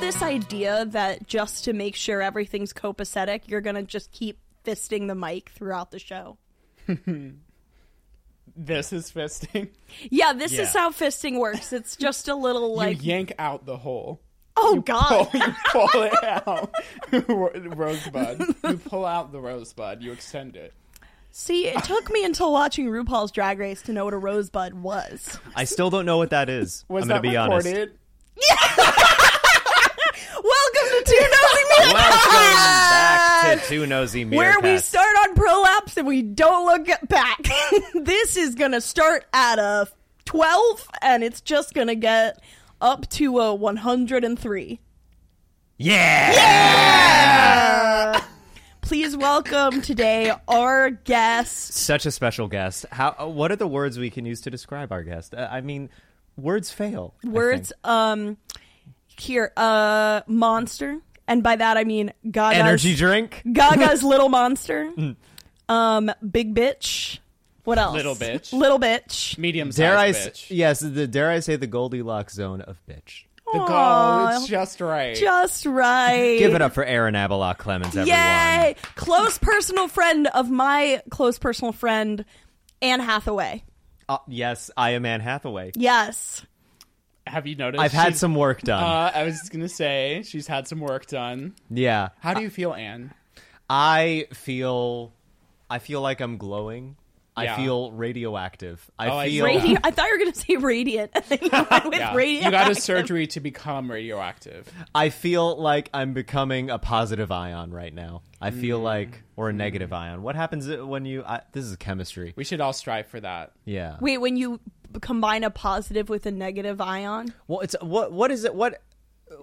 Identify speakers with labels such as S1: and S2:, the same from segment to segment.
S1: this idea that just to make sure everything's copacetic, you're gonna just keep fisting the mic throughout the show.
S2: This is fisting.
S1: Yeah, this is
S3: Yeah.
S1: how fisting works. It's just a little like,
S2: you yank out the hole.
S1: oh god,
S2: Oh, you pull it out. rosebud. You pull out the rosebud. You extend it.
S1: See, it took me until watching RuPaul's Drag Race to know what a rosebud was.
S3: I still don't know what that is.
S2: Was
S3: I'm
S2: that
S3: gonna be honest.
S2: recorded?
S1: Welcome to Two Nosy Meerkats,
S3: Welcome back to Two Nosy
S1: where
S3: Meerkats.
S1: we start on prolapse and we don't look back. this is gonna start at a twelve, and it's just gonna get up to a one hundred and three.
S3: Yeah.
S1: Please welcome today our guest.
S3: Such a special guest. How? uh, What are the words we can use to describe our guest? Uh, I mean, words fail. I
S1: Words,
S3: think.
S1: um, here, uh, monster, and by that I mean Gaga's
S3: Energy drink.
S1: Gaga's little monster. Um, big bitch. What else?
S2: Little bitch.
S1: Little bitch.
S2: Medium
S3: Dare I?
S2: sized
S3: s-
S2: bitch.
S3: Yes. The dare I say the Goldilocks zone of bitch.
S2: The goal.
S1: Aw.
S2: It's just right.
S1: Just right.
S3: Give it up for Aaron Abelock Clemens. Everyone.
S1: Yay! Close personal friend of my close personal friend, Anne Hathaway.
S3: Uh, yes, I am Anne Hathaway.
S1: Yes.
S2: Have you noticed?
S3: I've had
S2: she's-
S3: some work done.
S2: Uh, I was gonna say she's had some work done.
S3: yeah.
S2: How do you feel, Anne?
S3: I feel I feel like I'm glowing. I
S2: Yeah.
S3: feel radioactive. I
S2: Oh, I
S3: feel
S2: see.
S1: Radi- I thought you were going to say radiant. And then you went with
S2: Yeah.
S1: radiant.
S2: You got a surgery to become radioactive.
S3: I feel like I'm becoming a positive ion right now. I feel
S2: Mm.
S3: like or a negative ion. What happens when you I, this is chemistry.
S2: We should all strive for that.
S3: Yeah.
S1: Wait, when you b- combine a positive with a negative ion?
S3: well, it's what what is it what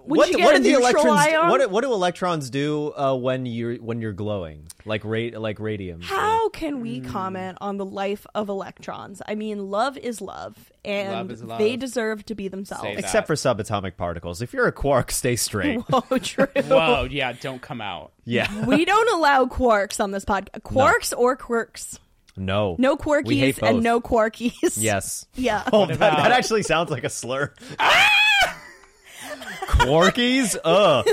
S3: what,
S1: you get
S3: what
S1: a
S3: do the
S1: neutral
S3: electrons
S1: ion?
S3: what do- what do electrons do uh, when you're when you're glowing like ra- like radium?
S1: How can we
S2: Mm.
S1: comment on the life of electrons? I mean, love is love, and
S2: Love is love.
S1: they deserve to be themselves.
S2: Say
S3: Except for subatomic particles. If you're a quark, stay straight.
S1: Oh, true.
S2: Whoa, yeah, don't come out.
S3: yeah.
S1: we don't allow quarks on this podcast. Quarks or quirks.
S3: No.
S1: No
S3: We hate
S1: quirkies and
S3: both.
S1: no quarkies.
S3: Yes.
S1: Yeah.
S3: Oh, that,
S2: about-
S3: that actually sounds like a slur. Quarkies? Ugh.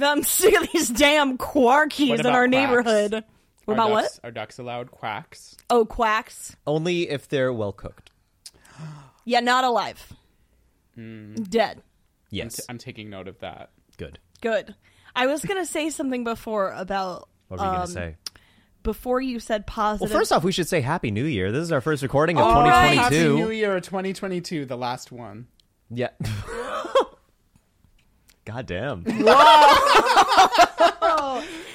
S1: I'm sick of these damn quarkies
S2: What
S1: in
S2: about
S1: our
S2: quacks?
S1: neighborhood. What
S2: Are
S1: about what?
S2: ducks, Are ducks allowed quacks?
S1: Oh, quacks.
S3: Only if they're well cooked.
S1: Yeah, not alive.
S2: Hmm.
S1: Dead.
S3: Yes.
S2: I'm taking note of that.
S3: Good.
S1: Good. I was gonna say something before about
S3: What were you
S1: um,
S3: going to say?
S1: before you said
S3: Well,
S1: positive.
S3: first off, we should say Happy New Year. This is our first recording of
S1: All right.
S2: Happy
S3: 2022.
S2: New Year 2022, the last one.
S3: yeah. God damn.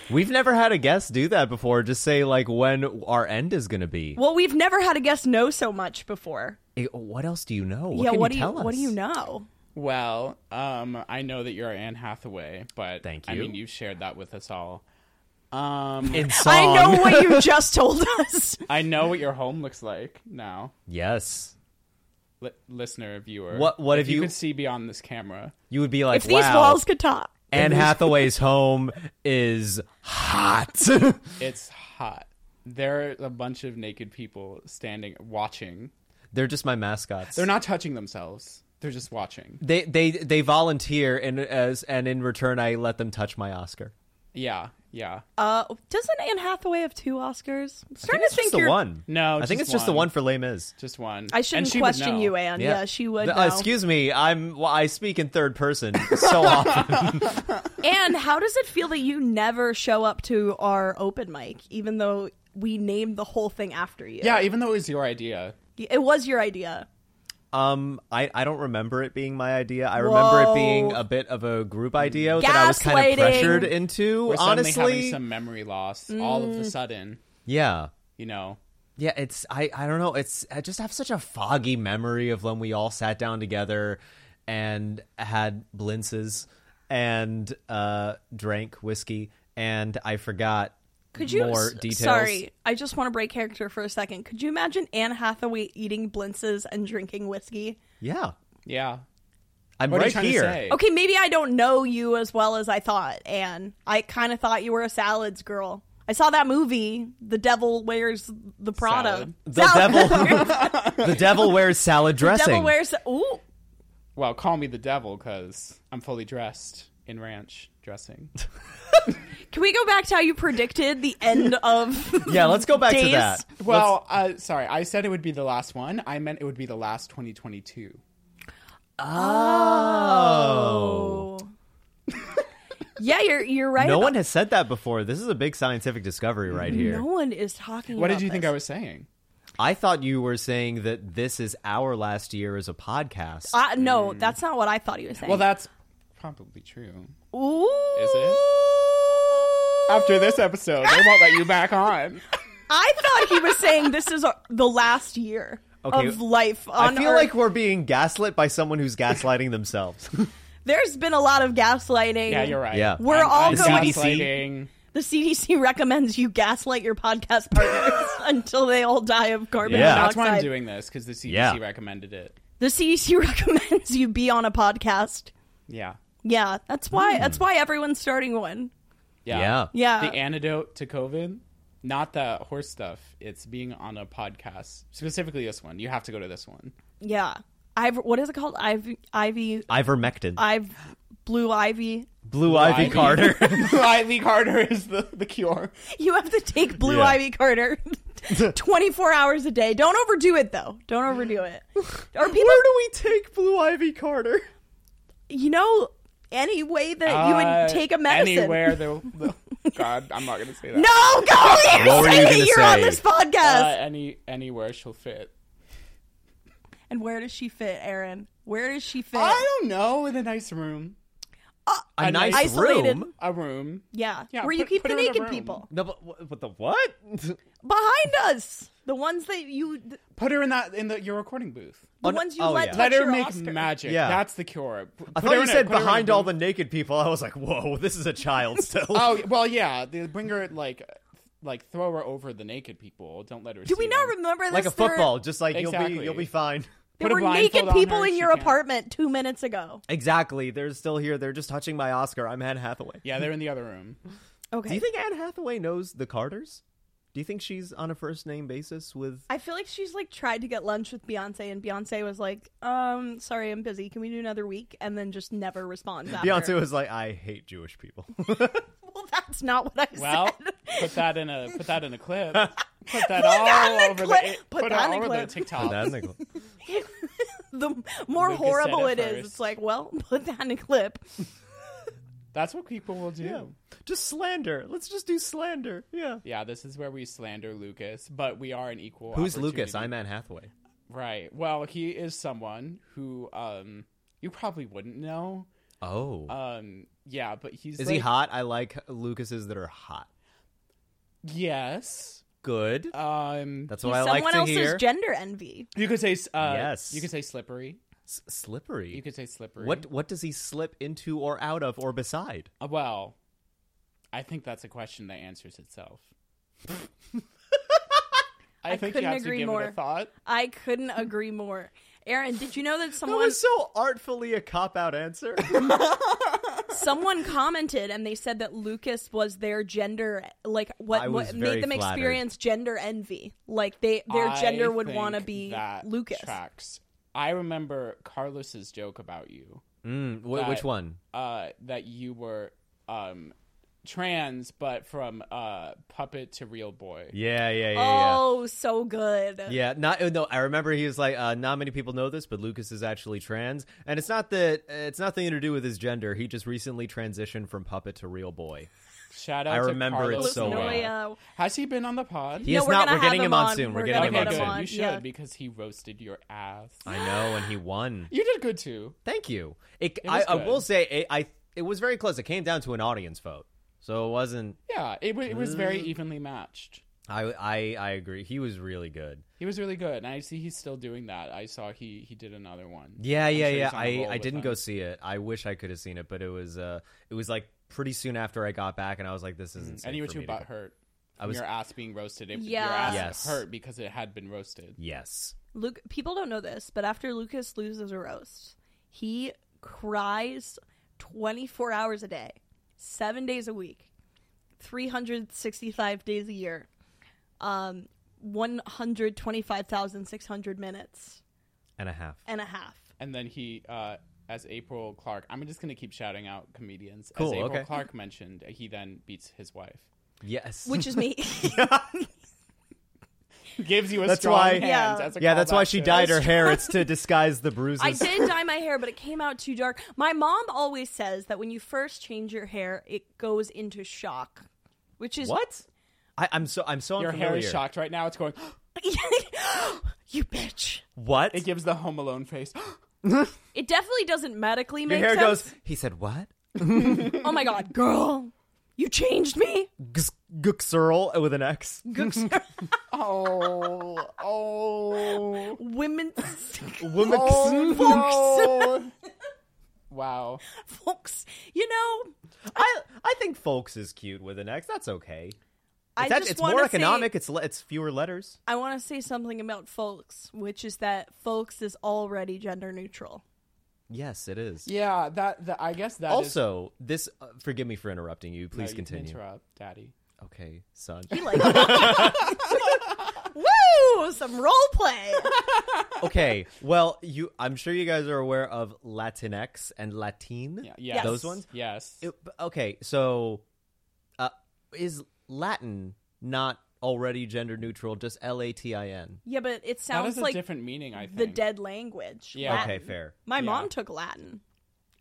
S3: We've never had a guest do that before. Just say, like, when our end is going to be.
S1: well, we've never had a guest know so much before.
S3: Eh, What else do you know? What
S1: yeah,
S3: can
S1: what
S3: you
S1: do
S3: tell
S1: you
S3: us?
S1: what do you know?
S2: Well, um, I know that you're Anne Hathaway, but
S3: Thank
S2: I
S3: you.
S2: mean, you've shared that with us all. Um,
S3: In
S1: I
S3: song.
S1: know what you just told us.
S2: I know what your home looks like now,
S3: Yes.
S2: Li- listener, viewer.
S3: What- what
S2: if
S3: if you-
S2: could see beyond this camera?
S3: You would be like,
S1: If these
S3: wow.
S1: walls could talk.
S3: Anne Hathaway's home is hot.
S2: It's hot. There are a bunch of naked people standing, watching.
S3: They're just my mascots.
S2: They're not touching themselves. They're just watching.
S3: They they they volunteer and as and in return I let them touch my Oscar.
S2: Yeah, yeah.
S1: Uh, doesn't Anne Hathaway have two Oscars? I'm starting
S3: it's
S1: to think
S3: just the
S1: you're.
S3: one.
S2: No,
S3: I think
S2: just
S3: it's just the
S2: one.
S3: one for Les Mis.
S2: Just one.
S1: I
S2: And
S1: shouldn't
S2: she would
S1: question
S2: know.
S1: you, Anne. Yeah, she would.
S3: The- uh,
S1: know.
S3: excuse me, I'm well, I speak in third person so often.
S1: Anne, how does it feel that you never show up to our open mic, even though we named the whole thing after you?
S2: Yeah, even though it was your idea.
S1: It was your idea.
S3: um, I I don't remember it being my idea. I remember
S1: Whoa.
S3: it being a bit of a group idea that I was kind
S1: Gaslighting.
S3: of pressured into.
S2: We're Mm. suddenly
S3: honestly,
S2: having some memory loss all of a sudden.
S3: yeah.
S2: You know,
S3: Yeah, it's I I don't know. It's I just have such a foggy memory of when we all sat down together and had blinces and uh drank whiskey and I forgot
S1: Could you?
S3: more
S1: s-
S3: details.
S1: Sorry, I just want to break character for a second. Could you imagine Anne Hathaway eating blintzes and drinking whiskey?
S3: Yeah.
S2: yeah.
S3: I'm
S2: What are you
S3: right
S2: trying
S3: here.
S2: to say?
S1: Okay, maybe I don't know you as well as I thought, Anne. I kind of thought you were a salads girl. I saw that movie, The Devil Wears the Prada.
S2: Salad.
S3: The
S1: Salad.
S3: devil The devil wears salad dressing.
S1: Devil Wears. Ooh.
S2: Well, call me the devil because I'm fully dressed in ranch dressing.
S1: Can we go back to how you predicted the end of?
S3: Yeah, let's go back to
S1: Days.
S3: that.
S2: Well, uh, sorry, I said it would be the last one. I meant it would be the last 2022.
S3: Oh.
S1: yeah, you're you're right.
S3: No
S1: about
S3: one has said that before. This is a big scientific discovery right here.
S1: No one is talking.
S2: What
S1: about
S2: did you think
S1: this.
S2: I was saying?
S3: I thought you were saying that this is our last year as a podcast.
S1: Uh, no, that's not what I thought you were saying.
S2: Mm. Well, that's probably true.
S1: Ooh.
S2: Is it? After this episode, they won't let you back on.
S1: I thought he was saying this is our, the last year
S3: Okay.
S1: of life
S3: I
S1: on
S3: feel
S1: Earth.
S3: like we're being gaslit by someone who's gaslighting themselves.
S1: There's been a lot of gaslighting.
S2: Yeah, you're right.
S3: Yeah.
S1: We're all
S2: I'm
S1: going.
S3: CDC.
S2: gaslighting.
S1: The CDC recommends you gaslight your podcast partners until they all die of carbon
S3: Yeah.
S2: That's
S1: monoxide.
S2: why I'm doing this because the CDC
S3: Yeah.
S2: recommended it.
S1: The CDC recommends you be on a podcast.
S2: Yeah.
S1: Yeah, that's why. That's why everyone's starting one.
S3: Yeah.
S1: Yeah.
S2: Hmm. The antidote to COVID, not the horse stuff. It's being on a podcast, specifically this one. You have to go to this one.
S1: Yeah. I've what is it called? Ivy Ivy
S3: Ivermectin.
S1: I've Blue Ivy.
S3: Blue Ivy
S2: Ivy.
S3: Carter.
S2: Ivy Carter is the, the cure.
S1: You have to take Blue
S3: Yeah.
S1: Ivy Carter 24 hours a day. Don't overdo it though. Don't overdo it. Or people
S3: do we take Blue Ivy Carter?
S1: you know any way that you
S2: Uh,
S1: would take a medicine.
S2: Anywhere. The, the, God, I'm not going to say that.
S1: No, go you
S3: What were you
S1: say
S3: gonna
S1: it. You're on
S3: say?
S1: this
S2: Uh,
S1: podcast.
S2: any, anywhere she'll fit.
S1: and where does she fit, Aaron? Where does she fit?
S2: I don't know. In a nice room.
S3: A,
S2: A
S3: nice
S2: nice-
S1: Isolated.
S3: room.
S2: A room.
S1: yeah.
S2: Yeah,
S1: Where you
S2: put-
S1: keep
S2: put
S1: the
S2: her in a
S1: naked
S2: room.
S1: people.
S3: No, but wh- what the what?
S1: Behind us. The ones that you the,
S2: Put her in that in the your recording booth.
S3: On-
S1: ones you
S3: oh,
S1: let
S3: yeah.
S1: touch
S2: Let her
S1: your
S2: make
S1: Oscar.
S2: magic.
S3: Yeah.
S2: That's the cure. P-
S3: I
S2: put
S3: thought
S2: her
S3: you
S2: in a-
S3: said
S2: put her in a
S3: behind all
S2: room.
S3: the naked people. I was like, whoa, this is a child still.
S2: Oh well, yeah. They bring her like, like throw her over the naked people. Don't let her.
S1: Do we not remember this?
S3: like a
S1: There-
S3: football. Just like you'll be
S2: Exactly.
S3: you'll be fine.
S1: There
S2: Put a
S1: were
S2: blindfold
S1: naked
S2: on
S1: people
S2: her,
S1: in
S2: she
S1: your
S2: can't.
S1: apartment two minutes ago.
S3: Exactly. They're still here. They're just touching my Oscar. I'm Anne Hathaway.
S2: Yeah, they're in the other room.
S1: Okay.
S3: Do you think Anne Hathaway knows the Carters? Do you think she's on a first name basis with?
S1: I feel like she's like tried to get lunch with Beyonce, and Beyonce was like, "Um, sorry, I'm busy. Can we do another week?" And then just never responds. After.
S3: Beyonce was like, I hate Jewish people.
S1: well, that's not what I
S2: Well,
S1: said.
S2: put that in a put that in a clip. Put that all
S1: in a
S2: over
S1: clip.
S2: the
S1: Put
S2: put, it
S1: that in
S2: all
S1: a
S2: over
S1: clip.
S2: the TikTok.
S1: the more
S2: Lucas said
S1: horrible it
S2: it
S1: is,
S2: first.
S1: it's like, well, put that in a clip.
S2: That's what people will do.
S3: yeah.
S2: Yeah.
S3: Just slander. Let's just do slander. Yeah.
S2: this is where we slander Lucas, but we are an equal.
S3: Who's Lucas?
S2: opportunity-
S3: I'm Anne Hathaway.
S2: right. Well, he is someone who um you probably wouldn't know.
S3: Oh.
S2: Um, yeah, but he's
S3: is he
S2: like-
S3: hot? I like Lucases that are hot.
S2: Yes.
S3: Good.
S2: Um,
S3: That's
S1: He's
S3: what I like
S1: someone
S3: to
S1: else's
S3: hear.
S1: gender envy.
S2: you could say uh,
S3: Yes.
S2: yes. You could say slippery.
S3: S-
S2: You
S3: slippery.
S2: could say slippery.
S3: What what does he slip into or out of or beside?
S2: Uh, well, I think that's a question that answers itself. I,
S1: I
S2: think you
S1: couldn't
S2: have
S1: agree
S2: to give it
S1: more.
S2: a thought.
S1: I couldn't agree more. Aaron, did you know that
S3: That
S1: someone
S3: was so artfully a cop out answer.
S1: someone commented and they said that Lucas was their gender like
S3: I
S1: what,
S3: was
S1: what
S3: very
S1: made them
S3: flattered.
S1: experience gender envy like they their
S2: I
S1: gender would want to
S2: think
S1: be
S2: that
S1: Lucas
S2: Tracks. I remember Carlos's joke about you,
S3: Mm, wh- which
S2: That-
S3: one?
S2: uh, that you were um, trans, but from uh, puppet to real boy.
S3: Yeah, yeah, yeah, yeah.
S1: oh so good
S3: Yeah, not oh, no. I remember he was like, uh, not many people know this, but Lucas is actually trans, and it's not that it's nothing to do with his gender. He just recently transitioned from puppet to real boy.
S2: Shout out
S3: I
S2: to
S3: remember it
S2: Carlos
S3: so well.
S1: Noya.
S2: Has he been on the pod?
S3: He
S1: No,
S3: is
S1: we're
S3: not.
S1: gonna
S3: We're getting
S1: have
S3: him
S1: him
S3: on
S1: on.
S3: soon. We're,
S1: We're
S3: getting
S1: gonna
S3: him
S1: get
S3: on
S1: him
S3: soon.
S1: on.
S2: You should
S1: yeah.
S2: because he roasted your ass.
S3: I know, and he won.
S2: You did good too.
S3: Thank you. It, I,
S2: was
S3: I
S2: good.
S3: will say, it, I it was very close. It came down to an audience vote, so it wasn't.
S2: Yeah, it, wa- it was very
S3: Mm.
S2: evenly matched.
S3: I I I agree. He was really good.
S2: He was really good, and I see he's still doing that. I saw he he did another one.
S3: Yeah, yeah,
S2: sure
S3: yeah.
S2: he's on a
S3: I,
S2: roll
S3: I
S2: with
S3: didn't
S2: them.
S3: go see it. I wish I could have seen it, but it was uh it was like pretty soon after I got back, and I was like, this isn't. safe
S2: Mm, and you were
S3: for
S2: too
S3: me to go.
S2: butt hurt. I
S3: was-
S2: your ass being roasted. If
S1: Yeah.
S2: your ass
S3: Yes.
S2: hurt because it had been roasted.
S3: Yes.
S1: Luke people don't know this but after Lucas loses a roast he cries 24 hours a day 7 days a week 365 days a year um 125,600 minutes
S3: And a half.
S1: and a half
S2: And then he uh, as April Clark. I'm just going to keep shouting out comedians.
S3: Cool,
S2: as April
S3: okay.
S2: Clark mentioned, he then beats his wife.
S3: Yes.
S1: which is me.
S2: Gives you a
S3: That's
S2: strong
S3: why-
S2: hand.
S1: Yeah.
S2: as a
S3: yeah, that's why
S2: callback
S3: she
S2: to-
S3: dyed her hair. It's to disguise the bruises.
S1: I did dye my hair, but it came out too dark. My mom always says that when you first change your hair, it goes into shock, which is
S3: What? I, I'm so I'm so
S2: Your hair
S3: unfamiliar.
S2: is shocked right now. It's going.
S1: you bitch.
S3: What?
S2: It gives the Home Alone face.
S1: It definitely doesn't medically
S3: Your
S1: make
S3: hair
S1: sense.
S3: goes. He said what?
S1: Oh my god, girl, you changed me.
S3: Gx- Guxerl with an X.
S1: Gooks
S2: oh, oh,
S1: women,
S3: Woman-
S2: oh, no. Wow.
S1: folks. You know,
S3: I I think folks is cute with an X. That's okay.
S1: I
S3: It's, act-
S1: just
S3: it's
S1: wanna
S3: more economic.
S1: Say,
S3: It's le- it's fewer letters.
S1: I want to say something about folks, which is that folks is already gender neutral.
S3: Yes, it is.
S2: Yeah, that, that I guess that is-
S3: also, this. Uh, forgive me for interrupting you.
S2: No,
S3: Please
S2: you can
S3: continue.
S2: interrupt, Daddy.
S3: Okay, son.
S1: He like, woo, some role play.
S3: okay. Well, you. I'm sure you guys are aware of Latinx and Latin.
S2: Yeah,
S1: Yes.
S3: Those ones.
S2: Yes.
S3: It- b- okay, so uh, is Latin not already gender neutral? Just L A T I N.
S1: Yeah, but it
S2: that
S1: sounds
S2: is a
S1: like
S2: different meaning, I think.
S1: the dead language.
S2: Yeah.
S1: Latin.
S3: Okay, fair.
S1: My
S2: Yeah.
S1: mom took Latin.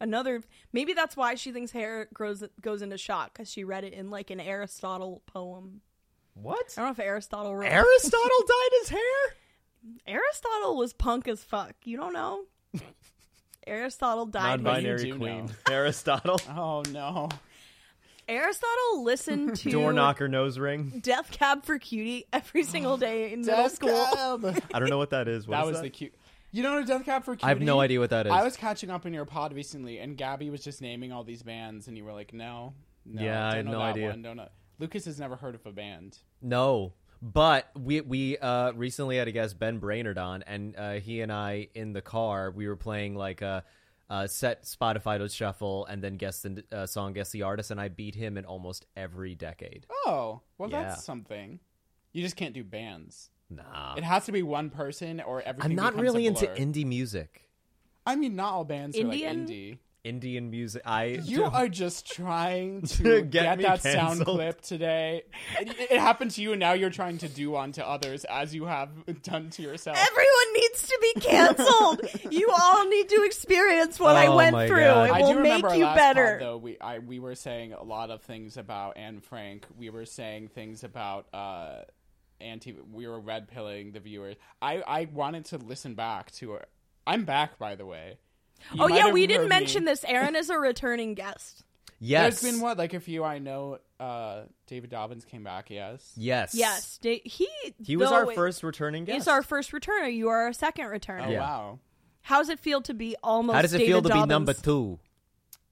S1: Another, maybe that's why she thinks hair grows goes into shock because she read it in like an Aristotle poem.
S3: What?
S1: I don't know if Aristotle wrote.
S3: Aristotle dyed his hair.
S1: Aristotle was punk as fuck. You don't know. Aristotle died.
S2: Non-binary.
S1: When,
S2: do know.
S3: Aristotle.
S2: Oh no.
S1: Aristotle listened to
S3: Door knocker nose ring.
S1: Death Cab for Cutie every single day in middle school.
S2: that
S3: I don't know what that is. What is
S2: was the cute. You don't know Death Cab for Cutie?
S3: I have no idea what that is.
S2: I was catching up in your pod recently, and Gabby was just naming all these bands, and you were like, "No, no
S3: Yeah, I
S2: don't
S3: had
S2: know
S3: no
S2: that
S3: idea.
S2: One, don't know. Lucas has never heard of a band.
S3: No, but we we uh, recently had a guest Ben Brainerd on, and uh, he and I in the car we were playing like a. Uh, set Spotify to shuffle and then guess the uh, song, guess the artist, and I beat him in almost every decade.
S2: Oh, well,
S3: Yeah.
S2: that's something. You just can't do bands.
S3: Nah,
S2: It has to be one person or everything.
S3: I'm not
S2: becomes a
S3: really into
S2: blur.
S3: indie music.
S2: I mean, not all bands
S1: Indian?
S2: are like indie.
S3: Indian music. I
S2: You are just trying to
S3: To
S2: get,
S3: get me
S2: that sound
S3: canceled.
S2: clip today. It, it happened to you, and now you're trying to do onto others as you have done to yourself.
S1: Everyone needs to be canceled. you all need to experience what I
S3: Oh
S1: went
S3: my
S1: through.
S3: God.
S1: It
S2: I
S1: will
S2: do remember
S1: make
S2: our
S1: you
S2: last
S1: better.
S2: pod, though we I, we were saying a lot of things about Anne Frank. We were saying things about uh, anti. We were red pilling the viewers. I I wanted to listen back to. Her. I'm back, by the way. You
S1: oh
S2: might
S1: yeah,
S2: have
S1: we
S2: heard
S1: didn't
S2: me.
S1: mention this. Aaron is a returning guest.
S3: yes,
S2: There's been what like a few. I know uh, David Dobbins came back. Yes.
S3: yes,
S1: Yes, Da- he
S3: He was
S1: though,
S3: our
S1: it-
S3: first returning guest.
S1: He's our first returner. You are our second
S2: Oh
S1: returner.
S3: Yeah.
S2: wow.
S1: How's it feel to be almost?
S3: How does it
S1: David
S3: feel to
S1: Dobbins?
S3: be number two? Uh,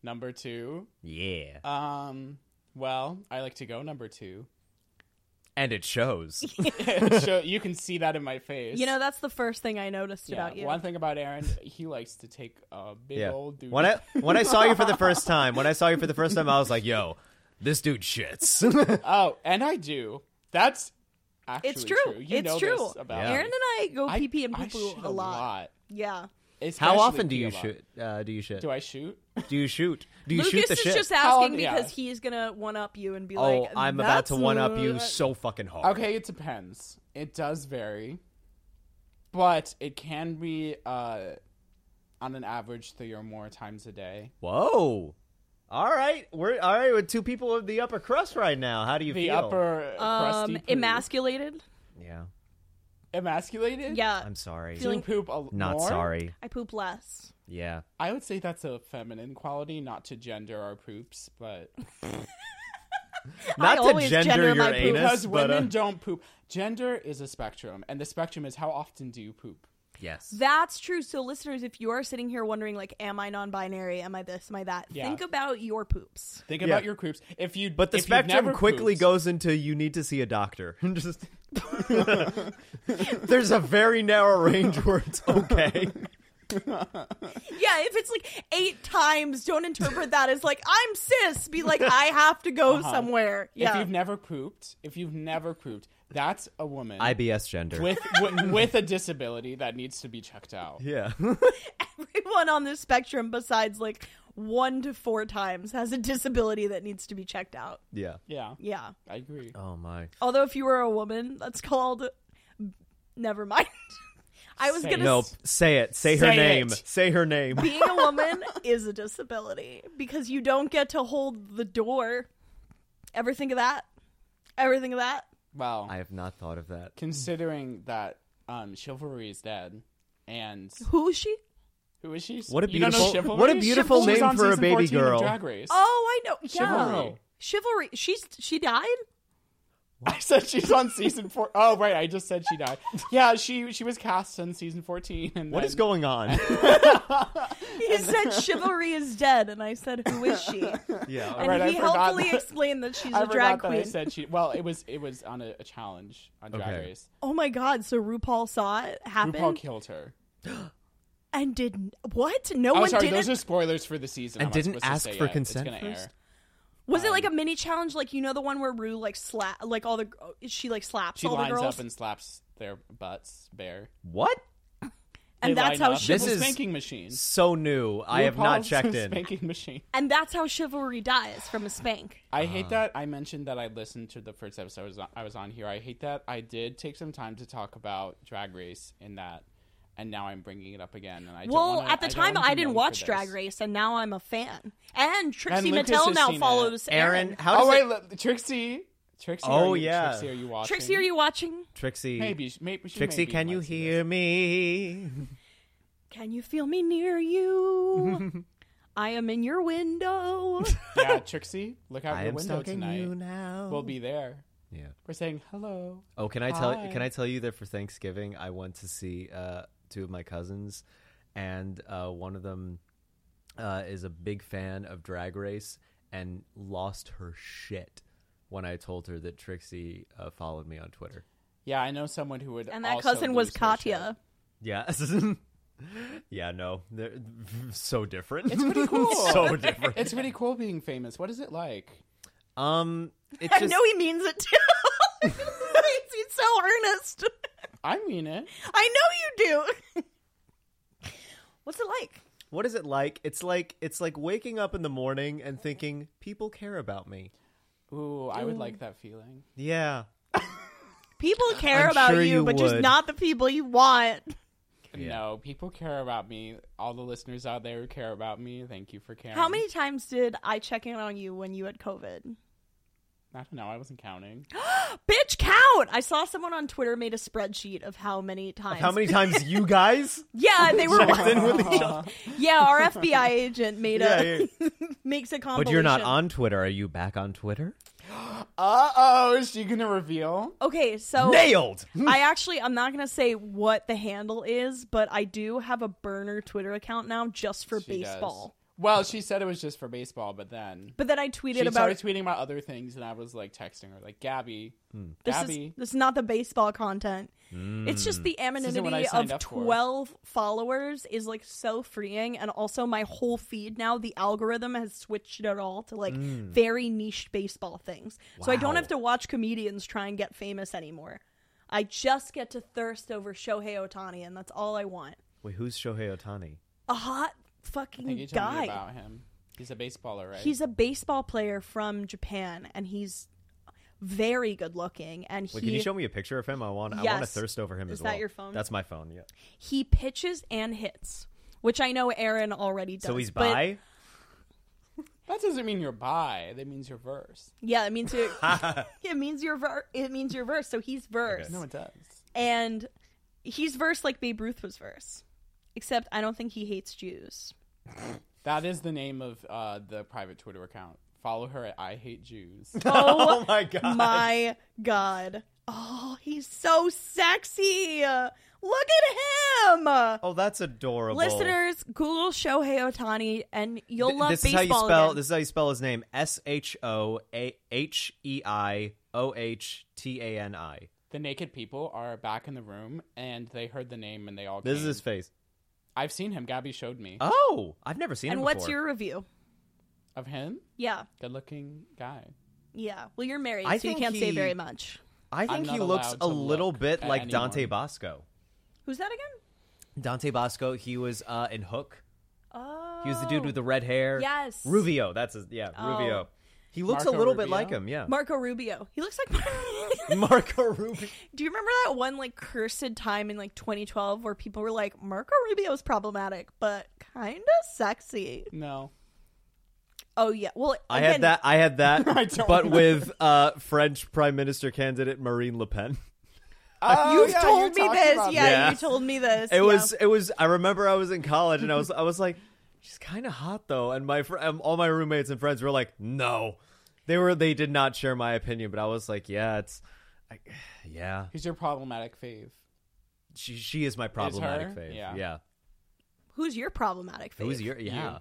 S2: Number two.
S3: Yeah,
S2: Um. Well, I like to go number two.
S3: and it shows.
S2: so you can see that in my face.
S1: You know, that's the first thing I noticed
S2: Yeah,
S1: about you.
S2: One thing about Aaron, he likes to take a big
S3: yeah.
S2: old dude.
S3: When I when I saw you for the first time, when I saw you for the first time, I was like, "Yo, this dude shits."
S2: Oh, and I do. That's actually
S1: it's true.
S2: You
S1: it's
S2: know
S1: true.
S2: this about
S3: Yeah.
S2: me.
S1: Aaron and I go
S2: I-
S1: pee pee and
S2: I
S1: poo poo
S2: shoot
S1: a lot. Yeah.
S2: Especially
S3: How often do
S2: pee a
S3: you
S2: lot.
S3: shoot? Uh, do you shit?
S2: Do I shoot?
S3: do you shoot? Do you shoot
S1: Lucas
S3: the
S1: is
S3: shit?
S1: just
S2: How
S1: asking
S2: often- Oh, yeah.
S1: because he's gonna one up you and be
S3: oh,
S1: like,
S3: I'm about to
S1: "That's
S3: one up you
S1: what-"
S3: so fucking hard.
S2: Okay, it depends. It does vary, but it can be uh, on an average three or more times a day.
S3: Whoa. All right, we're all right with two people of the upper crust right now. How do you
S2: The
S3: feel?
S2: upper
S1: Um,
S2: crusty poop.
S1: emasculated.
S3: Yeah,
S2: emasculated.
S1: Yeah,
S3: I'm sorry.
S2: Do you
S1: Feeling-
S2: poop a
S3: Not
S2: more?
S3: sorry.
S1: I poop less.
S3: Yeah.
S2: I would say that's a feminine quality, not to gender our poops, but
S3: Not to
S1: always
S3: gender,
S1: gender
S3: your
S1: my poop.
S3: anus,
S2: because
S3: but, uh,
S2: women don't poop. Gender is a spectrum, and the spectrum is how often do you poop.
S3: yes.
S1: That's true. So, listeners, if you are sitting here wondering, like, am I non-binary? Am I this? Am I that?
S2: Yeah.
S1: Think about your poops.
S2: Think
S3: Yeah.
S2: about your poops. If you
S3: but the
S2: if you've
S3: spectrum
S2: never
S3: quickly
S2: pooped-
S3: goes into you need to see a doctor. Just There's a very narrow range where it's okay.
S1: Yeah, if it's like eight times, don't interpret that as like I'm cis. Be like I have to go somewhere.
S2: Uh-huh. If
S1: Yeah,
S2: you've never pooped, if you've never pooped, That's a woman
S3: IBS gender.
S2: with, with with a disability that needs to be checked out.
S3: yeah.
S1: Everyone on this spectrum, besides like one to four times, has a disability that needs to be checked out.
S3: yeah.
S2: Yeah,
S1: Yeah.
S2: I agree.
S3: Oh my.
S1: Although, if you were a woman, that's called. Never mind. I was
S2: Say
S1: gonna.
S2: it.
S3: Nope. Say it. Say her
S2: Say
S3: name.
S2: it.
S3: Say her name.
S1: Being a woman is a disability because you don't get to hold the door. Ever think of that? Ever think of that?
S2: Well,
S3: I have not thought of that.
S2: considering that um, chivalry is dead, and
S1: Who is she?
S2: who is she?
S3: What a
S2: You don't know
S3: beautiful-
S2: Chivalry?
S3: what a beautiful
S2: She was
S3: name
S2: on
S3: for a
S2: season
S3: baby
S2: 14 of
S3: girl.
S2: Drag Race.
S1: Oh, I know. Yeah.
S2: Chivalry.
S1: Chivalry. She's she died.
S2: I said she's on season four oh right, I just said she died. Yeah, she she was cast in season fourteen. And
S3: What
S2: then-
S3: is going on?
S1: He said chivalry is dead, and I said, "Who is she?" And
S3: yeah.
S2: All right, I
S1: he
S2: forgot
S1: helpfully
S2: that-
S1: explained that she's
S2: I
S1: a drag
S2: forgot that I
S1: queen.
S2: said she. Well, it was it was on a, a challenge on Drag
S3: Okay.
S2: Race.
S1: Oh my god! So RuPaul saw it happen
S2: RuPaul killed her.
S1: and didn't. What? No
S2: Oh,
S1: one
S2: sorry,
S1: did
S2: those
S1: it.
S2: are spoilers for the season.
S3: And
S2: I'm not
S3: didn't
S2: supposed to
S3: ask
S2: say yet.
S3: for
S2: It's
S3: consent
S2: gonna
S3: first?
S2: air.
S1: Was it like a mini challenge? Like you know the one where Ru like slap like all the she like slaps
S2: She
S1: all the
S2: lines
S1: girls
S2: up and slaps their butts bare.
S3: What?
S1: and
S2: They
S1: that's
S2: line
S1: how
S2: up.
S1: chival-
S3: This
S2: It's a
S3: is-
S2: spanking machine.
S3: So new. I have not
S2: RuPaul's
S3: checked in.
S2: Spanking machine.
S1: and that's how chivalry dies from a spank.
S2: I
S3: Uh.
S2: hate that I mentioned that I listened to the first episode I was, on, I was on here. I hate that I did take some time to talk about Drag Race in that, and now I'm bringing it up again. And I don't
S1: Well,
S2: wanna-
S1: at the
S2: don't
S1: time
S2: wanna be
S1: I didn't
S2: known
S1: watch
S2: for
S1: Drag
S2: this.
S1: Race, and now I'm a fan. And Trixie
S2: Lucas
S1: Mattel
S2: has
S1: now
S2: seen it.
S1: follows
S3: Aaron, how does
S2: Oh wait,
S3: it-
S2: look, Trixie, Trixie.
S3: Oh,
S2: are you,
S3: yeah.
S2: Trixie, are you watching?
S1: Trixie, are you watching?
S3: Trixie.
S2: Maybe, she- maybe she
S3: Trixie,
S2: maybe
S3: can you
S2: might see
S3: hear me?
S1: Can you feel me near you? I am in your window.
S2: this. Yeah, Trixie, look out
S3: I
S2: your
S3: am
S2: window
S3: stalking
S2: tonight.
S3: you now.
S2: We'll be there.
S3: Yeah.
S2: We're saying hello.
S3: Oh, can I tell
S2: Hi.
S3: can I tell you that for Thanksgiving I went to see uh, two of my cousins, and uh, one of them uh, is a big fan of Drag Race and lost her shit when I told her that Trixie uh, followed me on Twitter.
S2: Yeah, I know someone who would.
S1: And that
S2: also
S1: cousin was
S2: lose her
S1: Katya.
S3: Yeah. yeah. No, they're so different.
S2: shit. It's pretty cool.
S3: so different.
S2: It's pretty cool being famous. What is it like?
S3: Um, it
S1: I
S3: just
S1: know he means it too. He's he's so earnest.
S2: I mean it.
S1: I know you do. What's it like?
S3: what is it like? It's like it's like waking up in the morning and thinking people care about me.
S2: Ooh, I would like that feeling.
S3: Yeah.
S1: People care
S3: I'm
S1: about
S3: sure
S1: you,
S3: you
S1: but just
S3: would.
S1: not the people you want.
S3: Yeah.
S2: No, people care about me. All the listeners out there who care about me, thank you for caring.
S1: How many times did I check in on you when you had COVID?
S2: I don't know. I wasn't counting.
S1: Bitch, count! I saw someone on Twitter made a spreadsheet of how many times.
S3: How many times you guys
S1: Yeah, they were.
S3: checked in with each other?
S1: Yeah, our FBI agent made a makes a compilation.
S3: But you're not on Twitter. Are you back on Twitter?
S2: Uh oh, is she gonna reveal?
S1: Okay, so
S3: Nailed.
S1: I actually I'm not gonna say what the handle is, but I do have a burner Twitter account now just for
S2: She does.
S1: baseball.
S2: Well, she said it was just for baseball, but then
S1: But then I tweeted
S2: she
S1: about
S2: started tweeting about other things, and I was like texting her, like Gabby,
S1: this
S2: Gabby.
S1: is this is not the baseball content. It's just the
S2: isn't what I
S1: anonymity
S2: signed
S1: of
S2: up for.
S1: 12 followers is like so freeing and also my whole feed now the algorithm has switched it all to like
S2: Mm.
S1: very niche baseball things. So I don't
S3: Wow.
S1: have to watch comedians try and get famous anymore. I just get to thirst over Shohei Otani and that's all I want.
S3: Wait, who's Shohei Otani?
S1: A hot
S2: I think you
S1: fucking
S2: told me
S1: guy.
S2: about him. He's a baseballer, right?
S1: He's a baseball player from Japan and he's very good looking and
S3: Wait,
S1: he
S3: can you show me a picture of him? I want. I want to
S1: Yes.
S3: thirst over him
S1: Is
S3: as
S1: that
S3: well.
S1: your phone?
S3: That's my phone. Yeah.
S1: he pitches and hits, which I know Aaron already does.
S3: so he's
S1: but-
S3: bi.
S2: that doesn't mean you're bi. That means you're verse.
S1: Yeah, it means it, it means your ver- it means your verse. So he's verse,
S2: No, it does.
S1: and he's verse like Babe Ruth was verse, except I don't think he hates Jews.
S2: That is the name of uh, the private Twitter account. Follow her at I Hate Jews.
S1: Oh,
S3: Oh my god.
S1: my god! Oh, he's so sexy. Look at him.
S3: oh, that's adorable.
S1: Listeners, Google Shohei Otani, and you'll
S3: Th-
S1: love
S3: this is how
S1: baseball.
S3: you spell.
S1: again.
S3: This is how you spell his name. S H O A H E I O H T A N I.
S2: the naked people are back in the room, and they heard the name, and they all.
S3: This
S2: came.
S3: is his face.
S2: I've seen him. Gabby showed me
S3: Oh, I've never seen
S1: and
S3: him.
S1: what's
S3: before.
S1: your review?
S2: of him.
S1: Yeah,
S2: Good looking guy.
S1: yeah. Well, you're married,
S3: I
S1: so you
S3: think
S1: can't say
S3: he-
S1: very much.
S3: I
S2: I'm
S3: think he
S2: not
S3: looks
S2: allowed
S3: a
S2: to
S3: little
S2: look
S3: bit
S2: at
S3: like
S2: anyone.
S3: Dante Bosco.
S1: Who's that again?
S3: Dante Bosco, he was uh, in Hook.
S1: Oh,
S3: He was the dude with the red hair.
S1: Yes. Oh.
S3: Rubio. That's his, yeah, Rubio. He looks
S2: Marco
S3: a little bit
S2: Rubio?
S3: like him, yeah.
S1: Marco Rubio. He looks like.
S3: Marco Rubio.
S1: Do you remember that one like cursed time in like 2012 where people were like Marco Rubio is problematic but kind of sexy?
S2: No.
S1: Oh yeah. Well,
S3: I
S1: again,
S3: had that. I had that,
S2: I don't
S3: but
S2: know.
S3: with uh, French Prime Minister candidate Marine Le Pen.
S2: Oh,
S1: You've
S2: yeah, you
S1: told me
S2: talked
S1: this. Yeah,
S2: about
S3: Yeah.
S1: you told me this.
S3: It
S1: yeah.
S3: was. It was. I remember I was in college and I was. I was like, she's kind of hot though. And my fr- um, all my roommates and friends were like, no, they were. They did not share my opinion, but I was like, yeah, it's, I, yeah.
S2: Who's your problematic fave?
S3: She she is my problematic
S2: her?
S3: fave.
S2: Yeah.
S3: yeah.
S1: Who's your problematic fave?
S3: Who's your yeah?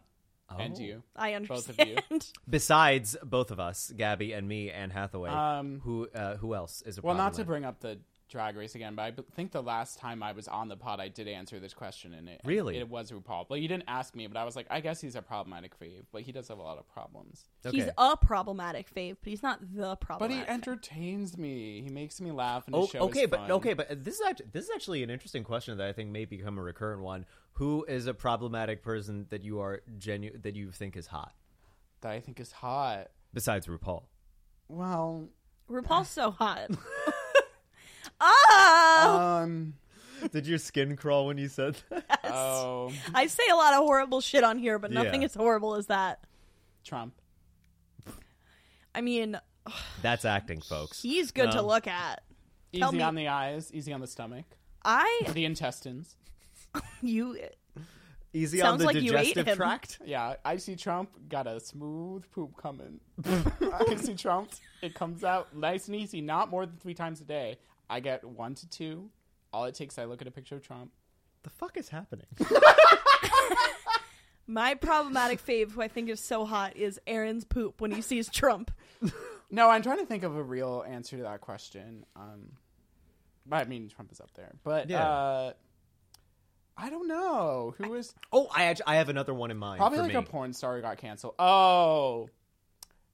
S2: And
S3: Oh.
S2: you.
S1: I
S2: Both of
S1: understand.
S2: you.
S3: Besides both of us, Gabby and me, and Hathaway.
S2: Um,
S3: who uh, who else is a
S2: Well, not to
S3: problematic-
S2: bring up the drag race again, but I b- think the last time I was on the pod, I did answer this question, and it
S3: Really?
S2: it was RuPaul. Well, you didn't ask me, but I was like, I guess he's a problematic fave, but he does have a lot of problems.
S1: He's
S3: Okay.
S1: a problematic fave, but he's not the
S2: But he
S1: problematic.
S2: entertains me. He makes me laugh, and
S3: Oh,
S2: his show
S3: okay,
S2: is
S3: but
S2: fun.
S3: okay, but this is actually, this is actually an interesting question that I think may become a recurrent one. Who is a problematic person that you are genu- that you think is hot
S2: that I think is hot.
S3: besides RuPaul?
S2: Well,
S1: RuPaul's so hot. Ah,
S3: Oh. Uh,
S2: um,
S3: Did your skin crawl when you said that?
S2: oh,
S1: I say a lot of horrible shit on here, but nothing
S3: Yeah.
S1: as horrible as that.
S2: Trump.
S1: I mean,
S3: That's acting, folks.
S1: he's good to
S3: Um,
S1: look at. Tell
S2: easy
S1: me-
S2: on the eyes, easy on the stomach,
S1: I
S2: the intestines.
S1: you
S3: Easy
S1: Sounds
S3: on the
S1: like you ate
S3: digestive
S1: him.
S3: tract.
S2: Yeah, I see Trump got a smooth poop coming. I see Trump. It comes out nice and easy, not more than three times a day. I get one to two. All it takes, I look at a picture of Trump.
S3: The fuck is happening?
S1: my problematic fave who I think is so hot is Aaron's poop when he sees Trump.
S2: No, I'm trying to think of a real answer to that question. Um, but I mean, Trump is up there, but
S3: Yeah.
S2: uh, I don't know who is
S3: Oh, I act- I have another one in mind.
S2: probably
S3: for
S2: like
S3: me.
S2: a porn star who got canceled. Oh,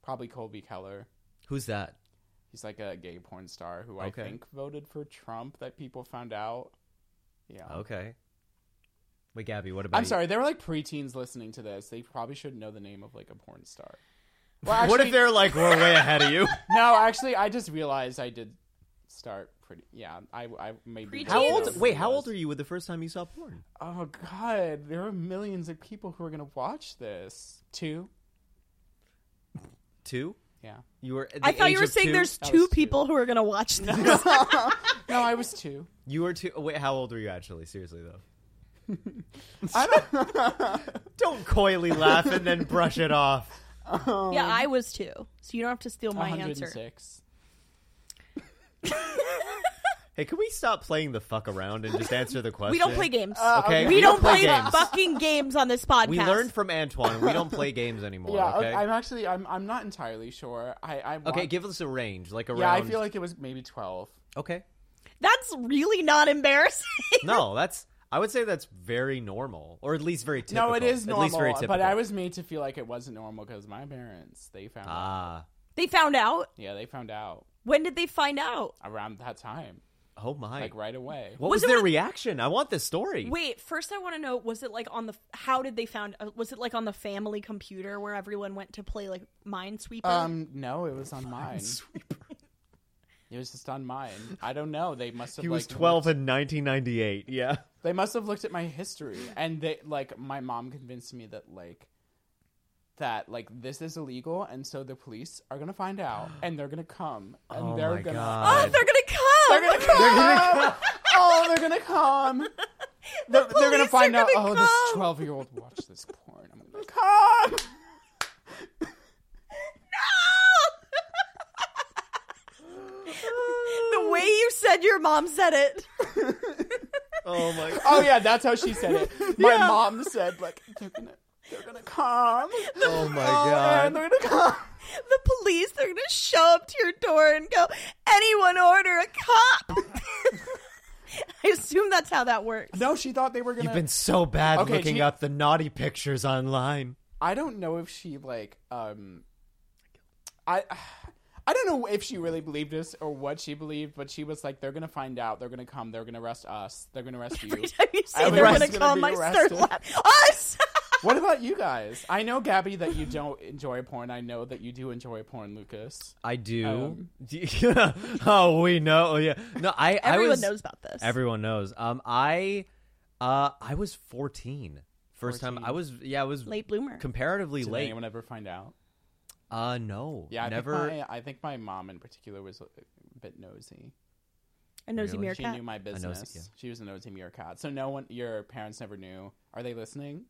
S2: probably Colby Keller.
S3: Who's that?
S2: He's like a gay porn star who
S3: Okay.
S2: I think voted for Trump that people found out. Yeah.
S3: Okay. Wait, Gabby, what about?
S2: I'm
S3: you?
S2: sorry, there were like preteens listening to this. They probably should know the name of like a porn star.
S3: what if they're like we're way ahead of you?
S2: No, actually, I just realized I did start pretty. Yeah, I, I maybe.
S3: How
S1: Preteens?
S3: old? Wait, how old are you with the first time you saw porn?
S2: Oh God, there are millions of people who are gonna watch this. Two.
S3: Two.
S2: Yeah.
S3: You were. at
S1: I
S3: the
S1: thought
S3: age
S1: you were
S3: of
S1: saying
S3: two?
S1: there's
S2: That
S1: two
S2: was two.
S1: people who are gonna watch this.
S2: No, I was two.
S3: You were too. Wait, how old were you actually? Seriously though.
S2: I don't.
S3: Don't coyly laugh and then brush it off.
S1: yeah, I was too. So you don't have to steal my answer.
S2: 106.
S3: Hey, can we stop playing the fuck around and just answer the question?
S1: We don't play games.
S2: Uh,
S3: Okay,
S1: we, don't play,
S3: games.
S1: fucking games on this podcast.
S3: We learned from Antoine. We don't play games anymore.
S2: Yeah,
S3: okay.
S2: I'm actually. I'm. I'm not entirely sure. I. I want,
S3: okay, give us a range, like around.
S2: Yeah, I feel like it was maybe 12.
S3: Okay.
S1: That's really not embarrassing.
S3: No, that's. I would say that's very normal, or at least very typical.
S2: No, it is normal.
S3: At least very typical.
S2: But I was made to feel like it wasn't normal because my parents they found. out.
S3: Ah.
S1: they found out.
S2: Yeah, they found out
S1: When did they find out?
S2: around that time,
S3: Oh my.
S2: like right away.
S3: what
S1: Was
S3: was,
S1: it
S3: their
S1: when-
S3: reaction? I want this story.
S1: Wait, first I want to know was it like on the how did they found uh, was it like on the family computer where everyone went to play like Minesweeper?
S2: Um, no, it was on mine. It was just on mine. I don't know. They must have.
S3: He
S2: like,
S3: was 12
S2: looked-
S3: in 1998. Yeah.
S2: they must have looked at my history, and they like my mom convinced me that like that like this is illegal, and so the police are gonna find out, and they're gonna come, and
S3: Oh
S2: they're
S3: my
S2: gonna.
S1: oh,
S3: God.
S1: they're gonna come.
S2: They're gonna come. oh, they're gonna come. They're, they're
S1: police
S2: gonna
S1: are
S2: find out.
S1: gonna
S2: oh,
S1: come."
S2: this twelve-year-old watched this porn. I'm gonna come.
S1: the way you said your mom said it.
S3: Oh my.
S2: Oh yeah, that's how she said it. My mom said like they're gonna they're gonna come.
S3: Oh my
S2: Oh,
S3: god.
S2: and they're gonna come.
S1: The police they're gonna show up to your door and go, "Anyone order a cop." I assume that's how that works.
S2: No, she thought they were gonna.
S3: You've been so bad
S2: Okay,
S3: looking
S2: she-
S3: up the naughty pictures online.
S2: I don't know if she like um. I I don't know if she really believed this or what she believed, but she was like, "They're gonna find out. They're gonna come. They're gonna arrest us. They're gonna arrest you."
S1: Every time you say
S2: I
S1: they're
S2: was
S1: going to come,
S2: gonna be
S1: I start
S2: arrested.
S1: laughing. Us!
S2: what about you guys? I know Gabby that you don't enjoy porn. I know that you do enjoy porn, Lucas.
S3: I do. oh, we know. Yeah. No, I. I
S1: Everyone
S3: was,
S1: knows about this.
S3: Everyone knows. Um, I, uh, I was 14. First time I
S2: 14.
S3: was. Yeah, I was
S1: Late bloomer.
S3: comparatively
S2: Did
S3: late.
S2: anyone ever find out?
S3: Uh, no.
S2: Yeah, I
S3: never.
S2: Think my, I think my mom in particular was a bit nosy.
S1: a nosy
S3: Really?
S2: She
S1: meerkat.
S2: knew my
S3: nosy-
S2: business.
S3: yeah.
S2: She was a nosy meerkat. So no one, your parents never knew. Are they listening?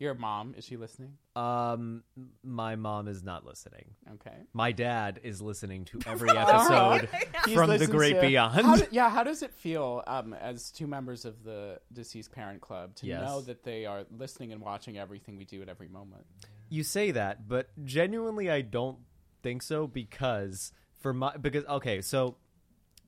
S2: Your mom is she listening?
S3: Um, my mom is not listening.
S2: Okay.
S3: My dad is listening to every episode
S2: He's
S3: from the
S2: listened
S3: great
S2: to-
S3: beyond.
S2: How do- yeah, how does it feel um, as two members of the deceased parent club to
S3: Yes.
S2: know that they are listening and watching everything we do at every moment?
S3: You say that, but genuinely, I don't think so because for my because okay, so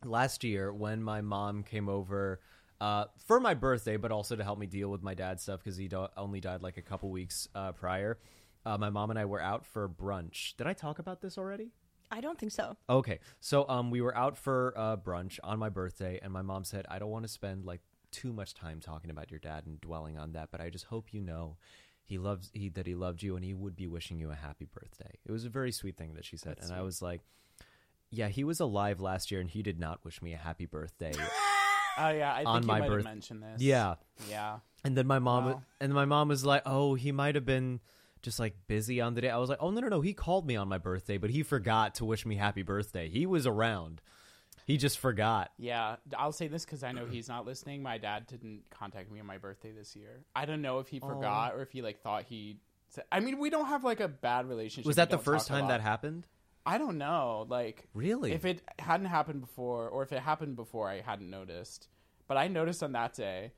S3: last year when my mom came over uh, for my birthday, but also to help me deal with my dad's stuff because he do- only died like a couple weeks uh, prior. Uh, my mom and I were out for brunch. Did I talk about this already?
S1: I don't think so.
S3: Okay, so um, we were out for uh, brunch on my birthday, and my mom said, "I don't want to spend like too much time talking about your dad and dwelling on that, but I just hope you know he loves he that he loved you, and he would be wishing you a happy birthday." It was a very sweet thing that she said, and I was like, "Yeah, he was alive last year, and he did not wish me a happy birthday."
S2: Oh yeah, I think
S3: On
S2: you
S3: my
S2: might
S3: birth-
S2: have mentioned this.
S3: yeah,
S2: yeah.
S3: and then my mom
S2: Wow.
S3: and my mom was like, "Oh, he might have been." Just like busy on the day, I was like, "Oh no, no, no! He called me on my birthday, but he forgot to wish me happy birthday. He was around, he just forgot."
S2: Yeah, I'll say this because I know he's not listening. My dad didn't contact me on my birthday this year. I don't know if he forgot or if he like thought he. said- I mean, we don't have like a bad relationship.
S3: Was
S2: We
S3: that the
S2: don't talk
S3: first
S2: a
S3: time
S2: lot.
S3: that happened?
S2: I don't know. Like
S3: Really?
S2: if it hadn't happened before, or if it happened before, I hadn't noticed. But I noticed on that day,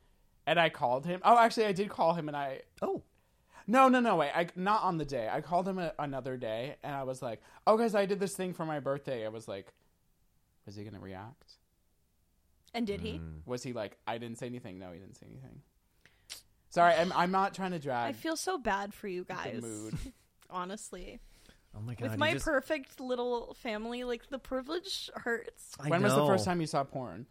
S2: and I called him. Oh, actually, I did call him, and I
S3: Oh,
S2: no, no, no, wait. I, not on the day. I called him a, another day, and I was like, "Oh, guys, I did this thing for my birthday." I was like, "Was he gonna react?
S1: And did he?
S3: Hmm.
S2: Was he like, I didn't say anything? No, he didn't say anything." Sorry, I'm, I'm not trying to drag
S1: I feel so bad for you
S2: the
S1: guys.
S2: mood.
S1: Honestly.
S3: oh my god!
S1: With
S3: you
S1: my
S3: just-
S1: perfect little family, like the privilege hurts.
S3: I
S2: when was the
S3: know.
S2: first time you saw porn?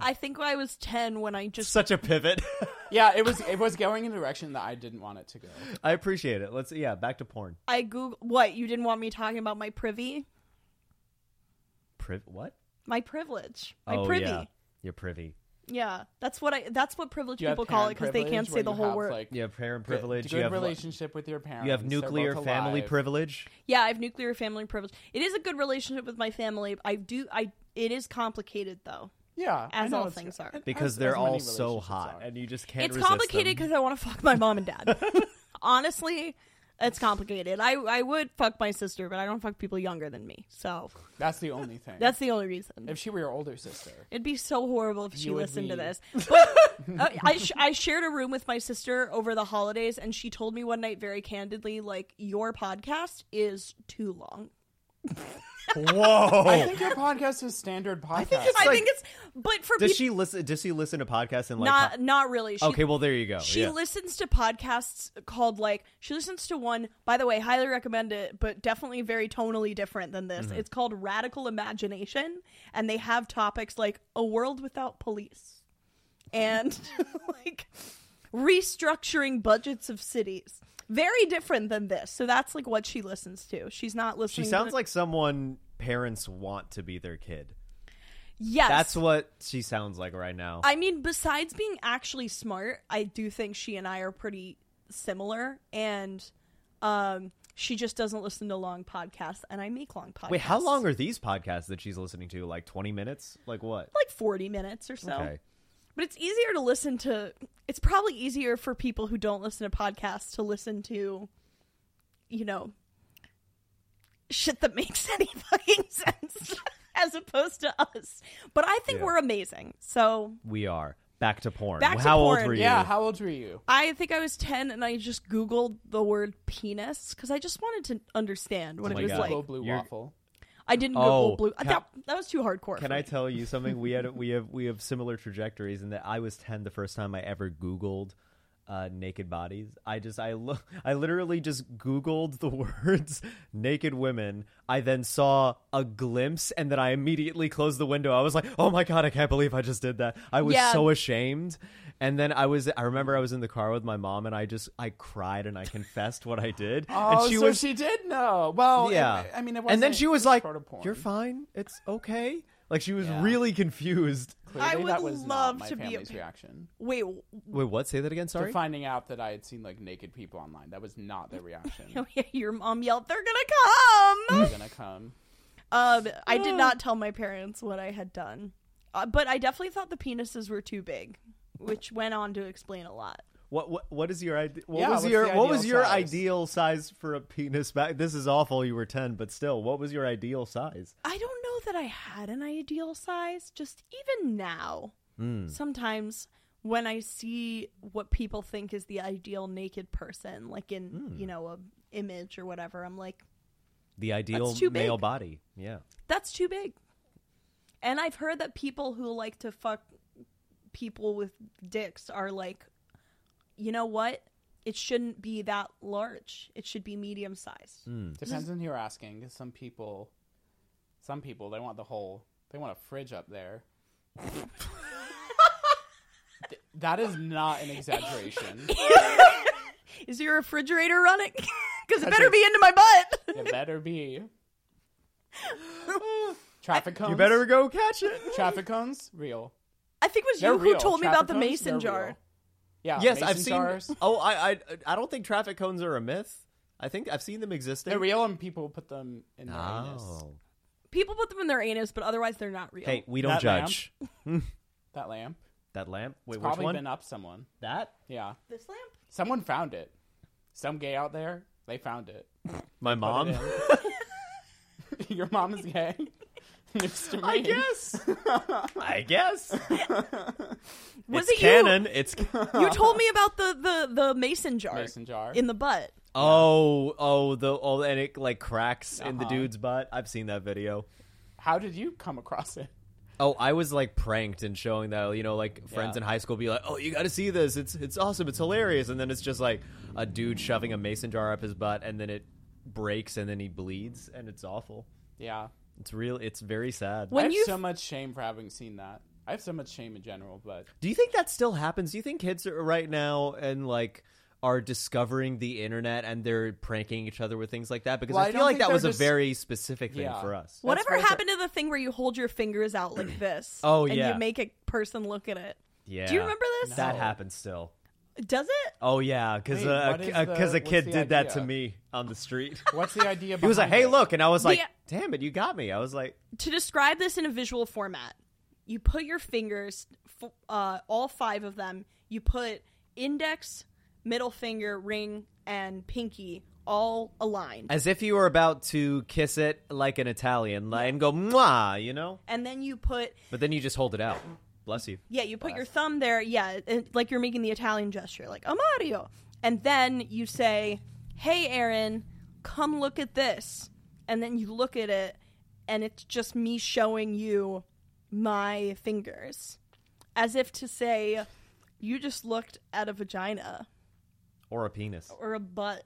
S1: I think I was 10 when I just.
S3: Such a pivot.
S2: Yeah, it was it was going in a direction that I didn't want it to go.
S3: I appreciate it. Let's yeah, back to porn.
S1: I Google. What? You didn't want me talking about my privy?
S3: Priv what?
S1: My privilege. My
S3: oh
S1: privy.
S3: yeah, you're privy.
S1: Yeah, that's what I. That's what privileged
S2: Do you have
S1: people call it
S2: parent
S1: because they
S2: privilege
S1: can't say
S2: where
S1: the
S2: you
S1: whole
S2: have,
S1: word.
S2: Like,
S3: You have parent
S2: good-
S3: privilege.
S2: Good
S3: you have
S2: relationship with your parents.
S3: you have
S2: They're
S3: nuclear
S2: both
S3: family
S2: alive.
S3: privilege.
S1: Yeah, I have nuclear family privilege. It is a good relationship with my family. I do. I. It is complicated though.
S2: Yeah, I
S1: as
S2: know
S1: all
S2: it's-
S1: things are.
S2: as-
S3: Because
S2: as
S3: they're
S2: many
S3: all so
S2: relationships
S3: hot,
S2: are.
S3: and you just can't.
S1: it's
S3: resist
S1: complicated
S3: them.
S1: because I want to fuck my mom and dad. Honestly, it's complicated. I I would fuck my sister, but I don't fuck people younger than me. So
S2: That's the only thing.
S1: that's the only reason.
S2: if she were your older sister.
S1: It'd be so horrible if she
S2: You would
S1: listened to
S2: be-
S1: this. But uh, I, sh- I shared a room with my sister over the holidays, and she told me one night very candidly, like, your podcast is too long.
S3: Whoa!
S2: I think your podcast is standard podcast.
S1: I
S3: like-
S1: think it's, but for
S3: does
S1: people,
S3: she listen? Does she listen to podcasts and like?
S1: not
S3: po-
S1: not really. She,
S3: okay, well there you go.
S1: she
S3: Oh, yeah.
S1: listens to podcasts called like she listens to one. By the way, highly recommend it, but definitely very tonally different than
S3: Mm-hmm.
S1: this. It's called Radical Imagination, and they have topics like a world without police and like restructuring budgets of cities. Very different than this. So that's like what she listens to. She's not
S3: she
S1: listening.
S3: sounds
S1: to,
S3: like someone parents want to be their kid.
S1: yes.
S3: That's what she sounds like right now.
S1: I mean, besides being actually smart, I do think she and I are pretty similar, and um, she just doesn't listen to long podcasts, and I make long podcasts.
S3: Wait, how long are these podcasts that she's listening to? Like twenty minutes? Like what?
S1: Like forty minutes or so.
S3: Okay.
S1: But it's easier to listen to. It's probably easier for people who don't listen to podcasts to listen to, you know, shit that makes any fucking sense, as opposed to us. But I think
S3: Yeah.
S1: we're amazing, so
S3: We are back to porn.
S1: Back to
S3: how old
S1: porn.
S3: were you?
S2: yeah, how old were
S3: Oh
S2: you?
S1: I think I was 10 and I just Googled the word penis because I just wanted to understand what
S3: Oh my
S1: it was
S3: God.
S1: like.
S2: Glow blue
S3: You're-
S2: waffle.
S1: I didn't
S3: Oh,
S1: Google blue.
S3: can-
S1: that, that was too hardcore.
S3: Can
S1: for
S3: I
S1: me.
S3: tell you something? We had we have we have similar trajectories in that I was ten the first time I ever Googled uh, naked bodies. I just I look I literally just googled the words naked women. I then saw a glimpse and then I immediately closed the window. I was like, "Oh my god, I can't believe I just did that." I was
S1: Yeah.
S3: so ashamed. And then I was I remember I was in the car with my mom and I just I cried and I confessed what I did.
S2: Oh,
S3: and she
S2: so
S3: was
S2: she did know. Well,
S3: yeah.
S2: it- I mean, it
S3: and then
S2: wasn't
S3: she was like,
S2: sort of porn.
S3: "You're fine. It's okay." Like she was
S2: Yeah.
S3: really confused.
S2: Clearly,
S1: I would
S2: that was not
S1: love
S2: my
S1: to be a
S2: family's
S1: pa-
S2: reaction.
S1: Wait, oh, w-
S3: Wait, what? Say that again. Sorry.
S2: To finding out that I had seen like naked people online, that was not their reaction.
S1: your mom yelled, "They're gonna come!"
S2: They're gonna come.
S1: Um, I did
S3: Oh.
S1: not tell my parents what I had done, uh, but I definitely thought the penises were too big, which went on to explain a lot.
S3: What what what is your ide- what
S2: Yeah,
S3: was
S2: what's
S3: your
S2: the
S3: what was
S2: ideal
S3: your
S2: size?
S3: ideal size for a penis back? This is awful. You were ten, but still, what was your ideal size?
S1: I don't know that I had an ideal size, just even now. Sometimes when I see what people think is the ideal naked person, like in, you know, a image or whatever, I'm like,
S3: The ideal
S1: too
S3: male
S1: big.
S3: body. Yeah.
S1: that's too big. And I've heard that people who like to fuck people with dicks are like, you know what? It shouldn't be that large. It should be medium sized.
S2: Depends on who you're asking. 'cause Some people, some people, they want the whole. They want a fridge up there. Th- that is not an exaggeration.
S1: Is your refrigerator running? Because it better
S2: it.
S1: be into my butt.
S2: It better be. Traffic cones.
S3: You better go catch it.
S2: Traffic cones, real.
S1: I think it was
S2: They're
S1: you
S2: real.
S1: who told me
S2: Traffic
S1: about the
S2: cones,
S1: mason
S2: they're
S1: jar.
S2: real. Yeah.
S3: yes,
S2: mason
S3: I've seen.
S2: jars.
S3: Oh, I, I I don't think traffic cones are a myth. I think I've seen them existing.
S2: They're real, and people put them in their anus.
S3: Oh.
S1: People put them in their anus, but otherwise they're not real.
S3: Hey, we don't
S2: That lamp?
S3: judge.
S2: That lamp.
S3: That lamp. Wait, which
S2: Probably
S3: one?
S2: been up someone.
S3: That.
S2: Yeah.
S1: This lamp?
S2: Someone found it. Some gay out there, they found it.
S3: My mom.
S2: Your mom is gay. Next to me.
S3: I guess. I guess.
S1: Was
S3: it's
S1: it you?
S3: canon. It's
S1: You told me about the the the mason jar
S2: Mason jar.
S1: in the butt.
S3: oh oh the oh and it like cracks in the
S2: Uh-huh.
S3: dude's butt. I've seen that video.
S2: How did you come across it?
S3: Oh, I was like pranked and showing that you know like friends
S2: Yeah.
S3: in high school be like, oh, you got to see this. It's it's awesome. It's hilarious. And then it's just like a dude shoving a mason jar up his butt, and then it breaks, and then he bleeds, and it's awful.
S2: Yeah.
S3: It's real. It's very sad.
S1: When
S2: I have
S1: you
S2: so much shame for having seen that. I have so much shame in general, but
S3: Do you think that still happens? Do you think kids are right now and like are discovering the internet and they're pranking each other with things like that? Because
S2: Well,
S3: I
S2: I
S3: feel
S2: don't
S3: like
S2: think
S3: that
S2: they're
S3: was
S2: just-
S3: a very specific thing
S2: Yeah.
S3: for us.
S2: What-
S1: Whatever
S2: where it's
S1: happened to the thing where you hold your fingers out like this?
S3: Oh,
S1: and
S3: yeah.
S1: you make a person look at it.
S3: Yeah.
S1: Do you remember this?
S3: That
S2: No.
S3: happens still.
S1: Does it?
S3: Oh yeah, because
S2: Wait, what is the-
S3: because a
S2: what's
S3: kid
S2: the
S3: did that to
S2: idea?
S3: me on the street.
S2: what's the idea?
S3: He was like,
S2: behind
S3: "Hey,
S2: it?
S3: look," and I was like,
S1: The-
S3: "Damn it, you got me!" I was like,
S1: To describe this in a visual format, you put your fingers, f- uh, all five of them. You put index, middle finger, ring, and pinky all aligned,
S3: as if you were about to kiss it like an Italian like, and go mwah, you know.
S1: and then you put
S3: But then you just hold it out. Bless you.
S1: Yeah, you put your thumb there. Yeah, it, like you're making the Italian gesture, like "A Mario," and then you say, "Hey, Aaron, come look at this," and then you look at it, and it's just me showing you my fingers, as if to say, "You just looked at a vagina
S3: Or a penis.
S1: or a butt."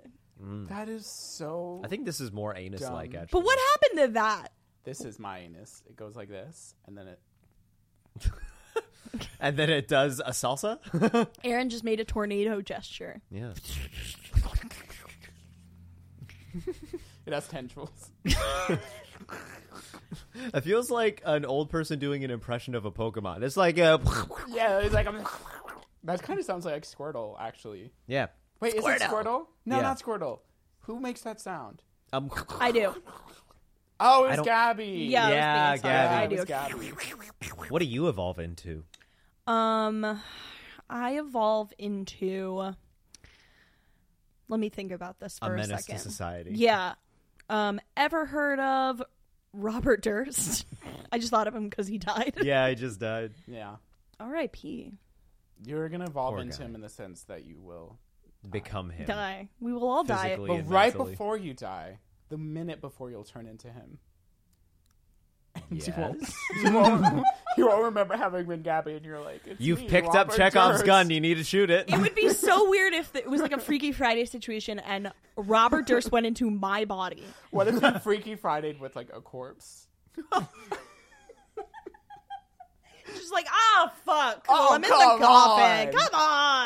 S2: That is so.
S3: I think this is more anus-like.
S2: Dumb.
S3: Actually,
S1: But what happened to that?
S2: this is my anus. It goes like this, and then it.
S3: and then it does a salsa.
S1: Aaron just made a tornado gesture.
S3: yeah.
S2: It has tendrils.
S3: It feels like an old person doing an impression of a Pokemon. It's like a
S2: Yeah, it's like I'm. That kind of sounds like Squirtle, actually.
S3: yeah.
S2: Wait, is it Squirtle? No,
S3: Yeah.
S2: not Squirtle. Who makes that sound?
S3: Um,
S1: I do.
S2: Oh, it's
S3: don't-
S2: Gabby.
S1: Yeah,
S3: Yeah,
S1: I was thinking, sorry,
S2: yeah,
S3: Gabby.
S1: I
S2: it was
S1: do.
S2: Gabby.
S3: what do you evolve into?
S1: Um, I evolve into. Let me think about this
S3: A
S1: for a,
S3: menace
S1: second.
S3: to society.
S1: Yeah. Um, ever heard of Robert Durst? I just thought of him because he died.
S3: Yeah, I just uh, died.
S2: Yeah,
S1: R.I.P.
S2: you're gonna evolve
S3: Poor
S2: into
S3: guy.
S2: him in the sense that you will,
S3: Become him.
S1: Die. We will all
S3: Physically.
S1: die.
S2: but
S3: and
S2: right
S3: mentally.
S2: before you die, the minute before you'll turn into him. You won't.
S3: Yes.
S2: You won't, you won't remember having been Gabby, and you're like, it's
S3: You've
S2: me,
S3: picked up
S2: Robert
S3: Chekhov's
S2: Durst.
S3: gun. You need to shoot it.
S1: It would be so weird if it was like a Freaky Friday situation and Robert Durst went into my body.
S2: What if you Freaky Friday with like a corpse?
S1: Just like, ah, fuck. Well,
S2: Oh,
S1: I'm in
S2: come
S1: the coffin.
S2: on.
S1: Come on.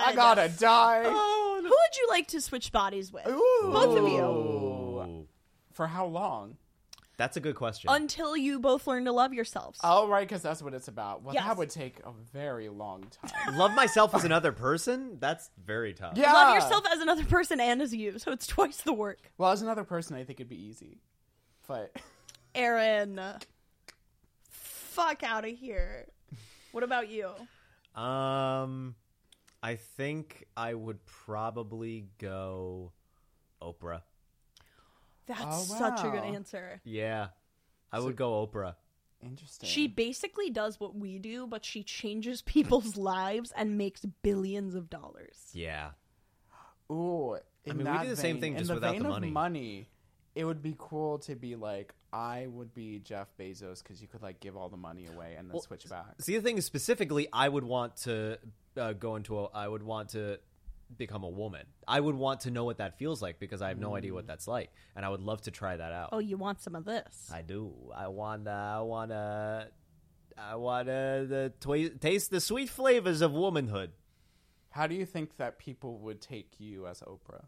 S2: I gotta die.
S1: Who would you like to switch bodies with? Both of you.
S3: Ooh.
S2: For how long?
S3: Oh, That's a good question.
S1: Until you both learn to love yourselves.
S2: Oh, right, because that's what it's about. Well,
S1: Yes.
S2: that would take a very long time.
S3: Love myself as another person? That's very tough.
S2: yeah.
S1: Love yourself as another person and as you, so it's twice the work.
S2: Well, as another person, I think it'd be easy. But
S1: Aaron, fuck out of here. What about you?
S3: Um, I think I would probably go Oprah.
S1: That's
S2: Oh,
S1: such a good
S2: wow.
S1: answer.
S3: Yeah, I would go Oprah.
S2: interesting.
S1: She basically does what we do, but she changes people's lives and makes billions of dollars.
S3: Yeah,
S2: Ooh, in
S3: mean, we
S2: that
S3: do the same
S2: vein-
S3: thing,
S2: in
S3: just
S2: the
S3: without
S2: vein
S3: the
S2: of
S3: money.
S2: it would be cool to be like, I would be Jeff Bezos because you could like give all the money away and then
S3: Well,
S2: switch back.
S3: See, the thing is, specifically, I would want to uh, go into a. I would want to become a woman. I would want to know what that feels like because I have no idea what that's like, and I would love to try that out.
S1: Oh, you want some of this?
S3: I do. I wanna. I wanna. I wanna the twi- taste the sweet flavors of womanhood.
S2: How do you think that people would take you as Oprah?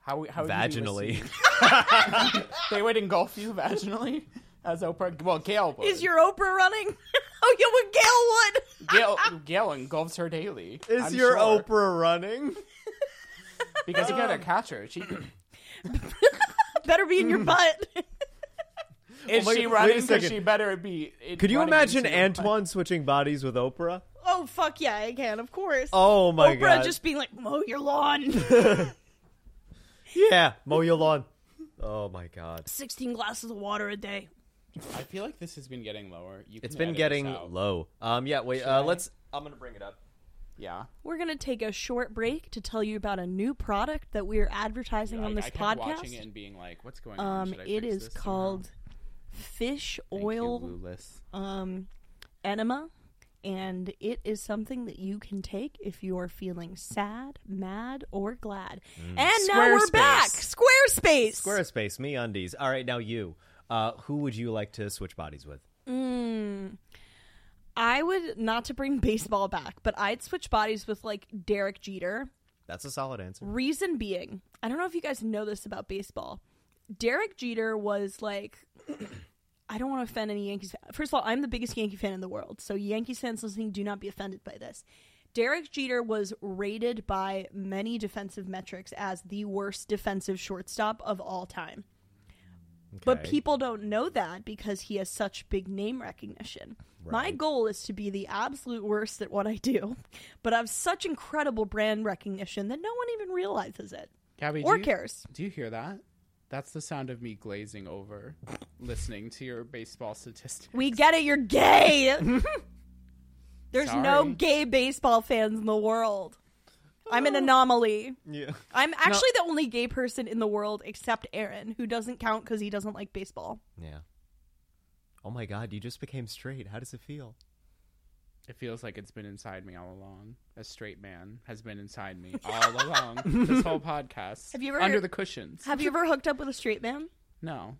S2: How how would you be
S3: Vaginally.
S2: received? they would engulf you vaginally as Oprah. Well, Gail would.
S1: Is your Oprah running? oh, you with Gail Wood.
S2: Gail, Gail engulfs her daily?
S3: Is
S2: I'm
S3: your
S2: sure.
S3: Oprah running?
S2: because you gotta catch her? She
S1: Better be in
S2: Hmm.
S1: your butt.
S2: is
S3: wait-
S2: she
S3: wait a
S2: running? 'Cause
S3: second.
S2: she better be. it-
S3: Could you
S2: running
S3: imagine
S2: into-
S3: Antoine switching bodies with Oprah?
S1: oh, fuck yeah, I can, of course.
S3: Oh my
S1: Oprah
S3: god!
S1: just being like, mow your lawn.
S3: yeah, mow your lawn. Oh my god!
S1: 16 glasses of water a day.
S2: I feel like this has been getting lower. You
S3: It's
S2: can
S3: been
S2: edit this
S3: getting
S2: out.
S3: low. Um, yeah. Wait. Uh, let's. I'm gonna bring it up.
S2: Yeah.
S1: We're going to take a short break to tell you about a new product that we are advertising on
S2: I-
S1: this
S2: I kept watching it
S1: podcast.
S2: and being like, "What's going on?"
S1: Um,
S2: Should I
S1: it
S2: fix
S1: is
S2: this somehow?
S1: called Fish
S2: Thank you,
S1: Oil
S2: Lulis.
S1: um, Enema. And it is something that you can take if you are feeling sad, mad, or glad. And now we're
S2: Mm. Squarespace.
S1: back. Squarespace.
S3: Squarespace, me undies. All right, now you. Uh, who would you like to switch bodies with?
S1: I would not to bring baseball back, but I'd switch bodies with like Derek Jeter.
S3: That's a solid answer.
S1: Reason being, I don't know if you guys know this about baseball. Derek Jeter was like, I don't want to offend any Yankees. First of all, I'm the biggest Yankee fan in the world, so Yankee fans listening, do not be offended by this. Derek Jeter was rated by many defensive metrics as the worst defensive shortstop of all time. But
S3: Okay.
S1: people don't know that because he has such big name recognition. My goal is to be the absolute worst at what I do, but I have such incredible brand recognition that no one even realizes it
S2: Gabby,
S1: or
S2: do you,
S1: cares.
S2: Do you hear that? That's the sound of me glazing over, listening to your baseball statistics.
S1: We get it, you're gay. There's no
S2: Sorry.
S1: gay baseball fans in the world. I'm an
S2: Oh.
S1: anomaly.
S3: Yeah.
S1: I'm actually the only gay person in the world except Aaron, who doesn't count because he doesn't like baseball.
S3: Yeah. Oh my god! You just became straight. How does it feel?
S2: It feels like it's been inside me all along. A straight man has been inside me all along. This whole podcast.
S1: Have you ever
S2: under
S1: heard-
S2: the cushions?
S1: Have you ever hooked up with a straight man?
S2: no,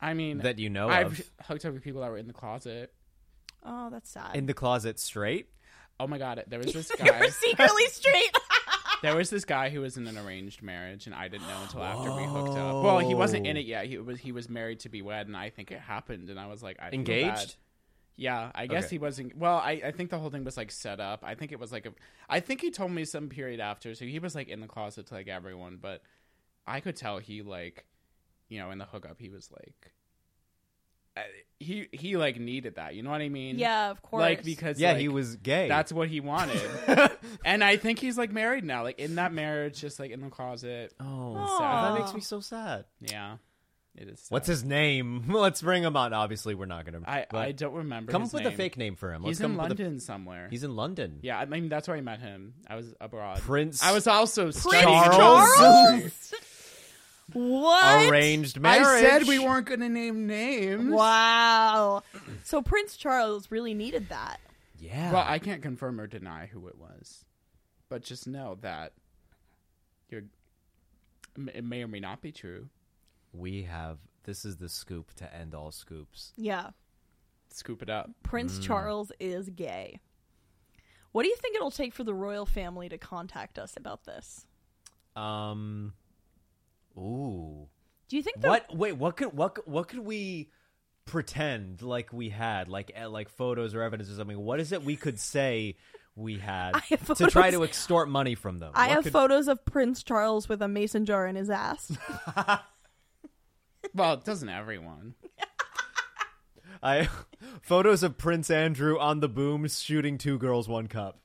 S2: I mean
S3: That you know
S2: I've
S3: of.
S2: hooked up with people that were in the closet.
S1: Oh, that's sad.
S3: In the closet, straight.
S2: Oh my god, there was this
S1: You're
S2: guy.
S1: secretly straight.
S2: There was this guy who was in an arranged marriage, and I didn't know until after we hooked up. Well, he wasn't in it yet. He was he was married to be wed, and I think it happened. And I was like, I feel bad.
S3: Engaged.
S2: Yeah, I guess
S3: Okay.
S2: he wasn't. Well, I, I think the whole thing was like set up. I think it was like a. I think he told me some period after, so he was like in the closet to like everyone, but I could tell he like, you know, in the hookup, he was like, I- he he like needed that. You know what I mean?
S1: yeah, of course.
S2: Like because
S3: Yeah,
S2: like,
S3: he was gay. Oh,
S2: that's what he wanted. and I think he's like married now, like in that marriage, just like in the closet.
S3: Oh,
S1: Aw.
S3: that makes me so sad.
S2: Yeah, it is.
S3: What's his name? Let's bring him on. Obviously, we're not gonna.
S2: I
S3: but-
S2: I don't remember.
S3: come
S2: his
S3: up with a
S2: name.
S3: fake name for him. Let's
S2: He's
S3: come
S2: in
S3: up with a-
S2: London somewhere.
S3: he's in London.
S2: yeah, I mean that's where I met him. I was abroad.
S3: Prince
S2: I was also
S1: Prince
S2: studying-
S3: Charles?
S1: Charles. What?
S3: arranged marriage.
S2: I said we weren't going to name names.
S1: Wow. So Prince Charles really needed that.
S3: Yeah.
S2: Well, I can't confirm or deny who it was, but just know that you're. It may or may not be true.
S3: we have this is the scoop to end all scoops.
S1: Yeah.
S2: Scoop it up.
S1: Prince Charles is gay. What do you think it'll take for the royal family to contact us about this?
S3: Um. Ooh.
S1: Do you think the,
S3: What? Wait. What could what could- what could we pretend like we had like eh, like photos or evidence or something? What is it we could say we had
S1: I have
S3: to try to
S1: photos.
S3: extort money from them?
S1: I
S3: What
S1: have
S3: could-
S1: photos of Prince Charles with a mason jar in his ass.
S2: Well, doesn't everyone?
S3: I photos of Prince Andrew on the boom shooting two girls one cup.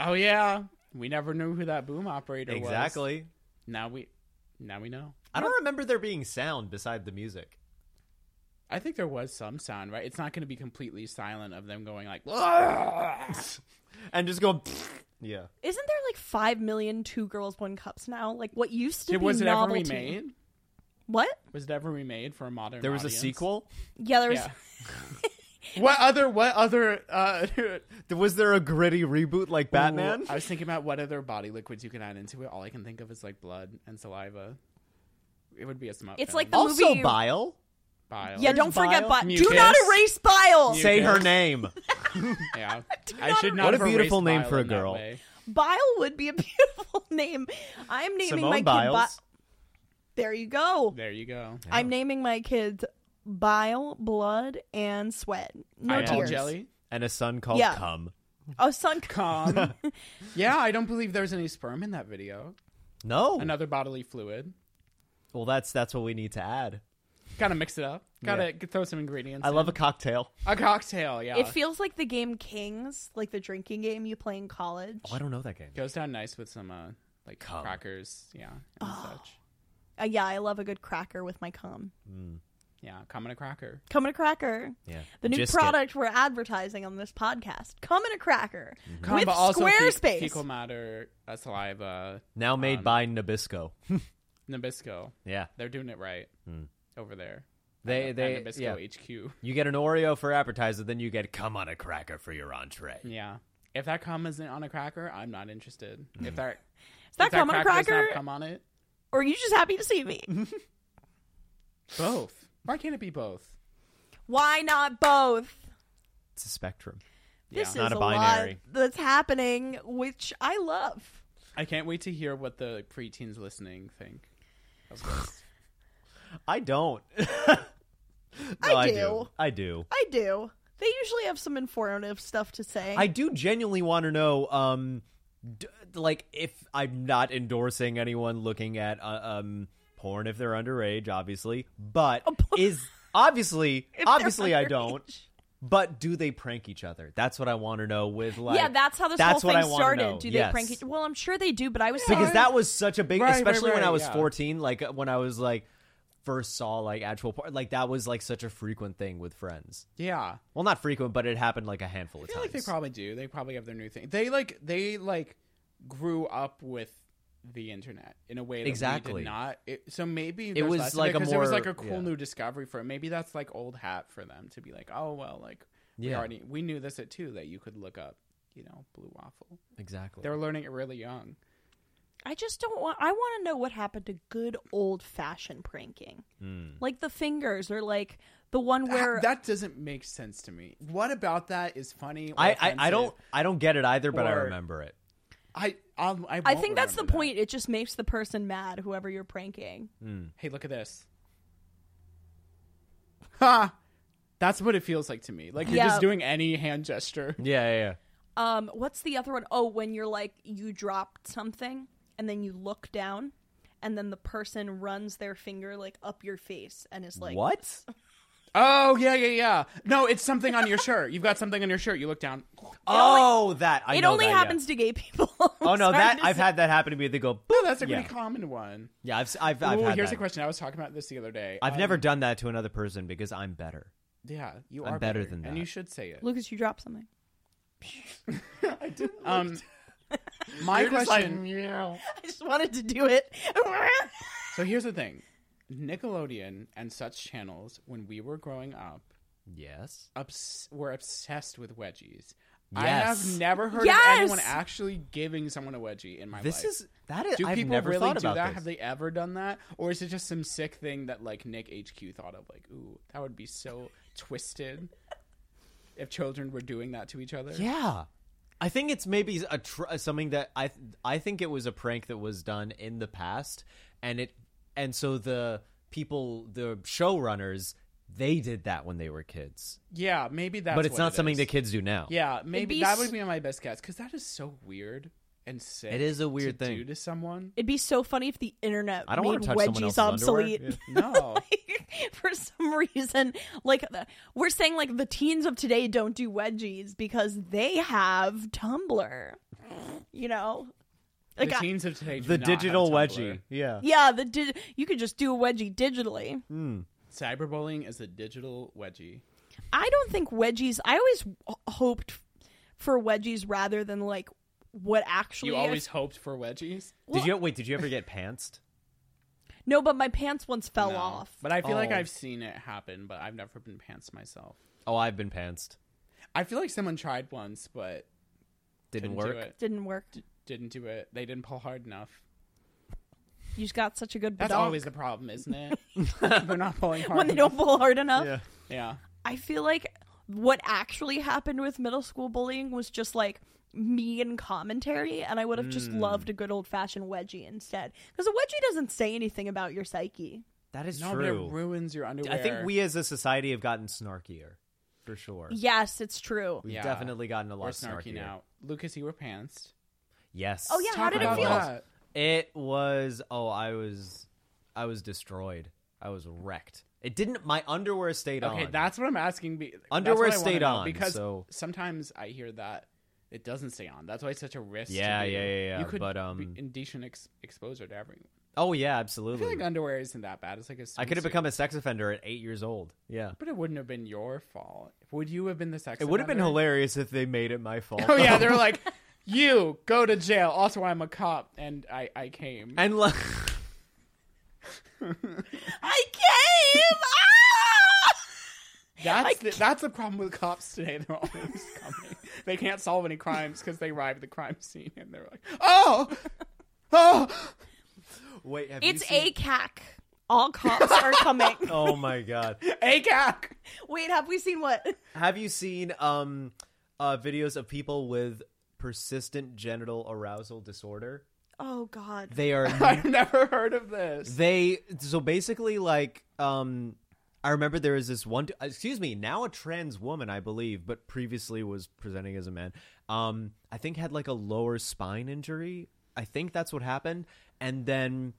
S2: Oh yeah, we never knew who that boom operator was.
S3: Exactly.
S2: Now we, now we know.
S3: I don't remember there being sound beside the music.
S2: I think there was some sound, right? It's not going to be completely silent of them going like,
S3: And just going Yeah.
S1: Isn't there like five million two girls one cups now? Like what used to be
S2: was it ever
S1: novelty.
S2: remade?
S1: What?
S2: Was it ever remade for a modern?
S3: There was a
S2: audience?
S3: sequel?
S1: Yeah, there was.
S2: Yeah. what other? What other? Uh,
S3: Was there a gritty reboot like Batman?
S2: Ooh, I was thinking about what other body liquids you can add into it. All I can think of is like blood and saliva. It would be a smut.
S1: It's
S2: film.
S1: like the-
S3: also
S1: movie-
S3: bile.
S2: bile.
S1: Yeah, don't forget
S3: bile.
S1: bile. Do
S2: Mucus.
S1: not erase bile.
S2: Mucus.
S3: Say her name.
S2: Yeah. I
S1: not
S2: should
S1: erase-
S2: not
S3: What a
S2: have
S3: beautiful
S2: erased
S3: name
S2: bile
S3: for a
S2: in that
S3: girl.
S2: way.
S1: Bile would be a beautiful name. I'm naming my
S3: Simone
S1: kid. Bi-
S3: Biles.
S1: there you go.
S2: There you go.
S1: I'm naming my kids bile, blood, and sweat. No
S2: Eyeball
S1: tears.
S2: jelly.
S3: And a son called
S1: Yeah.
S3: Cum.
S1: Oh, son.
S2: Come. yeah, I don't believe there's any sperm in that video.
S3: No.
S2: Another bodily fluid.
S3: Well, that's that's what we need to add.
S2: Gotta mix it up. Gotta g- throw some ingredients.
S3: I
S2: in.
S3: love a cocktail.
S2: a cocktail. Yeah,
S1: It feels like the game Kings, like the drinking game you play in college.
S3: Oh, I don't know that game.
S2: goes down nice with some uh, like
S3: Cum.
S2: crackers. Yeah, and such.
S1: Uh, yeah, I love a good cracker with my cum.
S2: Yeah, cum and a cracker.
S1: Cum and a cracker.
S3: Yeah.
S1: The new
S3: Just it.
S1: product we're advertising on this podcast. Cum and a cracker.
S3: Mm-hmm.
S2: Cum,
S1: With
S2: but also fe-
S1: Squarespace.
S2: fecal matter, uh, saliva,
S3: Now made by Nabisco.
S2: Nabisco.
S3: yeah.
S2: They're doing it right over there.
S3: Hmm. They
S2: At
S3: they
S2: Nabisco
S3: yeah.
S2: HQ.
S3: You get an Oreo for appetizer, then you get come on a cracker for your entree.
S2: Yeah. If that cum isn't on a cracker, I'm not interested.
S3: Hmm.
S2: If that
S1: Is that
S2: if that
S1: cum and a
S2: cracker does
S1: cracker?
S2: not cum on it,
S1: Or are you just happy to see me?
S2: both. Why can't it be both?
S1: Why not both?
S3: It's a spectrum.
S1: This is
S3: Not a
S1: a,
S3: binary.
S1: lot that's happening, which I love.
S2: I can't wait to hear what the preteens listening think. Of this.
S3: I don't. No,
S1: I
S3: I do.
S1: do.
S3: I do.
S1: I do. They usually have some informative stuff to say.
S3: I do genuinely want to know, um, d- like if I'm not endorsing anyone looking at uh, um porn if they're underage, obviously, but
S2: Oh,
S3: is obviously
S1: If they're
S3: obviously I don't.
S1: underage.
S3: But do they prank each other? That's what I want to know. With like,
S1: yeah, that's how this
S3: that's
S1: whole
S3: what
S1: thing
S3: I wanna
S1: started.
S3: know.
S1: Do they
S3: Yes.
S1: prank each? Well, I'm sure they do, but I was
S3: because
S1: surprised-
S3: that was such a big,
S2: Right, right,
S3: especially when
S2: right,
S3: I was
S2: yeah.
S3: 14. Like uh, when I was like first saw like actual porn, like that was like such a frequent thing with friends.
S2: yeah.
S3: Well, not frequent, but it happened like a handful
S2: I
S3: of
S2: feel
S3: times.
S2: like they probably do. They probably have their new thing. They like they like grew up with the internet in a way that we
S3: Exactly.
S2: did not. It, so maybe there's
S3: was
S2: less of
S3: like a
S2: because there was
S3: more-
S2: like a cool
S3: yeah.
S2: new discovery for it. Maybe that's like old hat for them to be like, oh well, like we
S3: Yeah.
S2: already we knew this at two that you could look up, you know, blue waffle.
S3: exactly.
S2: They were learning it really young.
S1: I just don't want. I want to know what happened to good old fashioned pranking,
S3: Hmm.
S1: like the fingers or like the one where
S2: that, that doesn't make sense to me. What about that is funny? or
S3: I, I, I
S2: offensive?
S3: don't I don't get it either, but I
S2: Or-
S3: remember it.
S2: I I'll, I,
S1: I
S2: won't
S1: think that's the
S2: remember that.
S1: point. It just makes the person mad, whoever you're pranking.
S3: Hmm.
S2: Hey, look at this. Ha! That's what it feels like to me. Like you're
S1: Yeah.
S2: just doing any hand gesture.
S3: Yeah, yeah, yeah.
S1: Um, what's the other one? Oh, when you're like you dropped something and then you look down, and then the person runs their finger like up your face and is like,
S3: what?
S2: Oh yeah, yeah, yeah. No, it's something on your shirt. You've got something on your shirt. You look down.
S3: Oh, that I
S1: It
S3: know
S1: only
S3: that, yeah.
S1: happens to gay people.
S3: Oh no,
S1: Sorry
S3: that
S1: to
S3: I've
S1: say.
S3: had that happen to me. They go, Boop.
S2: Oh, that's a pretty
S3: Yeah.
S2: common one.
S3: yeah. I've s- I've, I've
S2: Ooh,
S3: had
S2: here's
S3: that.
S2: a question. I was talking about this the other day.
S3: I've
S2: Um,
S3: never done that to another person because I'm better.
S2: Yeah, you
S3: I'm
S2: are
S3: better than
S2: and
S3: that.
S2: you should say it.
S1: Lucas, you dropped something.
S2: Um, my question.
S1: I just wanted to do it.
S2: So here's the thing Nickelodeon and such channels, when we were growing up,
S3: Yes.
S2: obs- were obsessed with wedgies. I have
S3: Yes.
S2: never heard
S1: Yes!
S2: of anyone actually giving someone a wedgie in my
S3: This
S2: life.
S3: is that is.
S2: Do
S3: I've
S2: people
S3: never
S2: really
S3: thought
S2: do
S3: about
S2: that?
S3: this.
S2: Have they ever done that? Or is it just some sick thing that like Nick HQ thought of? Like, ooh, that would be so twisted if children were doing that to each other.
S3: Yeah. I think it's maybe a tr- uh, something that I I think it was a prank that was done in the past and it and so the people the showrunners they did that when they were kids.
S2: Yeah, maybe that's.
S3: but it's
S2: what
S3: not
S2: it
S3: something
S2: is.
S3: that kids do now.
S2: Yeah, maybe
S1: be
S2: that
S1: s-
S2: would be my best guess because that is so weird and sick.
S3: It is a
S2: to
S3: weird thing.
S2: do to someone.
S1: It'd be so funny if the internet
S3: I don't
S1: made
S3: want to touch someone
S1: wedgies
S3: else's
S1: obsolete.
S3: underwear. Yeah.
S2: No,
S1: for some reason like the, we're saying like the teens of today don't do wedgies because they have tumblr you know
S2: the
S1: like I-
S2: teens of today. do
S3: The
S2: not have
S3: digital
S2: Tumblr.
S3: wedgie. Yeah.
S1: yeah the di- you could just do a wedgie digitally
S2: Cyberbullying is the digital wedgie.
S1: i don't think wedgies i always h- hoped for wedgies rather than like what actually
S2: You always hoped for wedgies.
S3: did you wait, did you ever get pantsed?
S1: no but my pants once fell
S2: No.
S1: off
S2: But I feel like
S3: Oh.
S2: I've seen it happen, but I've never been pants myself.
S3: Oh, I've been pantsed.
S2: I feel like someone tried once, but
S3: Didn't,
S2: didn't
S3: work.
S2: do it.
S1: didn't work
S2: Didn't do it. They didn't pull hard enough.
S1: you just got such a good
S2: That's
S1: badonk
S2: always the problem, isn't it? They're not pulling hard
S1: when they
S2: enough.
S1: don't pull hard enough
S3: Yeah.
S2: Yeah.
S1: I feel like what actually happened with middle school bullying was just like me and commentary, and I would have just loved a good old fashioned wedgie instead. Because a wedgie doesn't say anything about your psyche.
S3: That is
S2: No, but it
S3: true.
S2: ruins your underwear.
S3: I think we as a society have gotten snarkier for sure.
S1: Yes, it's true.
S3: We've
S2: Yeah.
S3: definitely gotten a
S2: We're
S3: lot
S2: snarky
S3: snarkier.
S2: now. Lucas, you were pantsed.
S3: Yes.
S1: Oh, yeah, how
S2: Talk
S1: did it
S2: about
S1: feel?
S2: that.
S3: It was oh, I was I was destroyed. I was wrecked. It didn't my underwear stayed on.
S2: Okay, that's what I'm asking. be- that's
S3: Underwear
S2: what I wanna
S3: stayed
S2: know,
S3: on,
S2: because
S3: so-
S2: sometimes I hear that it doesn't stay on. That's why it's such a risk. to
S3: Yeah,
S2: do.
S3: yeah, yeah, yeah,
S2: You could
S3: but,
S2: be
S3: um,
S2: indecent ex- exposure to everyone.
S3: Oh yeah,
S2: I feel
S3: absolutely.
S2: like underwear isn't that bad. It's like a
S3: I could have
S2: swimsuit.
S3: become a sex offender at 8 years old. Yeah.
S2: But it wouldn't have been your fault. Would you have been the sex?
S3: It would have been
S2: offender?
S3: hilarious if they made it my fault.
S2: Oh yeah, they're like, you go to jail. Also, I'm a cop, and I I came.
S3: and like
S1: I came! Ah!
S2: That's the, that's the problem with cops today. They're always coming. They can't solve any crimes because they arrive at the crime scene and they're like, oh, oh.
S3: wait, have
S1: It's
S3: you seen-
S1: ACAC. All cops are coming.
S3: Oh my god.
S2: ACAC.
S1: Wait, have we seen what?
S3: Have you seen um uh videos of people with persistent genital arousal disorder?
S1: Oh, God.
S3: They are
S2: I've never heard of this.
S3: they so basically like um i remember there was this one excuse me now a trans woman i believe but previously was presenting as a man um i think had like a lower spine injury i think that's what happened and then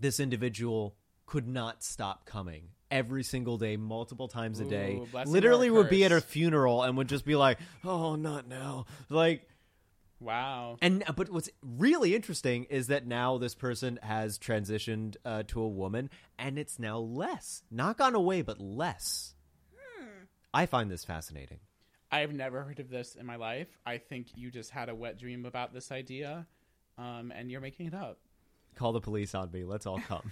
S3: this individual could not stop coming every single day multiple times a day
S2: Ooh, blessing or
S3: literally
S2: a
S3: would be at her
S2: curse?
S3: funeral and would just be like oh not now like
S2: Wow.
S3: and uh, but what's really interesting is that now this person has transitioned uh, to a woman, and it's now less, not gone away, but less. I find this fascinating.
S2: I've never heard of this in my life. I think you just had a wet dream about this idea, um, and you're making it up.
S3: Call the police on me. Let's all come.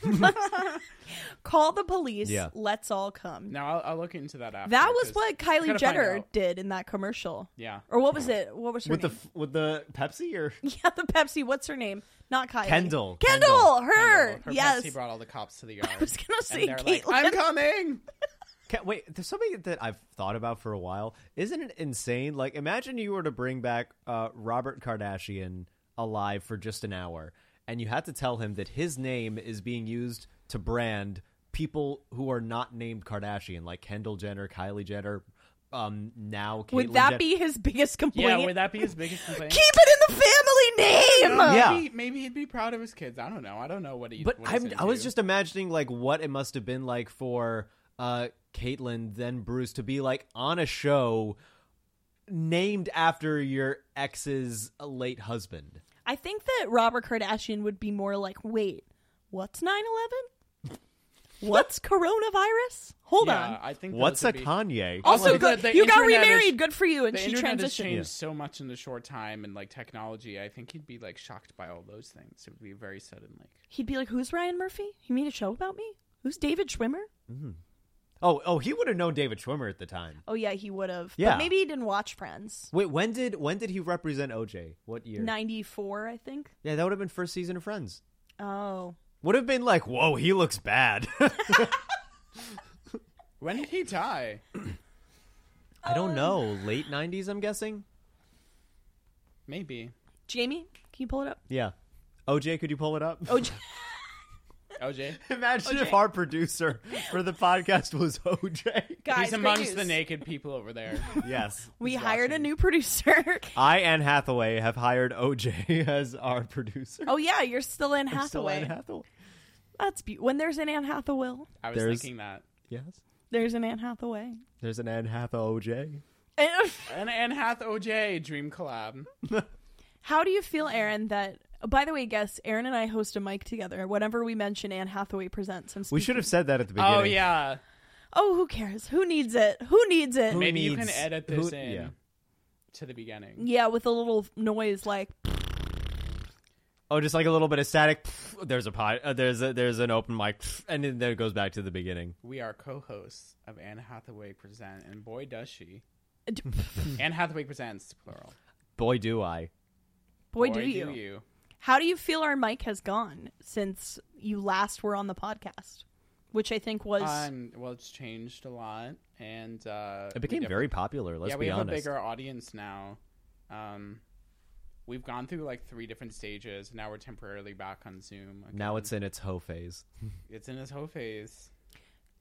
S1: Call the police.
S3: Yeah.
S1: Let's all come.
S2: Now I'll, I'll look into that after.
S1: That was
S2: 'cause
S1: what
S2: I gotta
S1: Kylie
S2: find
S1: Jenner
S2: out.
S1: did in that commercial.
S2: Yeah.
S1: Or what was it? What was her
S3: with the
S1: name?
S3: f- with the Pepsi or
S1: Yeah, the Pepsi. What's her name? Not Kylie.
S3: Kendall.
S1: Kendall.
S3: Kendall.
S1: Her.
S2: Kendall, her
S1: yes.
S2: Pepsi brought all the cops to the yard.
S1: I was gonna say
S2: and they're like,
S1: Caitlyn.
S2: I'm coming.
S3: Ca wait, there's something that I've thought about for a while. Isn't it insane? Like, imagine you were to bring back uh, Robert Kardashian alive for just an hour, and you had to tell him that his name is being used to brand people who are not named Kardashian, like Kendall Jenner, Kylie Jenner. Um, now Caitlyn
S1: Would that
S3: Jen-
S1: be his biggest complaint?
S2: Yeah, would that be his biggest complaint?
S1: Keep it in the family name.
S3: Yeah.
S2: Maybe, maybe he'd be proud of his kids. I don't know. I don't know what he.
S3: But
S2: what he's
S3: I'm, I was
S2: into.
S3: just imagining like what it must have been like for uh, Caitlyn then Bruce to be like on a show named after your ex's late husband.
S1: I think that Robert Kardashian would be more like, wait, what's 9 11? What's coronavirus? Hold
S2: yeah,
S1: on.
S2: I think
S3: What's
S2: those would
S3: a
S2: be-
S3: Kanye?
S1: Also,
S2: the-
S1: good.
S2: the
S1: you got
S2: internet is-
S1: remarried. good for you. And
S2: The
S1: she
S2: internet has
S1: transitioned.
S2: changed so much in the short time, and like technology, I think he'd be like shocked by all those things. It would be very sudden, like
S1: He'd be like, "Who's Ryan Murphy? You made a show about me? Who's David Schwimmer?"
S3: Oh, oh, he would have known David Schwimmer at the time.
S1: Oh yeah, he would have.
S3: Yeah.
S1: But maybe he didn't watch Friends.
S3: Wait, when did when did he represent OJ? What year?
S1: Ninety four, I think.
S3: Yeah, that would have been first season of Friends.
S1: Oh,
S3: Would have been like, whoa, he looks bad.
S2: when did he die?
S3: I don't know, late '90s, I'm guessing.
S2: Maybe
S1: Jamie, can you pull it up?
S3: Yeah, OJ, could you pull it up?
S1: Oh, J-
S2: OJ.
S3: Imagine if our producer for the podcast was OJ.
S1: guys,
S2: He's
S1: great
S2: amongst
S1: news.
S2: the naked people over there.
S3: Yes.
S1: We hired a new producer.
S3: I, Anne Hathaway, have hired OJ as our producer.
S1: oh yeah, you're still in
S3: I'm still
S1: Hathaway.
S3: Anne Hathaway.
S1: That's be- when there's an Anne Hathaway,
S2: I was
S3: There's-
S2: thinking that.
S3: Yes.
S1: there's an Anne Hathaway.
S3: There's an Anne Hathaway OJ.
S1: And-
S2: And Anne Hath OJ dream collab.
S1: How do you feel, Aaron? That by the way, guess Aaron and I host a mic together. Whenever we mention Anne Hathaway presents, I'm
S3: We
S1: speaking-
S3: should have said that at the beginning.
S2: Oh yeah,
S1: Oh, who cares? Who needs it? Who needs it?
S3: Who
S2: maybe you can
S3: needs-
S2: edit
S3: who-
S2: this in
S3: yeah.
S2: to the beginning.
S1: Yeah, with a little noise like
S3: Oh, just like a little bit of static. There's a pod, uh, there's a, there's an open mic, and then it goes back to the beginning.
S2: We are co-hosts of Anne Hathaway Present, and boy does she.
S1: D-
S2: Anne Hathaway Presents, plural.
S3: Boy, do I!
S1: Boy, do, you. How do you feel our mic has gone since you last were on the podcast? Which I think was
S2: Um, well, it's changed a lot, and uh,
S3: It
S2: we
S3: became
S2: def-
S3: very popular. Let's
S2: yeah, we
S3: be
S2: have a
S3: honest.
S2: bigger audience now. Um, we've gone through like three different stages. Now we're temporarily back on Zoom. again.
S3: now it's in its hoe phase.
S2: it's in this whole phase.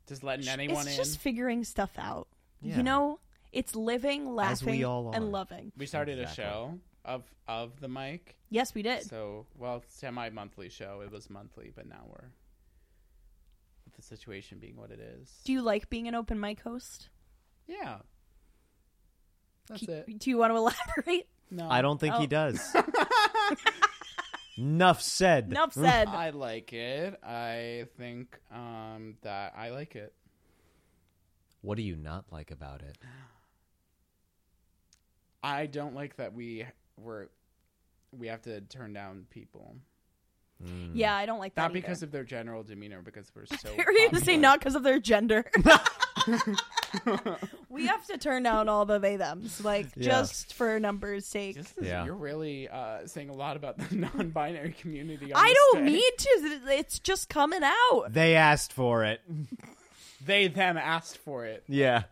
S2: Just letting anyone
S1: it's
S2: in.
S1: just figuring stuff out.
S3: Yeah.
S1: You know, it's living,
S3: As we
S1: laughing,
S3: all are.
S1: and loving.
S2: We started
S3: Exactly. Uh,
S2: a show of of the mic.
S1: Yes, we did.
S2: So, well, semi monthly show. It was monthly, but now we're with the situation being what it is.
S1: do you like being an open mic host?
S2: yeah. That's
S1: Do-
S2: it.
S1: Do you want to elaborate?
S2: No.
S3: I don't think
S1: Oh.
S3: he does. Enough said.
S1: Enough said.
S2: I like it. I think um that I like it.
S3: What do you not like about it?
S2: I don't like that we were we have to turn down people.
S1: yeah, I don't like that.
S2: Not
S1: either.
S2: because of their general demeanor, because we're so.
S1: You're going to say
S2: popular.
S1: not because of their gender. we have to turn down all the they thems, like
S3: Yeah.
S1: just for numbers' sake.
S2: This is-
S3: Yeah.
S2: You're really uh, saying a lot about the non-binary community. on
S1: I
S2: this
S1: don't
S2: day.
S1: need to. It's just coming out.
S3: They asked for it.
S2: They them asked for it.
S3: Yeah.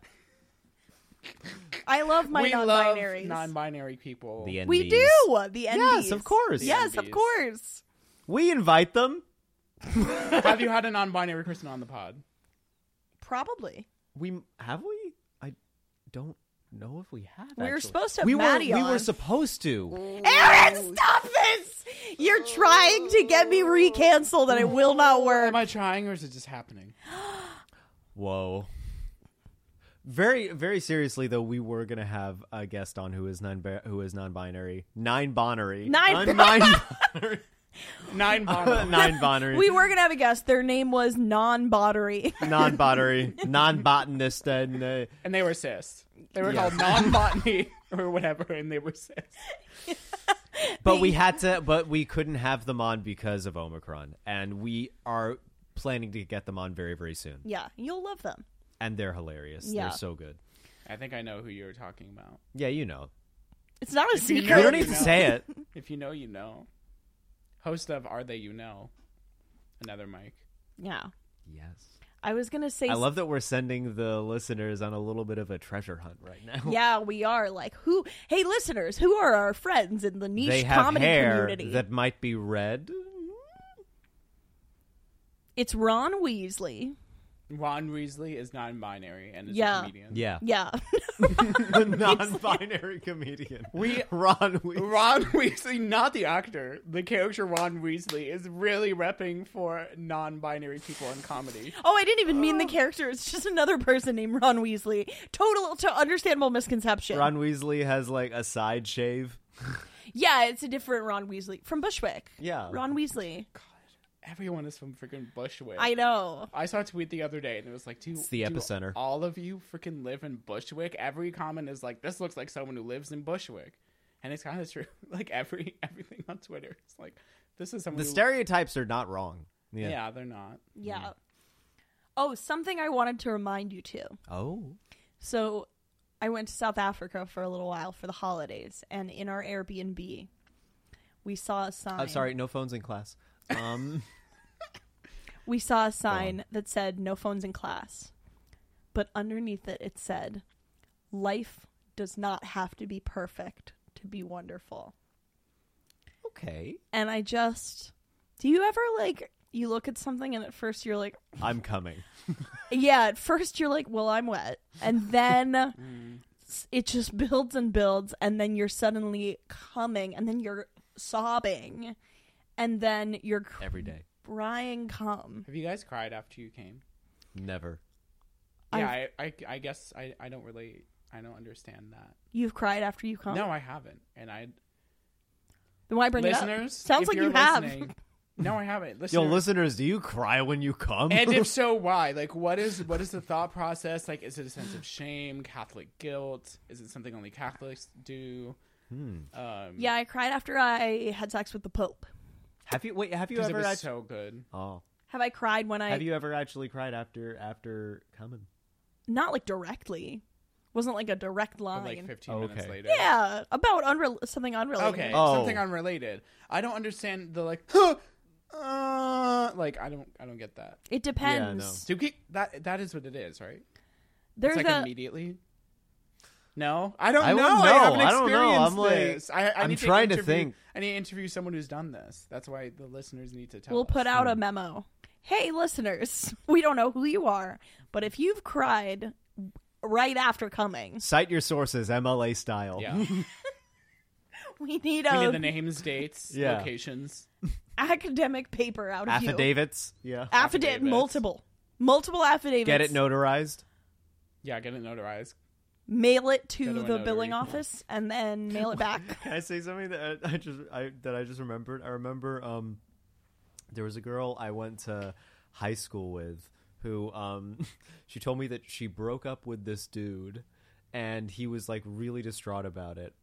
S1: I love my
S2: we love
S1: non-binaries.
S2: non-binary people.
S3: The
S1: we
S3: NDs.
S1: do the NDs.
S3: Yes, of course. The
S1: Yes, of
S2: NDs.
S1: course.
S3: We invite them.
S2: have you had a non-binary person on the pod?
S1: Probably.
S3: We have we? I don't know if we have.
S1: We were
S3: actually.
S1: supposed to have
S3: We
S1: Maddie
S3: were.
S1: on.
S3: We were supposed to.
S1: Aaron, stop this! You're trying to get me recanceled, and it will not work.
S2: Am I trying, or is it just happening?
S3: Whoa. Very, very seriously though, we were gonna have a guest on who is non who is non-binary, nine binary,
S1: Nine-
S3: nine
S2: Nine
S3: binary,
S1: Uh,
S2: binary.
S3: nine binary,
S1: We were gonna have a guest. Their name was non-bottery.
S3: non-binary, non-botanist, and uh,
S2: and they were cis. They were called non-botany or whatever, and they were cis.
S3: but we had to, but we couldn't have them on because of Omicron, and we are planning to get them on very, very soon,
S1: yeah, you'll love them.
S3: and they're hilarious.
S1: Yeah.
S3: They're so good.
S2: I think I know who you're talking about.
S3: Yeah, you know,
S1: It's not a
S2: you
S1: secret.
S2: know,
S3: we don't
S2: you
S3: need to
S2: know.
S3: say it.
S2: If you know, you know. Host of Are They You Know? Another mic.
S1: yeah,
S3: Yes.
S1: I was gonna say.
S3: I love that we're sending the listeners on a little bit of a treasure hunt right now.
S1: yeah, we are like who? Hey, listeners, who are our friends in the niche
S3: they have
S1: comedy
S3: hair
S1: community?
S3: that might be red.
S1: It's Ron Weasley.
S2: Ron Weasley is non-binary and is
S1: Yeah.
S2: a comedian.
S3: Yeah,
S1: Yeah,
S3: the non-binary comedian. We Ron. We,
S2: Ron Weasley, not the actor. The character Ron Weasley is really repping for non-binary people in comedy.
S1: Oh, I didn't even mean the character. It's just another person named Ron Weasley. Total to understandable misconception.
S3: Ron Weasley has like a side shave. Um,
S1: Yeah, it's a different Ron Weasley from Bushwick.
S3: Yeah.
S1: Ron Weasley.
S2: everyone is from freaking Bushwick.
S1: I know.
S2: I saw a tweet the other day, and it was like, "Do
S3: It's the
S2: do
S3: epicenter.
S2: All of you freaking live in Bushwick. Every comment is like, "This looks like someone who lives in Bushwick," and it's kind of true. Like every everything on Twitter, it's like, "This is someone."
S3: The
S2: who-
S3: stereotypes are not wrong. Yeah.
S2: Yeah. they're not.
S1: Yeah.
S3: Mm-hmm.
S1: Oh, something I wanted to remind you too.
S3: Oh.
S1: So I went to South Africa for a little while for the holidays, and in our Airbnb, we saw a sign.
S3: I'm sorry. No phones in class. Um.
S1: We saw a sign that said no phones in class, but underneath it, it said, Life does not have to be perfect to be wonderful.
S3: okay.
S1: And I just, do you ever like, you look at something and at first you're like,
S3: I'm coming.
S1: yeah, at first you're like, well, I'm wet. And then
S2: Mm.
S1: s- it just builds and builds. And then you're suddenly coming. And then you're sobbing. And then you're
S3: Every day.
S1: crying cum.
S2: Have you guys cried after you came?
S3: Never.
S2: Yeah, I, I, I guess I, I don't really, I don't understand that.
S1: You've cried after you come.
S2: No, I haven't, and I
S1: Then why bring it up?
S2: listeners.
S1: Sounds
S2: if
S1: like
S2: you're
S1: you have.
S2: listening- No, I haven't. Listeners,
S3: Yo, listeners, do you cry when you come?
S2: and if so, why? Like, what is what is the thought process? Like, is it a sense of shame, Catholic guilt? Is it something only Catholics do? Um,
S1: Yeah, I cried after I had sex with the Pope.
S3: have you wait? Have you
S2: because it
S3: ever?
S2: was
S3: act-
S2: so good.
S3: oh.
S1: Have I cried when I
S3: Have you ever actually cried after after coming?
S1: not like directly? Wasn't like a direct
S2: But
S1: line.
S2: like 15 minutes
S3: Okay.
S2: later.
S1: yeah, about unrel- something unrelated.
S2: Okay.
S3: Oh.
S2: Something unrelated. I don't understand the like. Huh, uh, like I don't. I don't get that.
S1: It depends.
S3: no.
S2: So get- that. That is what it is, right?
S1: There's
S2: it's
S1: a
S2: like immediately. No, I don't
S3: I
S2: know.
S3: wouldn't
S2: I
S3: know.
S2: haven't
S3: I don't know.
S2: experienced
S3: I'm like-
S2: this. I, I
S3: I'm
S2: need
S3: trying to
S2: interview-
S3: think.
S2: I need to interview someone who's done this. That's why the listeners need to tell.
S1: we'll
S2: us.
S1: put out a memo. Hey, listeners, we don't know who you are, but if you've cried right after coming,
S3: Cite your sources, MLA style.
S2: Yeah, we need
S1: we need a
S2: the names, dates,
S3: Yeah.
S2: locations.
S1: academic paper out of you.
S3: Affidavits. Yeah.
S1: Affidavit,
S2: Affidavits.
S1: multiple, multiple affidavits.
S3: Get it notarized.
S2: Yeah, get it notarized.
S1: Mail it
S2: Go
S1: to
S2: to a
S1: the
S2: notary.
S1: billing office and then mail it back.
S3: Can I say something that I I just I, that I just remembered? I remember um, there was a girl I went to high school with who um, she told me that she broke up with this dude, and he was like really distraught about it.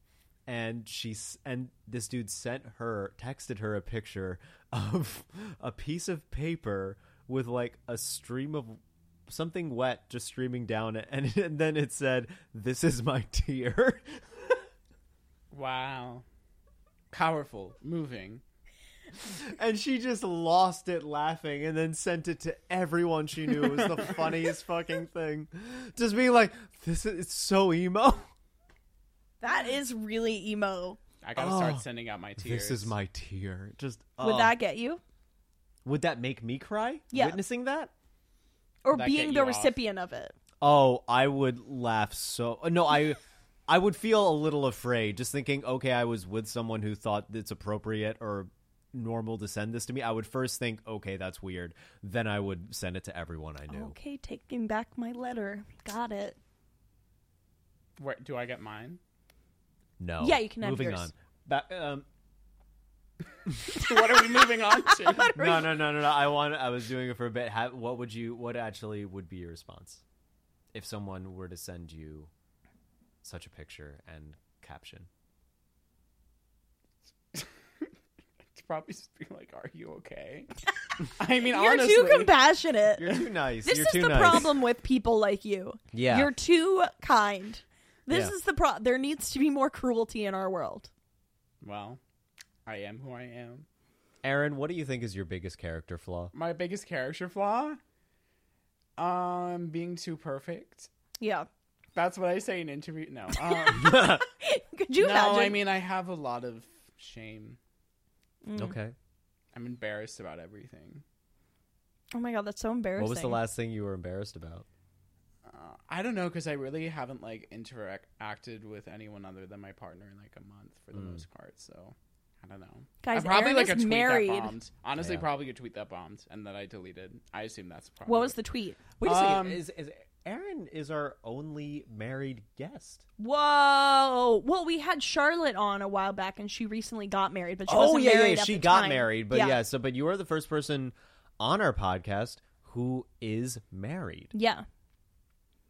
S3: And she s- and this dude sent her texted her a picture of a piece of paper with like a stream of something wet just streaming down it, and, and then it said, "This is my tear."
S2: Wow, powerful, moving.
S3: And she just lost it laughing and then sent it to everyone she knew. It was the funniest fucking thing. Just being like, this is it's so emo.
S1: That is really emo.
S2: I gotta start
S3: Oh,
S2: sending out my tears.
S3: This is my tear. Just
S1: Would
S3: oh.
S1: that get you?
S3: Would that make me cry?
S1: Yeah.
S3: Witnessing that?
S1: Or
S2: that
S1: being
S2: get
S1: the
S2: you off?
S1: recipient of it?
S3: Oh, I would laugh so uh, no, I I would feel a little afraid just thinking, okay, I was with someone who thought it's appropriate or normal to send this to me. I would first think, okay, that's weird. Then I would send it to everyone I knew.
S1: Okay, taking back my letter. Got it.
S2: Where, do I get mine?
S3: No.
S1: Yeah, you can have
S3: Moving
S1: yours.
S3: on. Back, um,
S2: what are we moving on to?
S3: no, no, no, no, no. I want. I was doing it for a bit. How, what would you? What actually would be your response if someone were to send you such a picture and caption?
S2: It's probably just be like, "Are you okay?" I mean,
S1: You're
S2: honestly,
S1: too compassionate.
S3: You're too nice.
S1: this
S3: You're
S1: is
S3: too
S1: the
S3: nice.
S1: problem with people like you.
S3: Yeah.
S1: You're too kind. This
S3: Yeah.
S1: is the pro there needs to be more cruelty in our world.
S2: well, I am who I am.
S3: Aaron, what do you think is your biggest character flaw?
S2: my biggest character flaw um being too perfect
S1: Yeah.
S2: that's what i say in interview no um,
S1: Could you
S2: no
S1: imagine?
S2: i mean i have a lot of shame
S1: Mm.
S3: Okay.
S2: i'm embarrassed about everything
S1: oh my god, that's so embarrassing.
S3: What was the last thing you were embarrassed about?
S2: uh, i don't know because i really haven't like interacted with anyone other than my partner in like a month for the
S3: Hmm.
S2: most part so i don't know
S1: Guys,
S2: I probably
S1: Aaron
S2: like
S1: is
S2: a tweet
S1: married.
S2: that bombed honestly
S3: Yeah.
S2: probably a tweet that bombed and that i deleted i assume that's probably
S1: What was the tweet?
S3: Wait
S2: a second. Um,
S3: Is, is Aaron is our only married guest.
S1: Whoa. Well, we had Charlotte on a while back, and she recently got married, but she
S3: oh
S1: wasn't
S3: yeah, yeah,
S1: married at
S3: she
S1: the
S3: got
S1: time.
S3: married, but yeah. so but you are the first person on our podcast who is married
S1: yeah.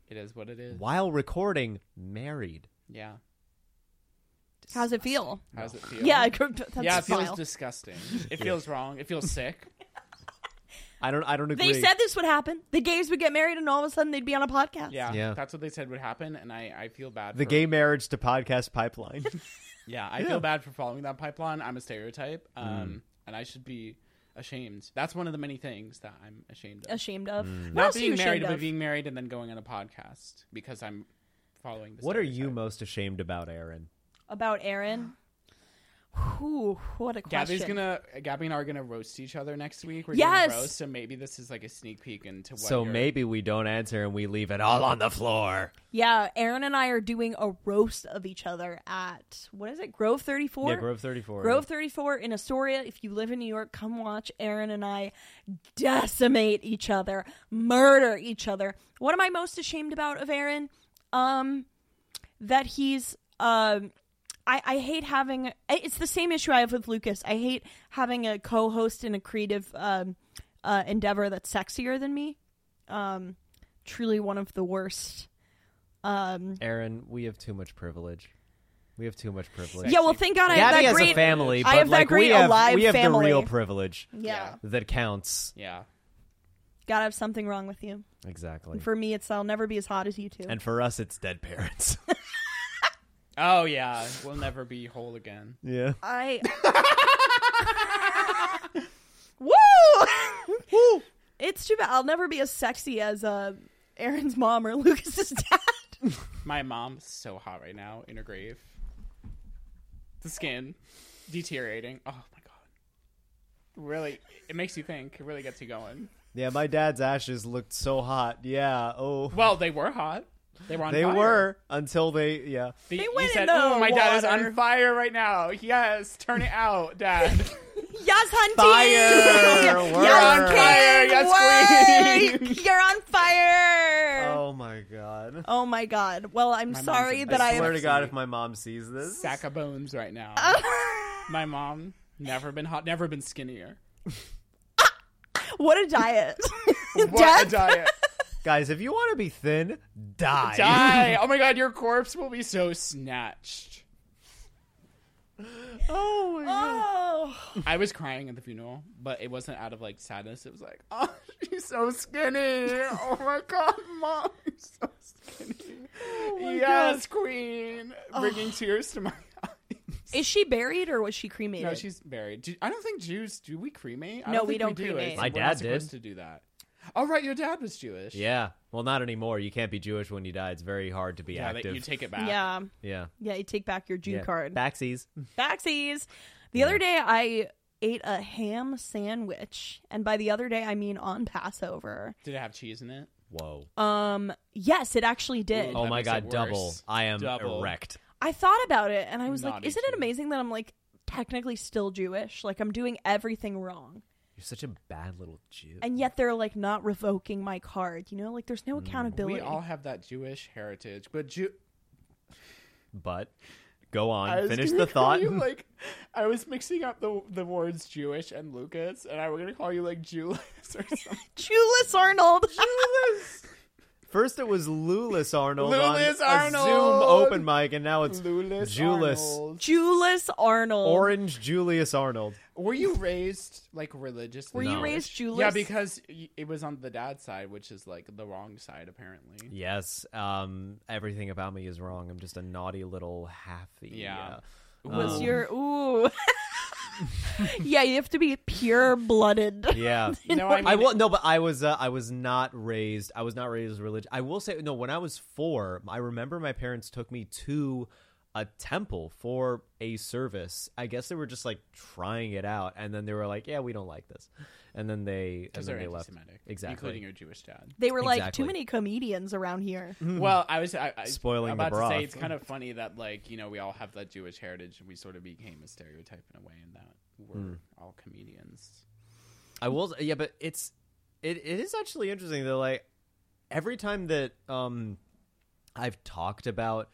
S2: It is what it is.
S3: while recording married.
S2: Yeah.
S1: How's it feel?
S2: How does it feel?
S1: Yeah, I could- that's
S2: Yeah,
S1: a
S2: it feels
S1: smile.
S2: disgusting. It feels wrong. It feels sick.
S3: I don't I don't
S1: They
S3: agree.
S1: said this would happen. The gays would get married, and all of a sudden they'd be on a podcast.
S2: Yeah,
S3: Yeah.
S2: that's what they said would happen, and I, I feel bad.
S3: the
S2: for,
S3: gay marriage to podcast pipeline.
S2: Yeah, I
S3: Yeah. Hmm.
S2: feel bad for following that pipeline. I'm a stereotype, um, and I should be ashamed. That's one of the many things that I'm ashamed of.
S1: Ashamed of.
S3: Mm.
S1: What
S2: Not
S1: else are you
S2: being married,
S1: ashamed
S2: but
S1: of?
S2: being married and then going on a podcast because I'm following. The
S3: what are you
S2: stereotype.
S3: most ashamed about, Aaron?
S1: About Aaron. Whew, what a question.
S2: Gabby's gonna Gabby and I are gonna roast each other next week. We're
S1: Yes!
S2: doing a roast, so maybe this is like a sneak peek into what.
S3: so
S2: you're-
S3: maybe we don't answer and we leave it all on the floor.
S1: Yeah, Aaron and I are doing a roast of each other at what is it, Grove Thirty Four?
S3: yeah, Grove 34.
S1: Grove 34 in Astoria. If you live in New York, come watch Aaron and I decimate each other, murder each other. What am I most ashamed about of Aaron? Um, that he's um. I, I hate having it's the same issue I have with Lucas. I hate having a co-host in a creative um, uh, endeavor that's sexier than me. Um, truly one of the worst. Um,
S3: Aaron, we have too much privilege. We have too much privilege.
S1: yeah, well, thank God I have
S3: Gabby
S1: that
S3: has
S1: great
S3: a family,
S1: I
S3: but
S1: have that
S3: like we
S1: great
S3: have
S1: alive
S3: we have
S1: family.
S3: the real privilege
S1: yeah.
S3: that counts.
S2: Yeah,
S1: Gotta have something wrong with you.
S3: Exactly.
S1: And for me, it's I'll never be as hot as you two.
S3: and for us, it's dead parents.
S2: Oh yeah, we'll never be whole again.
S3: yeah.
S1: I. Woo! Woo! It's too bad. I'll never be as sexy as uh, Aaron's mom or Lucas's dad.
S2: My mom's so hot right now in her grave. The skin deteriorating. Oh my god. Really, it makes you think. It really gets you going.
S3: Yeah, my dad's ashes looked so hot. Yeah. Oh,
S2: Well, they were hot. They were on
S3: they
S2: fire.
S3: were until they. Yeah.
S2: The-
S1: They
S2: he
S1: went in
S2: said,
S1: the
S2: "Oh, my dad is
S1: water."
S2: on fire right now. Yes, turn it out, dad.
S1: yes, hunty!
S3: Fire! We're
S1: yes,
S3: on
S1: King!
S2: fire! Yes,
S1: Wake! You're on fire! Oh.
S3: Oh my god.
S1: my god. Well, I'm
S2: mom's
S1: sorry
S2: a-
S1: that
S3: I
S1: I.
S3: swear
S2: have-
S3: to God, if my mom sees this,
S2: Sack of bones right now.
S1: Uh.
S2: my mom never been hot, never been skinnier.
S1: what a diet.
S2: What
S1: Death?
S2: a diet.
S3: guys, if you want to be thin, die.
S2: Die. Oh my god, your corpse will be so snatched.
S3: Oh my god.
S1: Oh.
S2: I was crying at the funeral, but it wasn't out of like sadness. It was like, oh, she's so skinny. Oh my god, mom, you're so skinny.
S1: Oh
S2: yes, queen, bringing tears to my eyes.
S1: Is she buried or was she cremated?
S2: No, she's buried. Do, I don't think Jews do we cremate. I
S1: No, we
S2: think
S1: don't
S2: do.
S1: cremate.
S2: It's-
S1: My
S2: we're not
S3: dad did.
S2: supposed to do that. Oh right, your dad was Jewish.
S3: Yeah. Well, not anymore. You can't be Jewish when you die. It's very hard to be
S2: yeah. That
S3: active.
S2: you take it back.
S1: yeah.
S3: yeah.
S1: Yeah, you take back your Jew
S3: yeah.
S1: card.
S3: Backsies.
S1: Faxies. The other day I ate a ham sandwich, and by the other day I mean on Passover.
S2: Did it have cheese in it?
S3: Whoa.
S1: Um, yes, it actually did.
S3: oh
S2: that
S3: my
S2: makes it
S3: god.
S2: worse.
S3: Double. I am
S2: Double.
S3: erect.
S1: I thought about it and I was like,
S2: Naughty
S1: isn't it
S2: Jew.
S1: amazing that I'm like technically still Jewish? Like I'm doing everything wrong.
S3: You're such a bad little Jew.
S1: And yet they're like not revoking my card, you know? Like there's
S3: Mm,
S1: no accountability.
S2: We all have that Jewish heritage, but Jew.
S3: but go on.
S2: I was
S3: Finish
S2: gonna
S3: the
S2: call
S3: thought.
S2: You, like, I was mixing up the the words Jewish and Lucas, and I were gonna call you like Julius or something.
S1: Jewless Arnold.
S3: First it was Lulis Arnold
S2: Lewis
S3: on
S2: Arnold!
S3: a Zoom open mic, and now it's
S2: Lulus
S3: Julius.
S2: Arnold.
S1: Jewless Arnold.
S3: Orange Julius Arnold.
S2: Were you raised like religiously?
S1: Were
S3: No.
S1: you raised Jewless?
S2: Yeah, because y- it was on the dad's side, which is like the wrong side apparently.
S3: Yes, um, everything about me is wrong. I'm just a naughty little halfy.
S2: Yeah.
S1: was
S3: Um,
S1: your ooh. yeah, you have to be pure blooded.
S3: yeah.
S2: No, I mean,
S3: I will no, but I was uh, I was not raised I was not raised religious. I will say no. When I was four, I remember my parents took me to a temple for a service. I guess they were just like trying it out, and then they were like, "Yeah, we don't like this," and then they and
S2: because
S3: then
S2: they're
S3: they left.
S2: anti-Semitic,
S3: Exactly.
S2: including your Jewish dad.
S1: They were like
S3: Exactly.
S1: too many comedians around here.
S2: Well, I was I, I,
S3: Mm-hmm. Spoiling the
S2: about to
S3: broth.
S2: say it's kind of funny that like you know we all have that Jewish heritage, and we sort of became a stereotype in a way, in that we're
S3: Mm.
S2: all comedians.
S3: I will. Yeah, but it's it, it is actually interesting that like every time that um I've talked about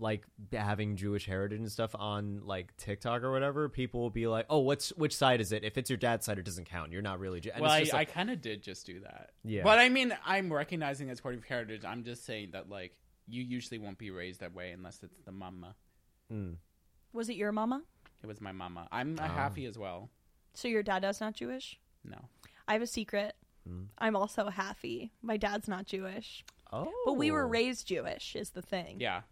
S3: like having Jewish heritage and stuff on like TikTok or whatever, people will be like, "Oh, what's which side is it? If it's your dad's side, it doesn't count. You're not really Jew." And
S2: well,
S3: it's
S2: I,
S3: just
S2: I
S3: like,
S2: kind of did just do that.
S3: Yeah.
S2: But I mean, I'm recognizing it's part of your heritage. I'm just saying that, like, you usually won't be raised that way unless it's the mama.
S3: Mm.
S1: Was it your mama?
S2: It was my mama. I'm
S3: Oh.
S2: a happy as well.
S1: So your dad dad's not Jewish?
S2: No.
S1: I have a secret.
S3: Hmm.
S1: I'm also a halfie. My dad's not Jewish,
S3: oh,
S1: but we were raised Jewish. Is the thing?
S2: Yeah.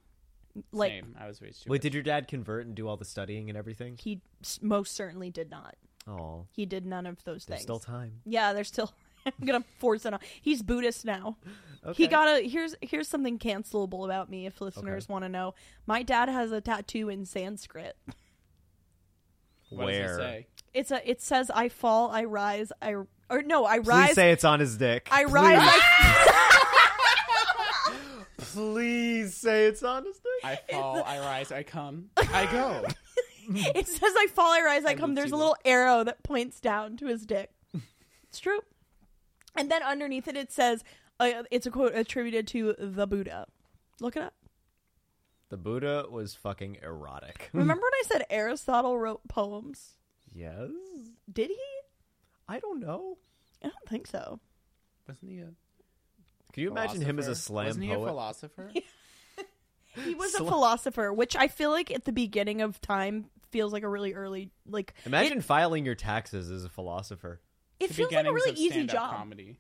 S1: like
S2: same. I was raised Jewish.
S3: Wait, did your dad convert and do all the studying and everything?
S1: he s- most certainly did not.
S3: Oh,
S1: He did none of those
S3: there's
S1: things.
S3: still time.
S1: yeah, there's still. I'm gonna force it on. He's Buddhist now.
S3: Okay.
S1: He got a here's here's something cancelable about me if listeners want to know. My dad has a tattoo in Sanskrit.
S2: What does it say?
S1: It's a it says I fall, I rise, I or no, I
S3: Please
S1: rise,
S3: say it's on his dick.
S1: I rise, I,
S3: Please say it's on his dick.
S2: I fall, I rise, I come, I go.
S1: it says I fall, I rise, I come. um, There's a
S2: Lutzi.
S1: little arrow that points down to his dick. It's true. And then underneath it, it says uh, it's a quote attributed to the Buddha. Look it up.
S3: The Buddha was fucking erotic.
S2: Hmm.
S1: Remember when I said Aristotle wrote poems?
S3: yes.
S1: Did he?
S3: I don't know.
S1: I don't think so.
S2: Wasn't he a
S3: Can you imagine him as a
S2: philosopher?
S3: slam
S2: Wasn't he a
S3: poet?
S2: philosopher?
S1: He was a
S3: Sla-
S1: philosopher, which I feel like at the beginning of time feels like a really early like
S3: imagine filing your taxes as a philosopher.
S1: It, it
S2: The
S1: feels like a
S2: beginnings
S1: really
S2: of
S1: easy
S2: stand-up
S1: job.
S2: Comedy.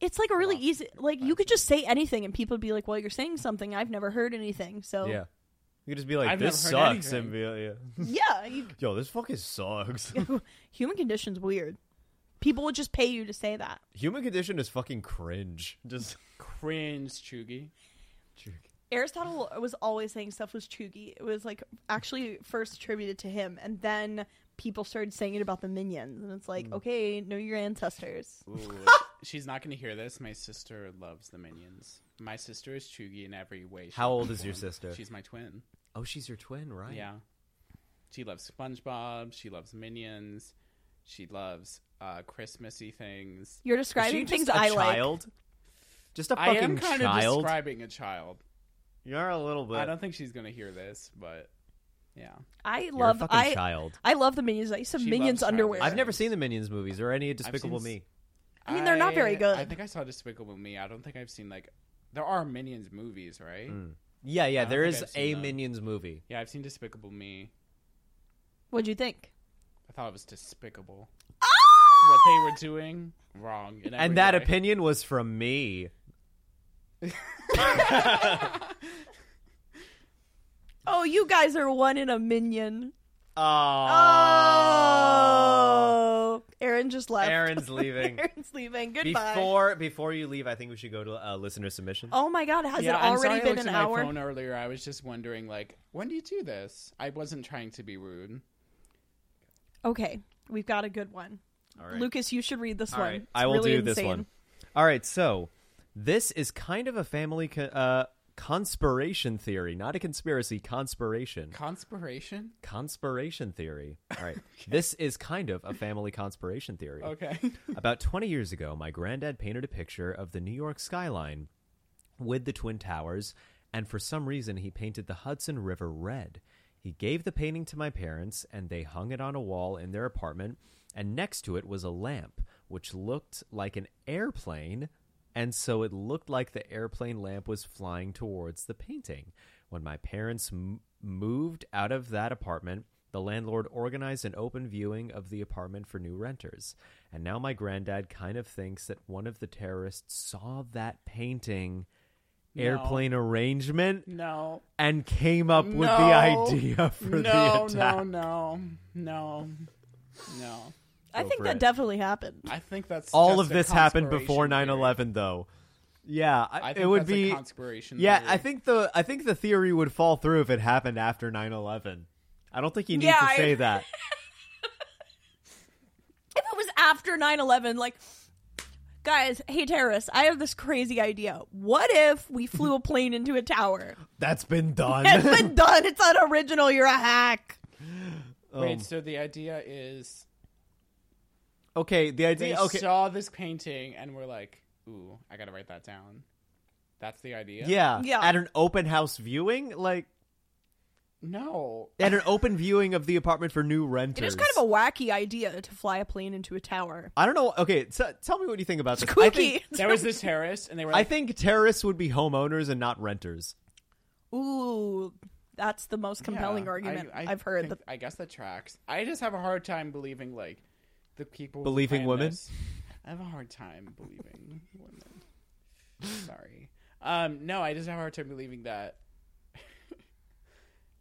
S1: It's like a really
S2: Wow.
S1: easy like you could just say anything and people would be like, "Well, you're saying something I've never heard anything." So
S3: Yeah. You could just be like,
S2: Oh. I've
S3: this
S2: never heard
S3: sucks. And be like, yeah.
S1: yeah you-
S3: Yo, this fucking sucks.
S1: human condition's weird. People would just pay you to say that.
S3: Human condition is fucking cringe. Just.
S2: Cringe, Chugi.
S1: Aristotle was always saying stuff was chuggy. It was like actually first attributed to him, and then people started saying it about the minions, and it's
S3: Hmm.
S1: like, okay, know your ancestors.
S2: Ooh, she's not going to hear this. My sister loves the Minions. My sister is Chugi in every way. she
S3: How
S2: can
S3: old is your
S2: be.
S3: sister?
S2: She's my twin.
S3: Oh, she's your twin, right?
S2: Yeah. She loves SpongeBob. She loves Minions. She loves uh, Christmassy things.
S1: You're
S3: Is she
S1: describing
S3: just
S1: things
S3: a
S1: I like.
S3: child? Just a
S2: I
S3: fucking
S2: am kind of
S3: child.
S2: describing a child.
S3: You're a little bit.
S2: I don't think she's going to hear this, but yeah.
S1: I
S3: You're a
S1: love
S3: fucking
S1: I
S3: child. I,
S1: I love the minions. I used to have
S2: She
S1: minions
S2: loves
S1: underwear.
S2: Childish.
S3: have never seen the Minions movies or any of Despicable
S2: seen
S3: Me.
S2: s-
S1: I mean, they're not very good.
S2: I think I saw Despicable Me. I don't think I've seen, like, there are Minions movies, right?
S3: Mm. Yeah, yeah.
S2: don't
S3: There
S2: think
S3: is
S2: I've
S3: a
S2: seen them.
S3: Minions movie.
S2: Yeah, I've seen Despicable Me.
S1: What'd you think?
S2: I thought it was despicable.
S1: Ah!
S2: What they were doing, wrong. in every
S3: and that
S2: way.
S3: opinion was from me.
S1: Oh, you guys are one in a minion.
S3: Oh.
S1: Oh, Aaron just left.
S3: Aaron's leaving.
S1: Aaron's leaving. Goodbye.
S3: Before before you leave, I think we should go to uh, listener submission.
S1: oh my God, has
S2: Yeah,
S1: it already
S2: I'm sorry I
S1: been
S2: looked
S1: an
S2: at
S1: hour?
S2: My phone earlier, I was just wondering, like, when do you do this? I wasn't trying to be rude.
S1: Okay, we've got a good one.
S3: All right.
S1: Lucas, you should read this
S3: All
S1: one.
S3: right,
S1: It's
S3: I will
S1: really
S3: do this
S1: insane.
S3: one. All right, so this is kind of a family co- uh, conspiration theory, not a conspiracy, conspiration.
S2: Conspiration?
S3: Conspiration theory. All right. This is kind of a family conspiration theory.
S2: Okay.
S3: About 20 years ago, my granddad painted a picture of the New York skyline with the Twin Towers, and for some reason, he painted the Hudson River red. He gave the painting to my parents, and they hung it on a wall in their apartment, and next to it was a lamp, which looked like an airplane, and so it looked like the airplane lamp was flying towards the painting. When my parents m- moved out of that apartment, the landlord organized an open viewing of the apartment for new renters. And now my granddad kind of thinks that one of the terrorists saw that painting airplane arrangement
S2: No.
S3: and came up with the
S2: No.
S3: idea for the
S2: no,
S3: attack.
S2: no, no, no, no.
S1: I
S3: Go
S1: think
S3: for
S1: that
S3: it.
S1: definitely happened.
S2: I think that's
S3: All
S2: just
S3: of
S2: a
S3: this happened
S2: conspiration
S3: before
S2: theory.
S3: 9/11 though. Yeah, I,
S2: I think
S3: it would
S2: that's
S3: be
S2: a conspiration.
S3: Yeah,
S2: theory.
S3: I think the I think the theory would fall through if it happened after 9/11. I don't think you need
S1: Yeah,
S3: to
S1: I-
S3: say that.
S1: If it was after 9 11, like, guys, hey, terrorists, I have this crazy idea. What if we flew a plane into a tower?
S3: That's been done.
S1: It's been done. It's unoriginal. You're a hack.
S3: Um, Oh.
S2: Wait, so the idea is
S3: okay, the
S2: they
S3: idea okay.
S2: saw this painting and were like, Ooh, I gotta write that down. That's the idea.
S3: Yeah.
S1: Yeah.
S3: At an open house viewing, like
S2: No.
S3: at an open viewing of the apartment for new
S1: It
S3: renters.
S1: is kind of a wacky idea to fly a plane into a tower.
S3: I don't know. Okay, t- tell me what you think about this. I
S1: Kooky.
S3: think,
S2: There was this terrace, and they were
S3: I
S2: like,
S3: think terrorists would be homeowners and not renters.
S1: Ooh, that's the most compelling
S2: Yeah,
S1: argument
S2: I,
S1: I,
S2: I
S1: have heard.
S2: think-
S1: That
S2: I guess that tracks. I just have a hard time believing like the people who
S3: Believing
S2: plan
S3: women?
S2: this- I have a hard time believing women. Sorry. Um, no, I just have a hard time believing that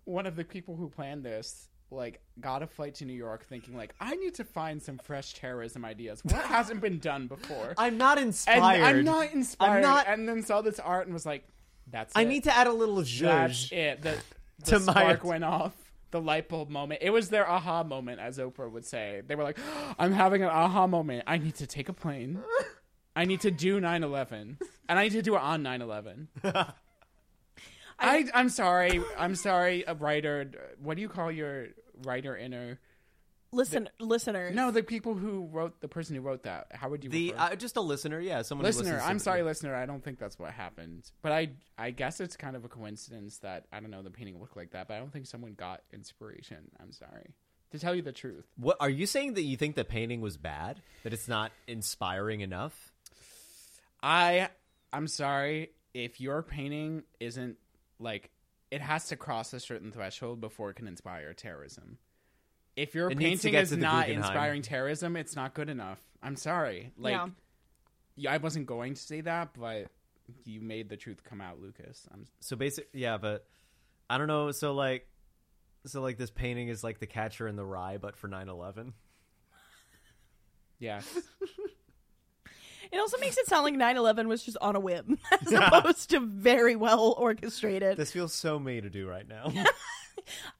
S2: one of the people who planned this like got a flight to New York thinking like I need to find some fresh terrorism ideas. What hasn't been done before?
S3: I'm not
S2: and
S3: inspired.
S2: I'm not inspired.
S3: not-
S2: And then saw this art and was like, "That's."
S3: I
S2: it.
S3: need to add a little
S2: That's
S3: zhuzh.
S2: it. The, the
S3: To my-
S2: spark went off. The light bulb moment. It was their aha moment, as Oprah would say. They were like, I'm having an aha moment. I need to take a plane. I need to do 9 11. And I need to do it on 9 11. I, I'm sorry. I'm sorry, a writer. What do you call your writer inner?
S1: listen, listeners.
S2: No, the people who wrote, the person who wrote that. How would you
S3: The
S2: refer?
S3: uh, just a listener, yeah, someone who
S2: listener,
S3: listens to
S2: I'm
S3: the-
S2: sorry, listener. I don't think that's what happened, but I I guess it's kind of a coincidence that I don't know the painting looked like that, but I don't think someone got inspiration. I'm sorry to tell you the truth.
S3: What are you saying that you think the painting was bad? That it's not inspiring enough?
S2: I I'm sorry if your painting isn't like it has to cross a certain threshold before it can inspire terrorism. If your
S3: It needs to
S2: painting
S3: get
S2: is
S3: to the
S2: not
S3: Guggenheim.
S2: inspiring terrorism, it's not good enough. I'm sorry. Like
S1: Yeah.
S2: yeah, I wasn't going to say that, but you made the truth come out, Lucas. I'm
S3: So basic, yeah, but I don't know. So like, so like this painting is like the Catcher in the Rye, but for 9/11.
S2: yeah.
S1: It also makes it sound like 9 11 was just on a whim, as opposed to very well orchestrated.
S3: This feels so me to do right now.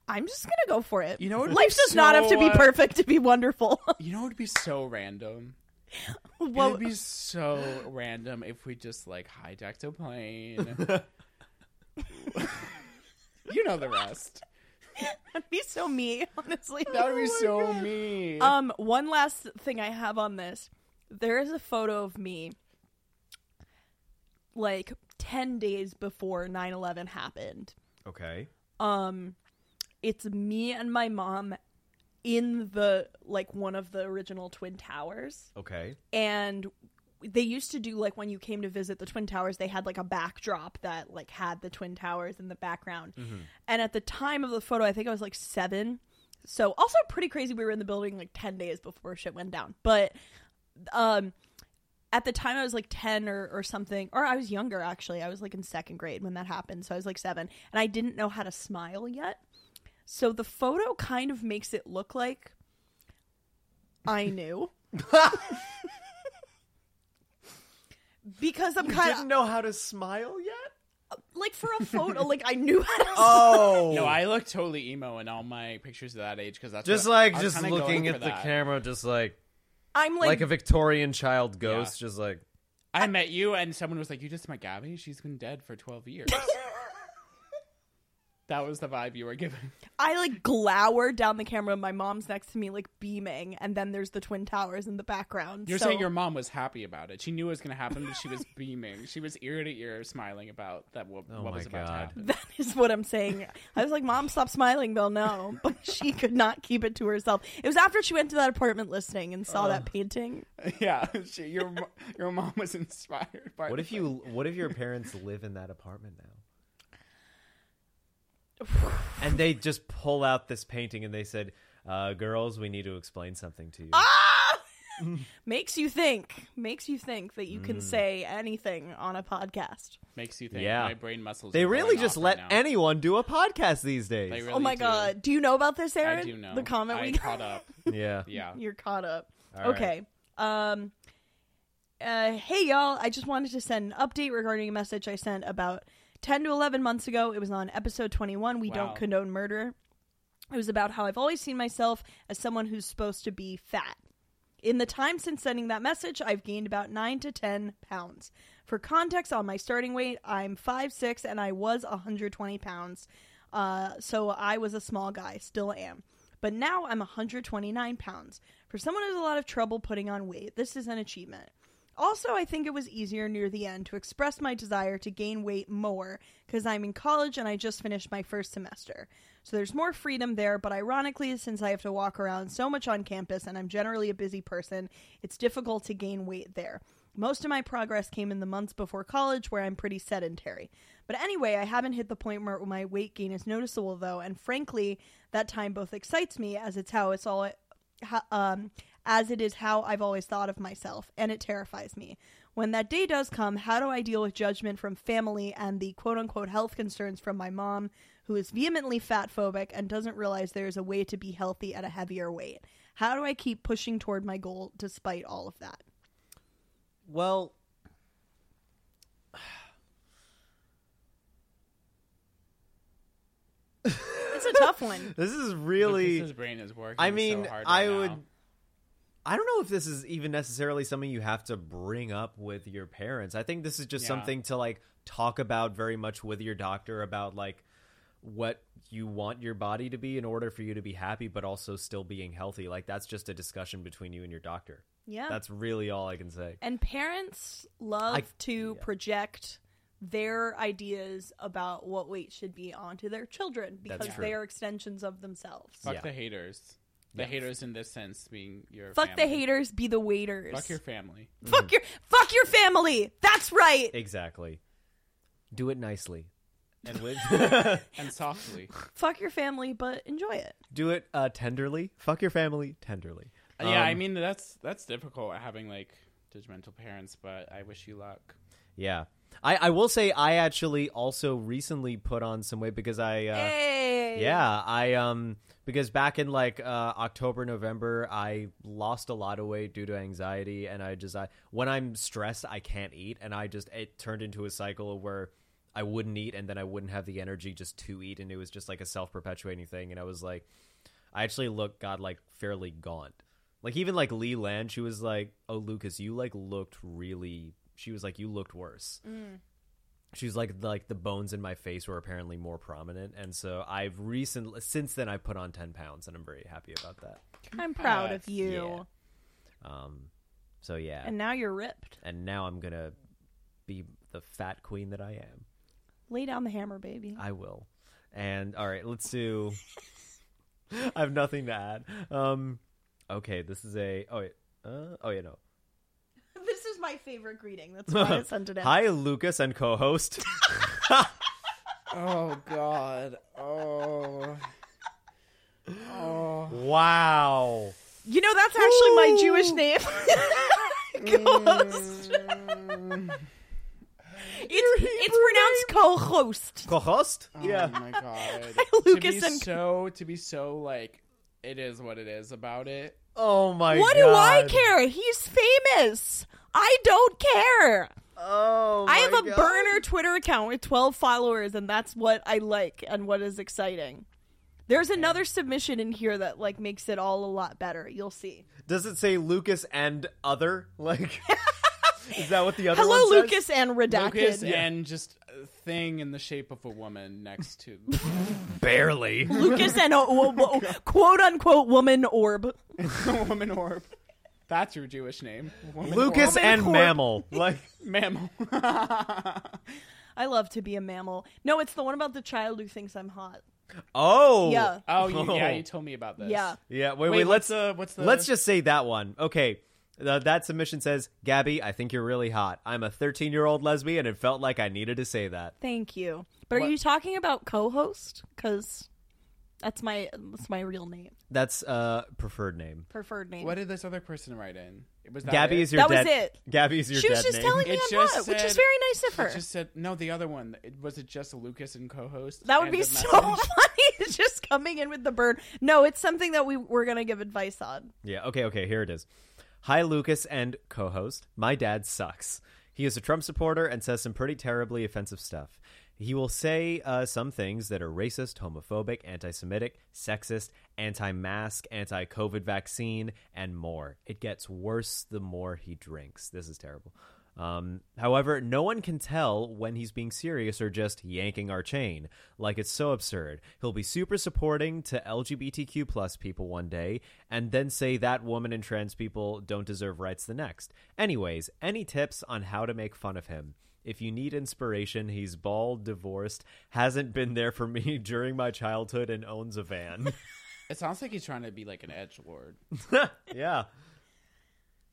S1: I'm just going to go for it.
S2: You know what would
S1: Life
S2: be
S1: does not have to
S2: so,
S1: be
S2: uh,
S1: perfect to be wonderful.
S2: You know, it would be so random. it
S1: well,
S2: would be so random if we just like hijacked a plane. you know the rest.
S1: that'd be so me, honestly. Oh
S2: That would be
S3: Oh
S2: so mean.
S1: Um, one last thing I have on this. There is a photo of me like 10 days before 9 11 happened.
S3: okay.
S1: Um, it's me and my mom in the like one of the original Twin Towers.
S3: Okay.
S1: And they used to do like when you came to visit the Twin Towers, they had like a backdrop that like had the Twin Towers in the background. And at the time of the photo, I think I was like seven. So also pretty crazy. We were in the building like 10 days before shit went down. But um, at the time I was like 10 or, or something, or I was younger actually. I was like in second grade when that happened. So I was like seven and I didn't know how to smile yet. So the photo kind of makes it look like I knew. because I'm kind
S3: Didn't know how to smile yet.
S1: of like for a photo, like I knew how to
S3: Oh,
S2: no, I look totally emo in all my pictures of that age because that's
S3: just
S2: what-
S3: like
S2: I was
S3: just
S2: kinda going
S3: looking
S2: for
S3: at the
S2: that.
S3: camera, just like
S1: I'm like,
S3: like a Victorian child ghost, just like
S2: I met you and someone was like, "You just met Gabby. She's been dead for twelve years." that was the vibe you were giving.
S1: I like glower down the camera. My mom's next to me, like beaming, and then there's the twin towers in the background.
S2: You're
S1: so,
S2: saying your mom was happy about it. She knew it was going to happen, but she was beaming. She was ear to ear smiling about that what,
S3: Oh
S2: what
S3: my
S2: was about to
S3: God.
S2: happen.
S1: that is what I'm saying. I was like, Mom, stop smiling. They'll know, but she could not keep it to herself. It was after she went to that apartment listing and saw that painting.
S2: Yeah, she, your mo- your mom was inspired by.
S3: What
S2: the
S3: if you? What if your parents live in that apartment now? and they just pull out this painting and they said, uh, "Girls, we need to explain something to you."
S1: Ah! Makes you think. Makes you think that you
S2: Mm.
S1: can say anything on a podcast.
S2: makes you think.
S3: Yeah.
S2: my brain muscles.
S3: they
S2: are
S3: really
S2: going
S3: just
S2: off
S3: let
S2: right now.
S3: anyone do a podcast these days.
S2: They really
S1: oh my
S2: do.
S1: god, do you know about this, Aaron?
S2: I do know
S1: the comment
S2: I
S1: we got.
S2: caught up.
S3: yeah.
S2: Yeah,
S1: You're caught up.
S3: All
S1: okay. Um uh, hey y'all, I just wanted to send an update regarding a message I sent about 10 to 11 months ago. It was on episode 21, We
S2: Wow.
S1: Don't Condone Murder. It was about how I've always seen myself as someone who's supposed to be fat. In the time since sending that message, I've gained about 9 to 10 pounds. For context on my starting weight, I'm 5'6 and I was 120 pounds. Uh, so I was a small guy, still am. But now I'm 129 pounds. For someone who has a lot of trouble putting on weight, this is an achievement. Also, I think it was easier near the end to express my desire to gain weight more because I'm in college and I just finished my first semester. So there's more freedom there, but ironically, since I have to walk around so much on campus and I'm generally a busy person, it's difficult to gain weight there. Most of my progress came in the months before college where I'm pretty sedentary. But anyway, I haven't hit the point where my weight gain is noticeable though, and frankly, that time both excites me as it's how it's all ho- um as it is how I've always thought of myself, and it terrifies me. When that day does come, how do I deal with judgment from family and the quote unquote health concerns from my mom, who is vehemently fat phobic and doesn't realize there is a way to be healthy at a heavier weight? How do I keep pushing toward my goal despite all of that?
S3: Well,
S1: It's a tough one.
S3: this is really.
S2: his brain is working.
S3: I
S2: so
S3: mean,
S2: hard
S3: I
S2: right
S3: would.
S2: now.
S3: I don't know if this is even necessarily something you have to bring up with your parents. I think this is just
S2: Yeah.
S3: something to like talk about very much with your doctor about like what you want your body to be in order for you to be happy but also still being healthy. Like that's just a discussion between you and your doctor.
S1: Yeah.
S3: That's really all I can say.
S1: And parents love
S3: I-
S1: to
S3: yeah.
S1: project their ideas about what weight should be onto their children
S3: That's
S1: because
S3: true.
S1: they are extensions of themselves.
S2: Fuck
S3: Yeah.
S2: the haters. The
S3: Yeah.
S2: haters in this sense being your
S1: Fuck the
S2: family.
S1: haters, be the waiters.
S2: Fuck your family.
S1: fuck your fuck your family. That's right.
S3: Exactly. Do it nicely.
S2: And with and softly.
S1: fuck your family, but enjoy it.
S3: Do it uh tenderly. Fuck your family tenderly.
S2: yeah, I
S3: Um,
S2: mean that's that's difficult having like judgmental parents, but I wish you luck.
S3: Yeah. I, I will say I actually also recently put on some weight because I uh,
S1: hey.
S3: Yeah, I um because back in like uh October November I lost a lot of weight due to anxiety and I just I when I'm stressed I can't eat and I just it turned into a cycle where I wouldn't eat and then I wouldn't have the energy just to eat and it was just like a self-perpetuating thing and I was like I actually looked got like fairly gaunt. Like even like Lee Land she was like, "Oh Lucas, you like looked really she was like you looked worse."
S1: Mm.
S3: she's like like the bones in my face were apparently more prominent and so i've recently since then i put on 10 pounds and i'm very happy about that
S1: I'm proud of
S2: Yes.
S1: you.
S3: um so yeah
S1: And
S3: and,
S1: now you're ripped.
S3: now i'm gonna be the fat queen that i am
S1: Lay down the hammer, baby.
S3: i will and all right let's do i have nothing to add um okay this is a oh wait uh, oh yeah no
S1: this is my favorite greeting. That's why I sent it out.
S3: hi lucas and co-host
S2: Oh God. Oh. Oh.
S3: wow
S1: You know that's actually my Jewish name. Ghost.
S3: Mm.
S1: it's it's pronounced co-host.
S3: co-host
S1: Um,
S3: yeah
S2: Oh my god.
S1: Lucas
S2: to be
S1: and-
S2: so to be so like it is what it is about it.
S3: oh my
S1: What
S3: god
S1: do I care? He's famous. I don't care.
S3: oh
S1: I have
S3: my
S1: a
S3: God.
S1: burner Twitter account with 12 followers, and that's what I like and what is exciting. There's another submission in here that like makes it all a lot better. You'll see.
S3: Does it say Lucas and other? Like, is that what the other
S1: Hello,
S3: one says?
S1: Lucas and redacted.
S2: Lucas and just a thing in the shape of a woman next to
S3: Barely.
S1: Lucas and a, wo-
S3: Oh
S1: wo- quote unquote woman orb.
S2: a woman orb. That's your Jewish name. Woman
S3: Lucas
S1: Woman
S3: and
S1: Corp.
S3: mammal. Like,
S2: orb. mammal. Oh,
S1: I love to be a mammal. No, it's the one about the child who thinks I'm hot.
S3: oh,
S1: Yeah.
S2: oh, you, yeah, you told me about this.
S1: Yeah.
S3: yeah. Wait, wait.
S2: Wait, what's
S3: let's
S2: the- what's the-
S3: let's just say that one. Okay. Uh, that submission says, Gabby, I think you're really hot. I'm a 13 year old lesbian and felt like I needed to say that.
S1: Thank you. But are
S2: What-
S1: you talking about co-host? Because that's my that's my real name,
S3: That's uh preferred name.
S1: preferred name.
S2: What did this other person write in? Was that
S3: Gabby
S2: it?
S3: is your
S1: That was
S3: dead.
S1: it.
S3: Gabby is your
S1: she was
S3: dead
S1: just
S3: name.
S1: telling me
S2: It
S1: I'm
S2: just
S1: hot, which is
S2: said-
S1: very nice of her.
S2: It just said no. The other one it, was it just Lucas and co-host?
S1: That would
S2: End
S1: be
S2: of
S1: so
S2: message.
S1: funny. It's just coming in with the bird. No, it's something that we we're gonna give advice on.
S3: Yeah, okay, okay, here it is. Hi, Lucas and co host. My dad sucks. He is a Trump supporter and says some pretty terribly offensive stuff. He will say uh, some things that are racist, homophobic, anti Semitic, sexist, anti mask, anti COVID vaccine, and more. It gets worse the more he drinks. This is terrible. Um, however, no one can tell when he's being serious or just yanking our chain. Like it's so absurd. He'll be super supporting to LGBTQ plus people one day, and then say that woman and trans people don't deserve rights the next. Anyways, any tips on how to make fun of him? If you need inspiration, he's bald, divorced, hasn't been there for me during my childhood, and owns a van.
S2: It sounds like he's trying to be like an edge lord,
S3: yeah.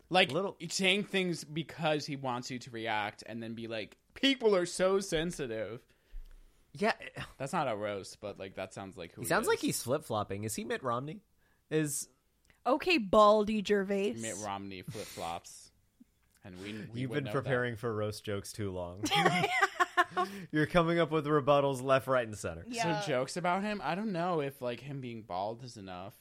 S2: like
S3: Little-
S2: saying things because he wants you to react, and then be like, "People are so sensitive."
S3: Yeah.
S2: That's not a roast, but like that sounds like who
S3: He sounds like
S2: is.
S3: he's flip flopping. Is he Mitt Romney? Is
S1: Okay, Baldy Gervais.
S2: Mitt Romney flip flops, and we, we
S3: You've
S2: would
S3: been
S2: know that.
S3: preparing for roast jokes too long. You're coming up with rebuttals left, right, and center.
S1: Yeah.
S2: So jokes about him, I don't know if like him being bald is enough.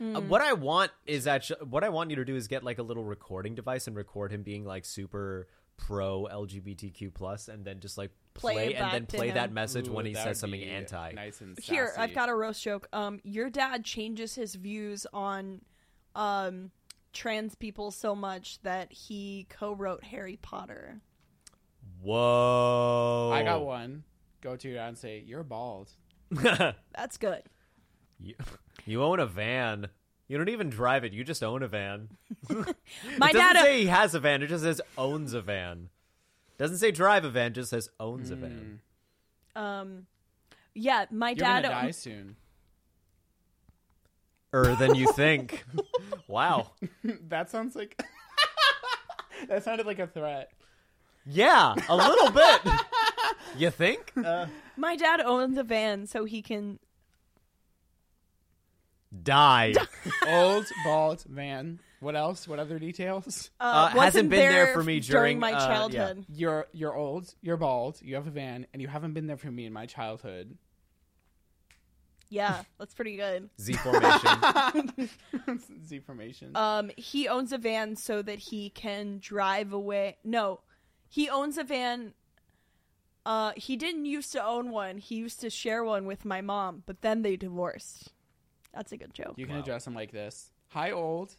S2: Mm.
S3: Uh,
S1: Mm.
S3: What I want is actually what I want you to do is get like a little recording device and record him being like super pro LGBTQ plus, and then just like
S1: Play
S3: play,
S1: it
S3: and
S1: back
S3: then
S1: to
S3: play
S1: him.
S3: that message
S2: Ooh,
S3: when he
S2: that
S3: says
S2: would
S3: something
S2: be
S3: anti.
S2: Nice and
S1: Here,
S2: sassy.
S1: I've got a roast joke. Um, your dad changes his views on um trans people so much that he co-wrote Harry Potter.
S3: Whoa!
S2: I got one. Go to your dad and say, You're bald.
S3: one.
S1: That's good.
S3: you, you own a van. You don't even drive it. You just own a van.
S1: My
S3: it doesn't
S1: dad uh,
S3: say he has a van. It just says owns a van. Doesn't say drive a van. Just says owns a
S2: Hmm.
S3: van.
S1: um yeah, my
S2: You're
S1: dad
S2: gonna die soon.
S3: Er than you think. wow.
S2: that sounds like That sounded like a threat.
S3: Yeah, a little bit. you think?
S2: Uh,
S1: my dad owns a van so he can
S3: Die.
S2: Old bald man. What else? What other details?
S1: uh,
S3: Uh,
S1: wasn't
S3: hasn't been there for me during,
S1: my
S3: uh, yeah.
S1: childhood.
S2: You're you're old, you're bald, you have a van, and you haven't been there for me in my childhood.
S1: Yeah. that's pretty good.
S3: Z formation.
S2: Z formation.
S1: Um he owns a van so that he can drive away. No. He owns a van uh he didn't used to own one. He used to share one with my mom, but then they divorced. That's a good joke.
S2: you can
S3: wow.
S2: address him like this. Hi old.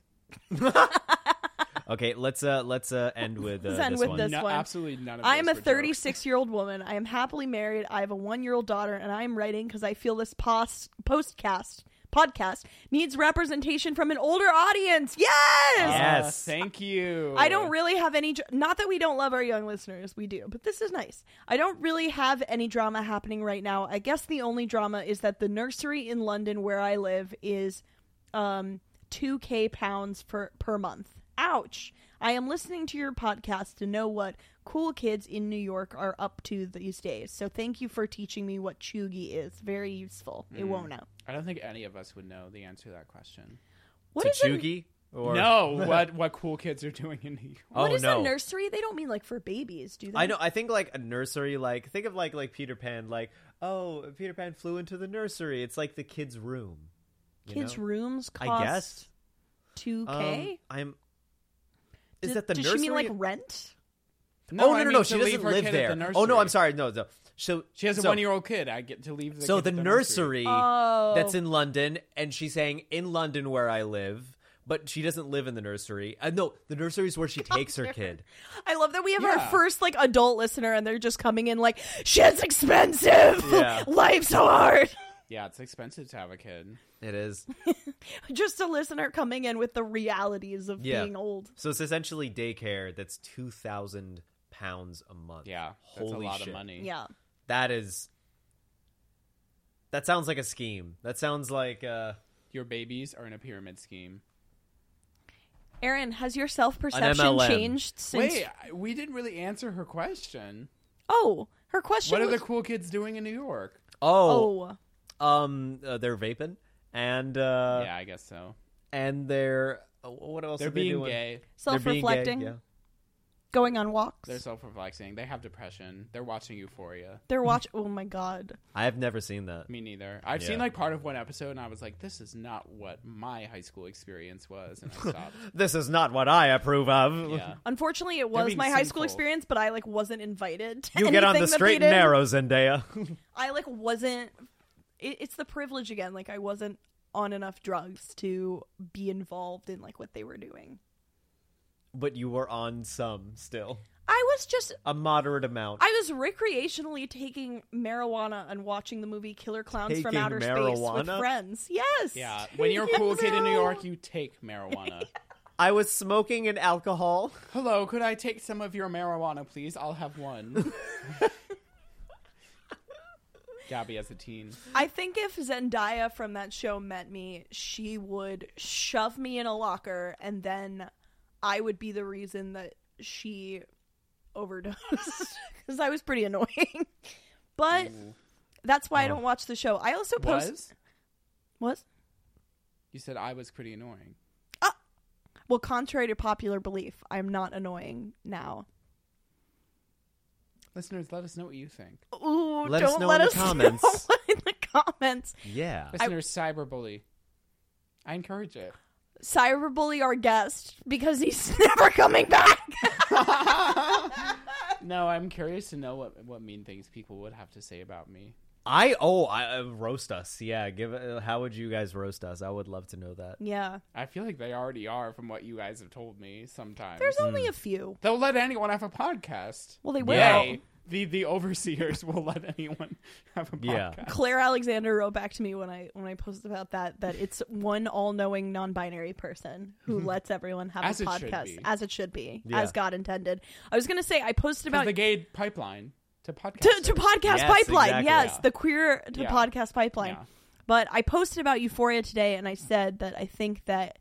S3: Okay, let's uh let's uh end with uh,
S1: Let's end
S3: this
S1: with
S3: one.
S1: this.
S2: No,
S1: one.
S2: absolutely none of
S1: I am
S2: those
S1: a
S2: were jokes.
S1: 36 year old woman. I am happily married. I have a one year old daughter, and I am writing because I feel this post postcast podcast needs representation from an older audience.
S2: Ah,
S1: Yes,
S3: Yes.
S2: thank you.
S1: I don't really have any. dr- Not that we don't love our young listeners, we do, but this is nice. I don't really have any drama happening right now. I guess the only drama is that the nursery in London where I live is um 2k pounds per per month. Ouch. I am listening to your podcast to know what cool kids in New York are up to these days. So thank you for teaching me what chuggy is. Very useful. It won't know.
S2: I don't think any of us would know the answer to that question.
S1: What is a,
S3: Tsuchugi? Or
S2: no, what what cool kids are doing in New York.
S1: what
S3: oh,
S1: is
S3: no.
S1: a nursery? They don't mean like for babies, do they?
S3: I know. I think like a nursery. Like think of like like Peter Pan. Like oh, Peter Pan flew into the nursery. It's like the kid's room. you
S1: Kids'
S3: know?
S1: rooms cost
S3: I guess.
S1: 2k.
S3: Um, I'm. Is
S1: Did-
S3: that the
S1: does
S3: nursery?
S1: she mean like rent?
S3: oh no
S2: I
S3: no
S2: mean to
S3: no! She
S2: leave
S3: doesn't
S2: her
S3: live
S2: kid
S3: there.
S2: at the
S3: oh no!
S2: nursery.
S3: I'm sorry. No no. So
S2: She has a
S3: so,
S2: one-year-old kid. I get to leave. The
S3: So
S2: kid
S3: the
S2: at
S3: nursery
S1: Oh.
S3: that's in London, and she's saying in London where I live, but she doesn't live in the nursery. Uh, no, the nursery is where she takes her kid.
S1: I love that we have our
S2: Yeah.
S1: first like adult listener and they're just coming in like shit's expensive.
S3: Yeah.
S1: Life's hard.
S2: Yeah, it's expensive to have a kid.
S3: It is.
S1: Just a listener coming in with the realities of
S3: Yeah.
S1: being old.
S3: So it's essentially daycare that's two thousand pounds a month.
S2: Yeah, that's
S3: holy
S2: a lot
S3: shit.
S2: of money.
S1: Yeah.
S3: That is. That sounds like a scheme. That sounds like uh,
S2: Your babies are in a pyramid scheme.
S1: Aaron, has your self perception
S3: MLM.
S1: changed since
S2: Wait, I- we didn't really answer her question.
S1: Oh, her question
S2: what are
S1: was
S2: the cool kids doing in New York?
S3: oh,
S1: Oh.
S3: um, uh, they're vaping and uh,
S2: yeah, I guess so.
S3: and they're uh, what else?
S2: They're
S3: are they
S2: being
S3: doing?
S2: gay.
S3: They're
S1: Self
S3: being gay,
S1: reflecting.
S3: yeah.
S1: Going on walks.
S2: They're self-reflexing. They have depression. They're watching Euphoria.
S1: They're watch oh my god.
S3: I've never seen that.
S2: Me neither. I've
S3: Yeah.
S2: seen like part of one episode, and I was like, "This is not what my high school experience was," and I stopped.
S3: This is not what I approve of.
S2: yeah.
S1: Unfortunately, it was
S2: being
S1: my high school
S2: sinful.
S1: experience, but I like wasn't invited. To
S3: You get on
S1: anything
S3: the
S1: that they
S3: straight and
S1: did.
S3: narrow, Zendaya.
S1: I like wasn't. It, it's the privilege again. Like I wasn't on enough drugs to be involved in like what they were doing.
S3: but you were on some still,
S1: I was just
S3: a moderate amount.
S1: I was recreationally taking marijuana and watching the movie Killer Clowns from
S3: Taking
S1: Outer Space with
S3: marijuana?
S1: friends. Yes.
S2: Yeah, when you're a cool kid in New York, you take marijuana.
S3: I was smoking and alcohol.
S2: Hello, could I take some of your marijuana, please? I'll have one. Gabby as a teen.
S1: I think if Zendaya from that show met me, she would shove me in a locker and then I would be the reason that she overdosed cuz I was pretty annoying. But that's
S3: Oh.
S1: why I don't watch the show. I also post
S2: Was?
S1: was
S2: You said I was pretty annoying.
S1: well, contrary to popular belief, I'm not annoying now.
S2: Listeners, let us know what you think.
S1: Ooh,
S3: Let us
S1: don't
S3: know
S1: let
S3: in
S1: us
S3: the
S1: know
S3: comments.
S1: in the comments.
S3: Yeah.
S2: Listeners, cyberbully. I encourage it.
S1: Cyberbully our guest because he's never coming back.
S2: No, I'm curious to know what what mean things people would have to say about me.
S3: I oh, I uh, roast us. Yeah, give uh, how would you guys roast us? I would love to know that.
S1: yeah.
S2: I feel like they already are from what you guys have told me sometimes.
S1: There's only a few.
S2: They'll let anyone have a podcast.
S1: Well, oh. they will.
S2: Yay. The the overseers will let anyone have a
S3: Yeah.
S2: podcast.
S1: Claire Alexander wrote back to me when I when I posted about that that it's one all-knowing non-binary person who lets everyone have
S2: Mm-hmm. As
S1: a
S2: it should
S1: podcast
S2: be.
S1: as it should be,
S3: Yeah.
S1: as God intended. I was going to say I posted
S2: Because
S1: about
S2: the gay pipeline to podcast.
S1: to, to podcast
S3: Yes,
S1: pipeline.
S3: exactly.
S1: Yes,
S2: Yeah.
S1: the queer to
S2: Yeah.
S1: podcast pipeline.
S2: Yeah.
S1: But I posted about Euphoria today, and I said that I think that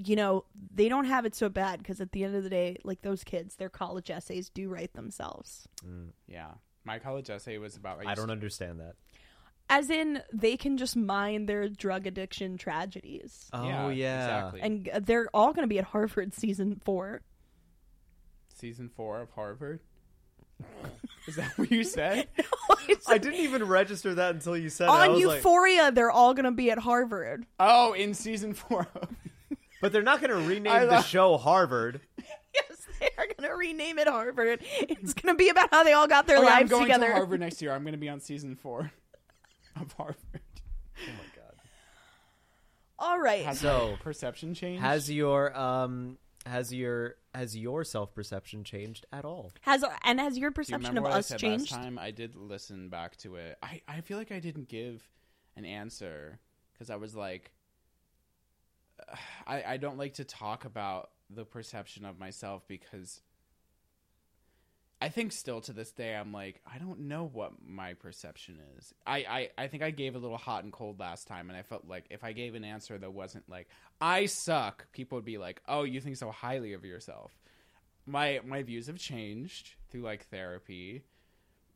S1: you know they don't have it so bad because at the end of the day, like those kids, their college essays do write themselves.
S2: yeah. My college essay was about.
S3: I don't understand that.
S1: As in, they can just mine their drug addiction tragedies,
S3: Oh
S2: yeah,
S3: yeah.
S2: exactly.
S1: and they're all going to be at Harvard season four.
S2: Season four of Harvard. Is that what you said?
S1: It's-
S3: I didn't even register that until you said it. I
S1: on
S3: was like-
S1: Euphoria, they're all going to be at Harvard.
S2: Oh, in season four. of-
S3: but they're not going to rename
S2: I
S3: the
S2: love-
S3: show Harvard.
S1: Yes, they are going to rename it Harvard. It's going to be about how they all got their
S2: Oh, yeah, I'm
S1: lives
S2: going
S1: together.
S2: to Harvard next year. I'm going to be on season four of Harvard.
S1: All right.
S2: Has
S3: So-
S2: my perception change
S3: Has your um has your has your self perception changed at all?
S1: Has and has your
S2: Do you
S1: perception
S2: remember
S1: of
S2: what I
S1: us
S2: said
S1: changed?
S2: last time? I did listen back to it. I, I feel like I didn't give an answer because I was like, I, I don't like to talk about the perception of myself because I think still to this day I'm like I don't know what my perception is. I, I I think I gave a little hot and cold last time, and I felt like if I gave an answer that wasn't like I suck, people would be like, oh, you think so highly of yourself. My my views have changed through like therapy,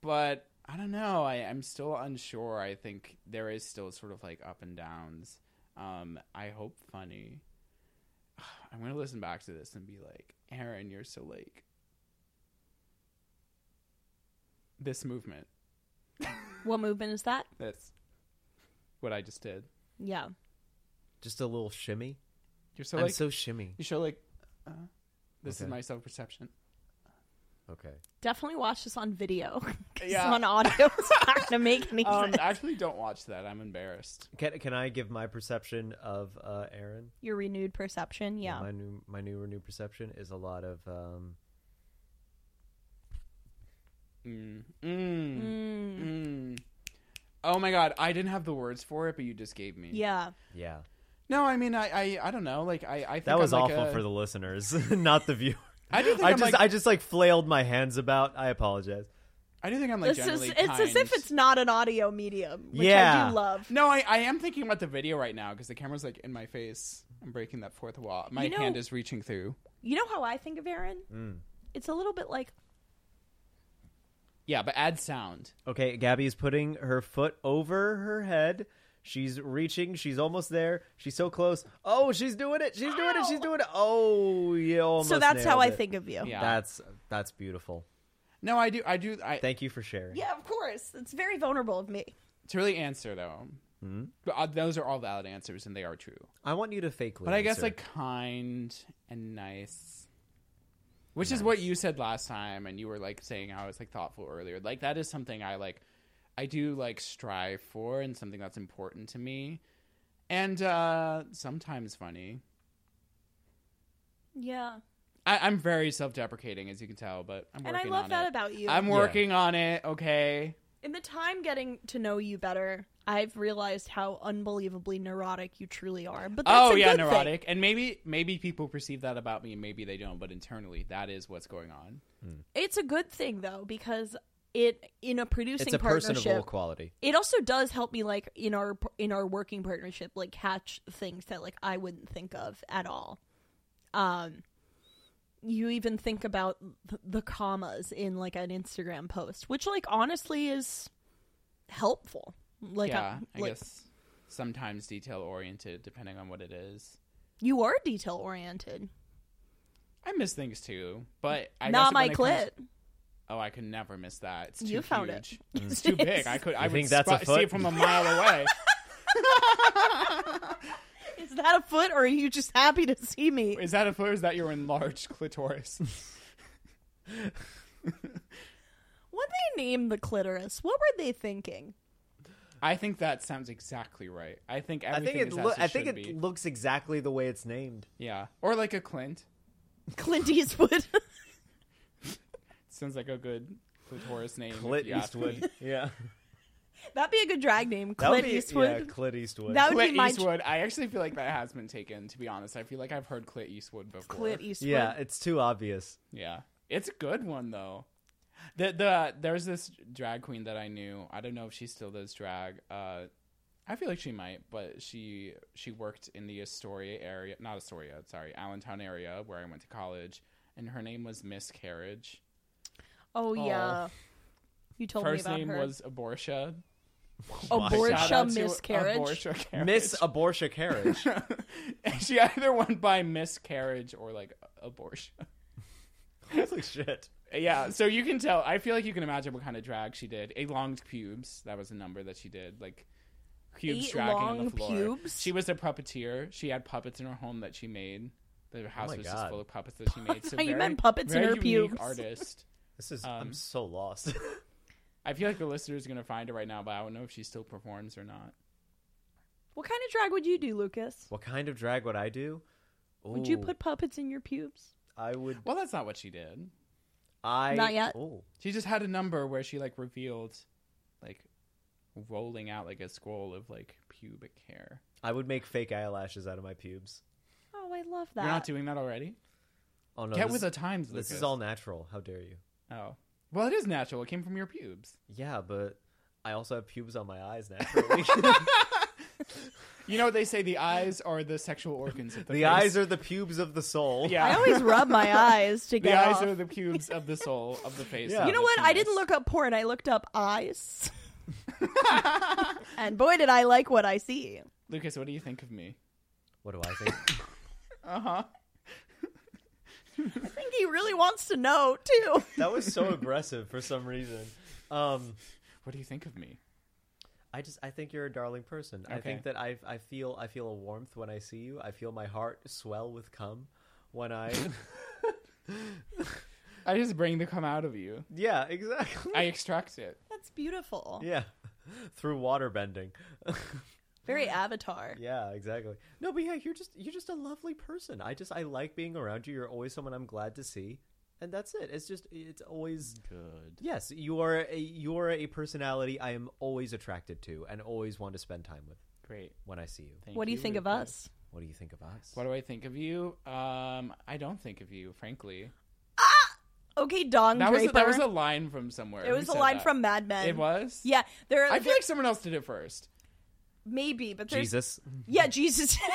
S2: but I don't know. I I'm still unsure. I think there is still sort of like up and downs. Um, I hope funny. I'm gonna listen back to this and be like, Aaron, you're so like this movement.
S1: What movement is that?
S2: That's what I just did.
S1: Yeah.
S3: Just a little shimmy.
S2: You're so
S3: I'm
S2: like
S3: so shimmy.
S2: you show like uh, this
S3: Okay.
S2: is my self perception.
S3: Okay.
S1: Definitely watch this on video. 'cause
S2: Yeah.
S1: On audio, it's not going to make any
S2: Um,
S1: sense.
S2: actually, don't watch that. I'm embarrassed.
S3: Can can I give my perception of uh, Aaron?
S1: Your renewed perception. Yeah.
S3: My new my new renewed perception is a lot of um
S2: Mm. Mm. Mm. Oh my god, I didn't have the words for it, but you just gave me.
S1: Yeah.
S3: yeah.
S2: No, I mean, I, I, I don't know. Like, I, I think
S3: That was
S2: I'm like
S3: awful
S2: a-
S3: for the listeners, not the viewer.
S2: I do think
S3: I
S2: I'm
S3: just
S2: like-
S3: I just like flailed my hands about. I apologize.
S2: I do think I'm like
S1: it's as,
S2: generally
S1: it's as
S2: kind.
S1: if it's not an audio medium, which I
S3: Yeah.
S1: do love.
S2: No, I, I am thinking about the video right now because the camera's like in my face. I'm breaking that fourth wall. My
S1: You know-
S2: hand is reaching through.
S1: You know how I think of Aaron?
S3: Mm.
S1: It's a little bit like
S2: Yeah, but add sound.
S3: Okay, Gabby's putting her foot over her head. She's reaching. She's almost there. She's so close. Oh, she's doing it. She's doing it. She's doing it. Oh, you almost.
S1: so. That's how
S3: nailed
S1: I
S3: it.
S1: think of you.
S2: Yeah.
S3: That's that's beautiful.
S2: No, I do. I do. I
S3: Thank you for sharing.
S1: Yeah, Of course, it's very vulnerable of me.
S2: to really answer though.
S3: Hmm?
S2: But uh, those are all valid answers and they are true.
S3: I want you to fakely.
S2: But I guess
S3: answer.
S2: like kind and nice, which is what you said last time, and you were like saying how I was like thoughtful earlier. Like that is something I like. I do like strive for, and something that's important to me, and uh sometimes funny.
S1: Yeah.
S2: I, I'm very self-deprecating, as you can tell, but I'm
S1: and
S2: working
S1: I love
S2: on
S1: that
S2: it.
S1: about you.
S2: I'm working on it. Okay.
S1: In the time getting to know you better, I've realized how unbelievably neurotic you truly are. But that's
S2: oh
S1: a
S2: yeah,
S1: good thing.
S2: neurotic. And maybe maybe people perceive that about me, and maybe they don't. But internally, that is what's going on.
S1: It's a good thing though because it in a producing
S3: It's a personable
S1: partnership.
S3: quality.
S1: It also does help me like in our in our working partnership like catch things that like I wouldn't think of at all. Um you even think about th- the commas in like an Instagram post, which like honestly is helpful. Like
S2: yeah, I
S1: like,
S2: guess sometimes detail oriented, depending on what it is.
S1: you are detail oriented.
S2: I miss things too, but I
S1: Not
S2: guess when
S1: my
S2: it comes-
S1: clit.
S2: oh, I could never miss that. It's too
S1: You found it.
S2: huge. It's too big. I could. I would
S3: think that's a
S2: spot- see
S3: foot?
S2: it from a mile away.
S1: Is that a foot, or are you just happy to see me?
S2: Is that a foot? Or is that your enlarged clitoris?
S1: When they named the clitoris, what were they thinking?
S2: I think that sounds exactly right. I think
S3: I
S2: everything
S3: think it.
S2: is
S3: Lo-
S2: as it
S3: I think
S2: should
S3: it
S2: be.
S3: looks exactly the way it's named.
S2: yeah, or like a Clint.
S1: Clint Eastwood.
S2: Sounds like a good clitoris name. if
S3: Clit
S2: you ask me.
S3: Eastwood. yeah.
S1: That'd be a good drag name,
S3: That would
S1: Clint
S3: be-
S1: Eastwood.
S3: Yeah, Clit Eastwood.
S1: That would be
S2: Clit
S1: my
S2: Eastwood. I actually feel like that has been taken. To be honest, I feel like I've heard Clit Eastwood before.
S1: Clint Eastwood.
S3: yeah, it's too obvious.
S2: Yeah, it's a good one though. The the there's this drag queen that I knew. I don't know if she still does drag. Uh, I feel like she might, but she she worked in the Astoria area, not Astoria, sorry, Allentown area where I went to college, and her name was Miss Carriage.
S1: Oh yeah. You told
S2: First
S1: me about
S2: name
S1: her.
S2: was Abortia.
S1: Abortia
S2: Shout out to
S1: miscarriage.
S2: Abortia Carriage.
S3: Miss Abortia Carriage.
S2: she either went by miscarriage or like abortion.
S3: Holy shit.
S2: Yeah, so you can tell. I feel like you can imagine what kind of drag she did. Elonged pubes. That was a number that she did. Like pubes
S1: Eight
S2: dragging on
S1: long
S2: the floor.
S1: pubes?
S2: She was a puppeteer. She had puppets in her home that she made. The house
S3: Oh my
S2: was
S3: God.
S2: just full of puppets that she made. So
S1: I thought you
S2: very,
S1: meant puppets in
S2: very
S1: her
S2: unique
S1: pubes.
S2: Artist.
S3: This is.
S2: Um,
S3: I'm so lost.
S2: I feel like the listener is gonna find it right now, but I don't know if she still performs or not.
S1: What kind of drag would you do, Lucas?
S3: what kind of drag would I do?
S1: Would you
S3: Ooh,
S1: put puppets in your pubes?
S3: I would.
S2: Well, that's not what she did.
S3: I
S1: Not yet.
S3: Oh,
S2: She just had a number where she like revealed, like, rolling out like a scroll of like pubic hair.
S3: I would make fake eyelashes out of my pubes.
S1: Oh, I love that.
S2: You're not doing that already.
S3: Oh no!
S2: Get
S3: this,
S2: with the times.
S3: this
S2: Lucas.
S3: is all natural. How dare you?
S2: Oh. Well, it is natural. It came from your pubes.
S3: Yeah, but I also have pubes on my eyes naturally.
S2: You know what they say? The eyes are the sexual organs of the,
S3: the eyes are the pubes of the soul.
S2: Yeah.
S1: I always rub my eyes to
S2: The
S1: get
S2: eyes
S1: off.
S2: are the pubes of the soul of the face.
S3: You
S2: of
S1: you know
S2: the
S1: what? I
S2: penis.
S1: didn't look up porn. I looked up eyes. and boy, did I like what I see.
S2: Lucas, what do you think of me?
S3: What do I think?
S2: Uh huh.
S1: I think he really wants to know, too.
S3: that was so aggressive for some reason. Um,
S2: What do you think of me?
S3: I just I think you're a darling person. I
S2: Okay.
S3: think that I I feel I feel a warmth when I see you. I feel my heart swell with cum when I
S2: I just bring the cum out of you.
S3: Yeah, exactly.
S2: I extract it.
S1: That's beautiful.
S3: Yeah. Through water bending.
S1: Very avatar.
S3: Yeah, exactly. No, but yeah, you're just you're just a lovely person. I just I like being around you. You're always someone I'm glad to see. And that's it. It's just it's always
S2: Good.
S3: Yes, you are a, you are a personality I am always attracted to and always want to spend time with
S2: Great.
S3: when I see you.
S2: Thank
S1: What do you think of
S2: Lucas.
S1: us?
S3: What do you think of us?
S2: What do I think of you? Um, I don't think of you, frankly.
S1: Okay, Don
S2: That was
S1: Draper.
S2: a, that was a line from somewhere.
S1: it
S2: Who
S1: was a
S2: said
S1: line
S2: that?
S1: from Mad Men.
S2: It was.
S1: Yeah, there.
S2: I feel
S1: there-
S2: like someone else did it first.
S1: maybe, but there's
S3: Jesus.
S1: yeah, Jesus.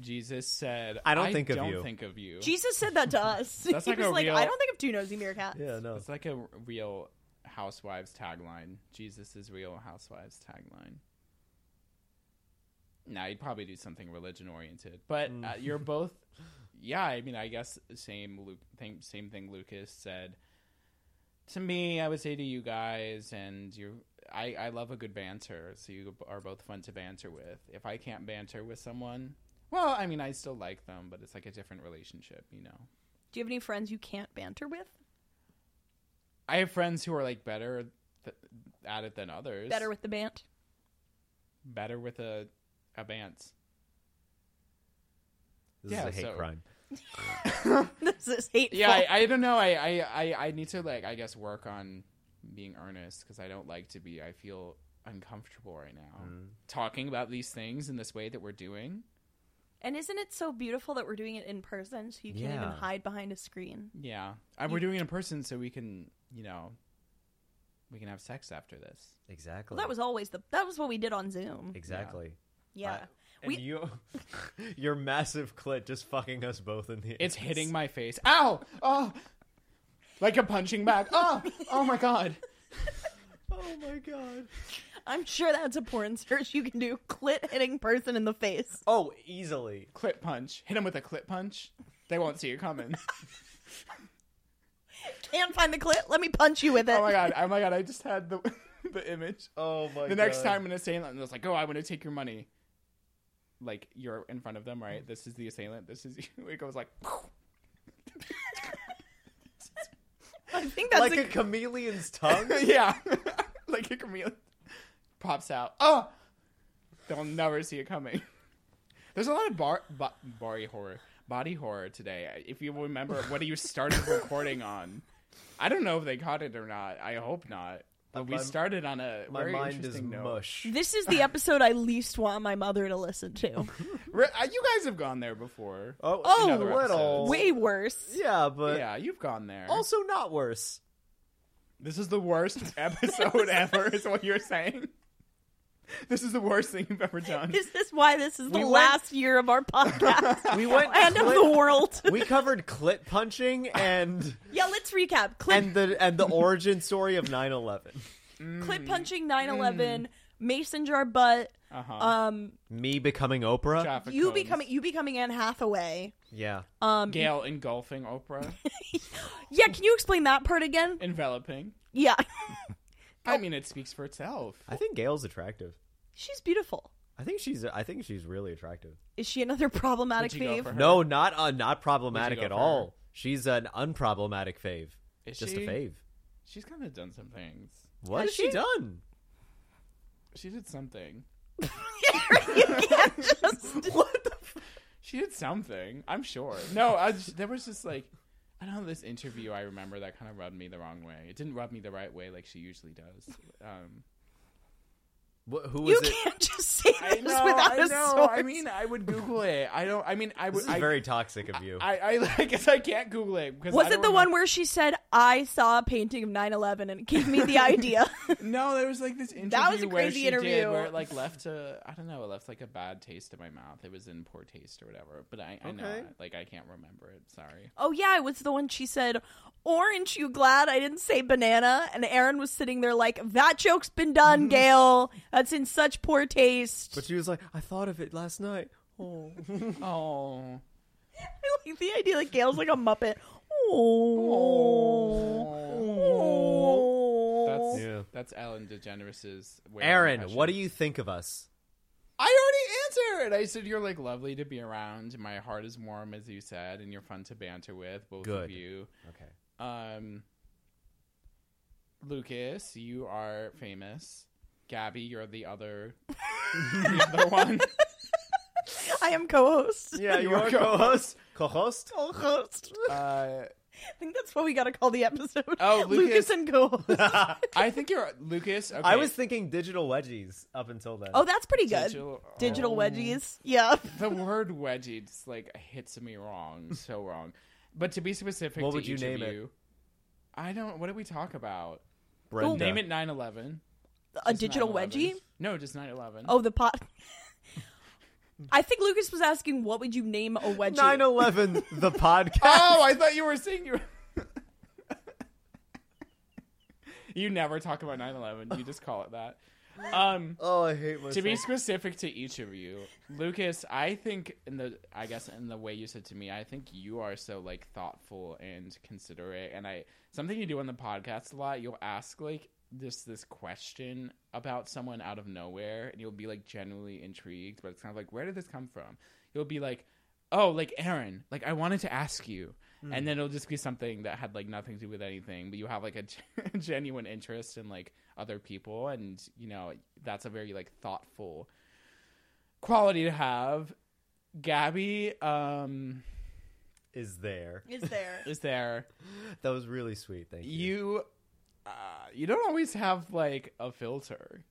S2: Jesus said,
S3: I don't think of you."
S2: Think of you.
S1: Jesus said that to us.
S2: That's
S1: he
S2: like
S1: was
S2: a
S1: like,
S2: real-
S1: I don't think of two nosy meerkats.
S3: Yeah, no.
S2: It's like a r- real Housewives tagline. Jesus is real Housewives tagline. Now you'd probably do something religion oriented, but uh, you're both. Yeah, I mean, I guess same Luke, same, same thing Lucas said to me. I would say to you guys, and you, I, I love a good banter. So you are both fun to banter with. If I can't banter with someone, well, I mean, I still like them, but it's like a different relationship, you know.
S1: Do you have any friends you can't banter with?
S2: I have friends who are like better th- at it than others.
S1: Better with the band.
S2: better with a a band.
S3: This
S2: Yeah,
S3: is a hate
S2: so-
S3: crime.
S1: this is hateful.
S2: Yeah, I, I don't know. I, I, I, I need to like I guess work on being earnest because I don't like to be. I feel uncomfortable right now talking about these things in this way that we're doing.
S1: and isn't it so beautiful that we're doing it in person so you can't even
S3: Yeah.
S1: hide behind a screen?
S2: Yeah, and we're doing it in person so we can you know we can have sex after this.
S3: Exactly.
S1: Well, that was always the that was what we did on Zoom.
S3: exactly.
S1: Yeah.
S3: I- and
S1: we
S3: you, your massive clit just fucking us both in the.
S2: It's
S3: ass.
S2: hitting my face. Ow! Oh, like a punching bag. Oh, oh my god.
S3: Oh my god.
S1: I'm sure that's a porn search you can do. Clit hitting person in the face.
S3: Oh, easily.
S2: Clip punch. Hit him with a clip punch. They won't see you coming.
S1: Can't find the clit. Let me punch you with it.
S2: Oh my god. Oh my god. I just had the the image.
S3: Oh my.
S2: the next time an assailant was like, "Oh, I want to take your money." Like you're in front of them, right? This is the assailant. This is you. It goes like,
S1: I think that's
S3: like
S1: a,
S3: a chameleon's tongue.
S2: yeah, like a chameleon pops out. Oh, they'll never see it coming. There's a lot of bar, bo- body horror, body horror today. If you remember, what you started recording on? I don't know if they caught it or not. I hope not. But we
S3: My-
S2: started on a
S3: my
S2: very
S3: mind is
S2: interesting note.
S3: mush.
S1: this is the episode I least want my mother to listen to.
S2: Re- uh, you guys have gone there before.
S3: Oh,
S1: Oh,
S2: Another
S3: little.
S1: Way worse.
S3: Yeah, but
S2: yeah, you've gone there.
S3: also not worse.
S2: This is the worst episode ever, is what you're saying. This is the worst thing you've ever done.
S1: This is why this is the
S3: went-
S1: last year of our podcast.
S3: We went.
S1: End of the
S3: clit-
S1: world.
S3: we covered clit punching and
S1: Yeah, let's recap. Clit,
S3: and the and the origin story of 9-11.
S1: clit punching 9-11, Mason jar butt,
S2: Uh-huh.
S3: uh,
S1: um,
S3: Me becoming Oprah.
S2: Traffic
S1: you
S2: cones.
S1: becoming you becoming Anne Hathaway.
S3: Yeah.
S2: Um, Gail engulfing Oprah,
S1: Yeah, can you explain that part again?
S2: enveloping.
S1: Yeah.
S2: I mean, it speaks for itself.
S3: I think Gail's attractive.
S1: She's beautiful.
S3: I think she's. I think she's really attractive.
S1: Is she another problematic
S2: Would you go
S1: fave?
S2: for her?
S3: No, not uh, not problematic
S2: Would you
S3: at
S2: go for her?
S3: all. She's an unproblematic fave.
S2: Is
S3: Just
S2: she?
S3: a fave.
S2: She's kind of done some things.
S3: What
S1: Has
S3: has she
S1: she?
S3: done?
S2: She did something.
S1: Just-
S2: She did something. I'm sure. No, I was, there was just like, I don't know. This interview I remember that kind of rubbed me the wrong way. It didn't rub me the right way like she usually does. Um,
S3: Wh- who
S1: you
S3: is it?
S1: can't just say
S2: I
S1: this
S2: know.
S1: without
S2: I
S1: a
S2: know.
S1: source.
S2: I mean, I would Google it. I don't. I mean, I would.
S3: This is
S2: I,
S3: very toxic of you.
S2: I, I, I guess I can't Google it because
S1: was
S2: I
S1: it
S2: don't
S1: the
S2: remember-
S1: one where she said, I saw a painting of 9-11 and it gave me the idea?
S2: No, there was like this interview.
S1: That was a
S2: where
S1: crazy
S2: she did
S1: interview.
S2: where it like left a I don't know, it left like a bad taste in my mouth. It was in poor taste or whatever. But I, I know
S3: Okay.
S2: it. like I can't remember it. Sorry.
S1: oh, yeah, it was the one she said, orange, you glad I didn't say banana? And Aaron was sitting there like, that joke's been done, Gail. That's in such poor taste.
S3: But she was like, I thought of it last night. Oh.
S2: Oh.
S1: I like the idea that Gail's like a Muppet. Oh.
S2: That's
S3: Yeah.
S2: that's Ellen DeGeneres's. weird
S3: Aaron,
S2: impression.
S3: what do you think of us?
S2: I already answered. I said you're like lovely to be around. My heart is warm, as you said, and you're fun to banter with. Both of
S3: Good.
S2: you.
S3: Okay.
S2: Um, Lucas, you are famous. Gabby, you're the other, the other one.
S1: I am co-host.
S3: Yeah,
S2: You
S3: you are
S2: are
S3: co-host. Co-host.
S1: Co-host.
S2: Uh,
S1: I think that's what we got to call the episode.
S2: Oh, Lucas.
S1: and co-host.
S2: I think you're Lucas. Okay.
S3: I was thinking digital wedgies up until then.
S1: oh, that's pretty good. Digital,
S2: Digital- oh.
S1: wedgies. Yeah.
S2: the word wedgie just like hits me wrong, so wrong. But to be specific,
S3: What
S2: to
S3: would you
S2: each of
S3: name it?
S2: you, I don't. What did we talk about?
S3: Brenda.
S2: Name it 9/11.
S1: A
S2: Just
S1: digital
S2: 9/11.
S1: wedgie?
S2: No, just 9/11.
S1: Oh, the pot. I think Lucas was asking what would you name a wedgie?
S3: oh 9-11, the podcast.
S2: Oh, I thought you were saying you. you never talk about 9/11. You just call it that. Um.
S3: oh, I hate
S2: to
S3: myself.
S2: be specific to each of you, Lucas, I think in the I guess in the way you said to me, I think you are so like thoughtful and considerate and I something you do on the podcast a lot, you'll ask like this this question about someone out of nowhere and you'll be like genuinely intrigued, but it's kind of like where did this come from? You'll be like, "Oh, like Aaron, like I wanted to ask you."
S3: Hmm.
S2: And then it'll just be something that had like nothing to do with anything, but you have like a gen- genuine interest in like other people and you know that's a very like thoughtful quality to have gabby um
S3: is there.
S1: Is there?
S2: is there
S3: That was really sweet. Thank you.
S2: you uh, you don't always have like a filter.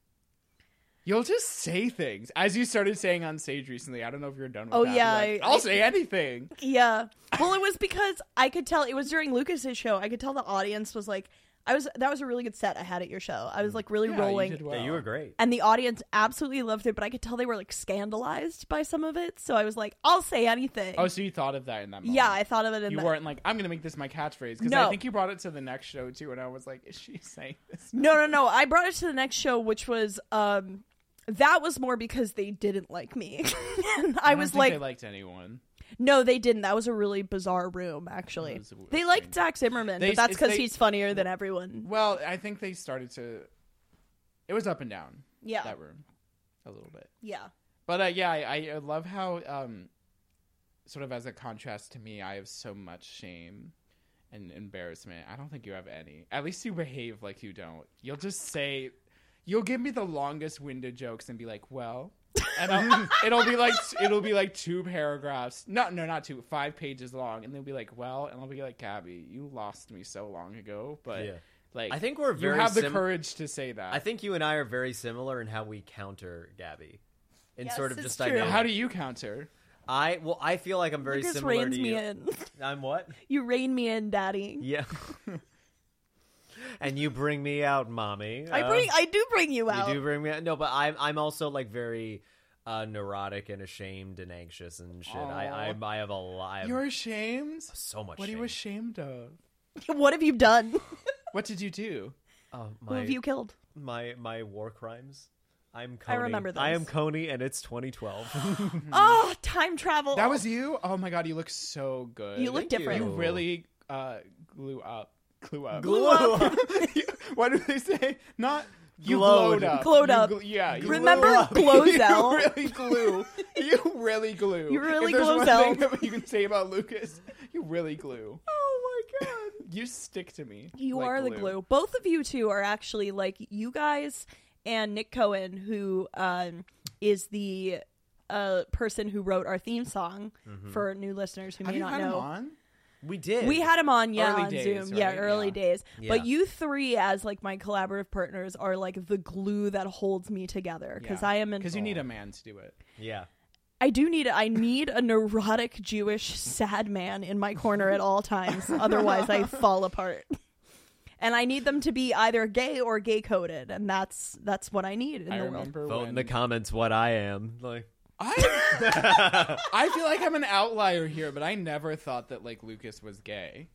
S2: You'll just say things as you started saying on stage recently. I don't know if you're done with
S1: Oh,
S2: that.
S1: yeah, I-
S2: like, I'll
S1: I-
S2: say anything.
S1: yeah. Well, it was because I could tell it was during Lucas's show. I could tell the audience was like, I was that was a really good set I had at your show. I was like really
S2: Yeah, you
S1: rolling.
S2: did well.
S3: Yeah, you were great.
S1: and the audience absolutely loved it, but I could tell they were like scandalized by some of it. So I was like, I'll say anything.
S2: Oh, so you thought of that in that moment?
S1: yeah, I thought of it in
S2: you
S1: that.
S2: weren't like I'm gonna make this my catchphrase because I
S1: No.
S2: think you brought it to the next show too, and I was like, is she saying this?
S1: No, no, no. I brought it to the next show, which was um that was more because they didn't like me. And I,
S2: don't
S1: was
S2: think
S1: like,
S2: they liked anyone.
S1: no, they didn't. That was a really bizarre room, actually.
S2: That was the worst
S1: They liked Zach Zimmerman,
S2: They-
S1: but that's
S2: it's-
S1: because
S2: they-
S1: he's funnier than everyone.
S2: Well, I think they started to. It was up and down
S1: Yeah,
S2: that room, a little bit.
S1: yeah,
S2: But uh, yeah, I, I love how, um, sort of as a contrast to me, I have so much shame and embarrassment. I don't think you have any. At least you behave like you don't. You'll just say, you'll give me the longest winded jokes and be like, well. and I'll, it'll be like it'll be like two paragraphs. No, no, not two. Five pages long, and they'll be like, "Well," and I'll be like, "Gabby, you lost me so long ago." But
S3: Yeah.
S2: like,
S3: I think we're
S2: you
S3: very
S2: have the
S3: sim-
S2: courage to say that.
S3: I think you and I are very similar in how we counter Gabby. In
S1: Yes,
S3: sort of
S1: it's
S3: just
S1: true.
S3: dynamic.
S2: How do you counter?
S3: I well I feel like I'm very
S1: Lucas
S3: similar
S1: reins
S3: to
S1: me
S3: you.
S1: in.
S3: I'm what?
S1: you rein me in, Daddy.
S3: Yeah. and you bring me out, mommy.
S1: I
S3: Uh,
S1: bring, I do bring you out.
S3: You do bring me out. No, but I'm I'm also like very uh, neurotic and ashamed and anxious and shit. I, I I have a lot. I have
S2: You're ashamed.
S3: so much.
S2: What
S3: shame.
S2: are you ashamed of?
S1: What have you done?
S2: What did you do?
S3: Oh,
S1: Who
S3: my,
S1: have you killed?
S3: my my war crimes. I'm
S1: I
S3: Coney.
S1: remember
S3: I
S1: those.
S3: am Coney, and it's 2012.
S1: Oh, time travel.
S2: That was you? Oh my god, you look so good.
S1: You look
S3: Thank
S1: different.
S2: You really uh, glue up. Glue up.
S3: Glue up.
S2: what do they say? Not you
S3: Glowed.
S2: glowed up.
S1: Glowed
S2: You
S1: up.
S2: gl- yeah. You
S1: Remember
S2: glue up.
S1: Glozell?
S2: you really glue. You really glue.
S1: You really
S2: if there's One
S1: Glozell.
S2: thing that you can say about Lucas, you really glue.
S1: Oh my god.
S2: You stick to me.
S1: You
S2: like
S1: are the glue. Both of you two are actually like you guys and Nick Cohen, who um, is the uh, person who wrote our theme song
S3: Mm-hmm.
S1: for new listeners who
S2: Have
S1: may
S2: you
S1: not
S2: had him
S1: know.
S2: on?
S3: we did.
S1: We had him on, yeah,
S2: Early
S1: on
S2: days,
S1: Zoom, yeah,
S2: right?
S1: early
S2: Yeah.
S1: days.
S3: Yeah.
S1: But you three, as like my collaborative partners, are like the glue that holds me together because I am an
S2: Because you need a man to do it.
S3: Yeah.
S1: I do need I need a neurotic Jewish sad man in my corner at all times otherwise I fall apart. And I need them to be either gay or gay coded and that's that's what I need in
S2: I
S1: the world.
S2: remember
S3: Vote
S2: when
S3: in the comments what I am. Like
S2: I I feel like I'm an outlier here, but I never thought that like Lucas was gay.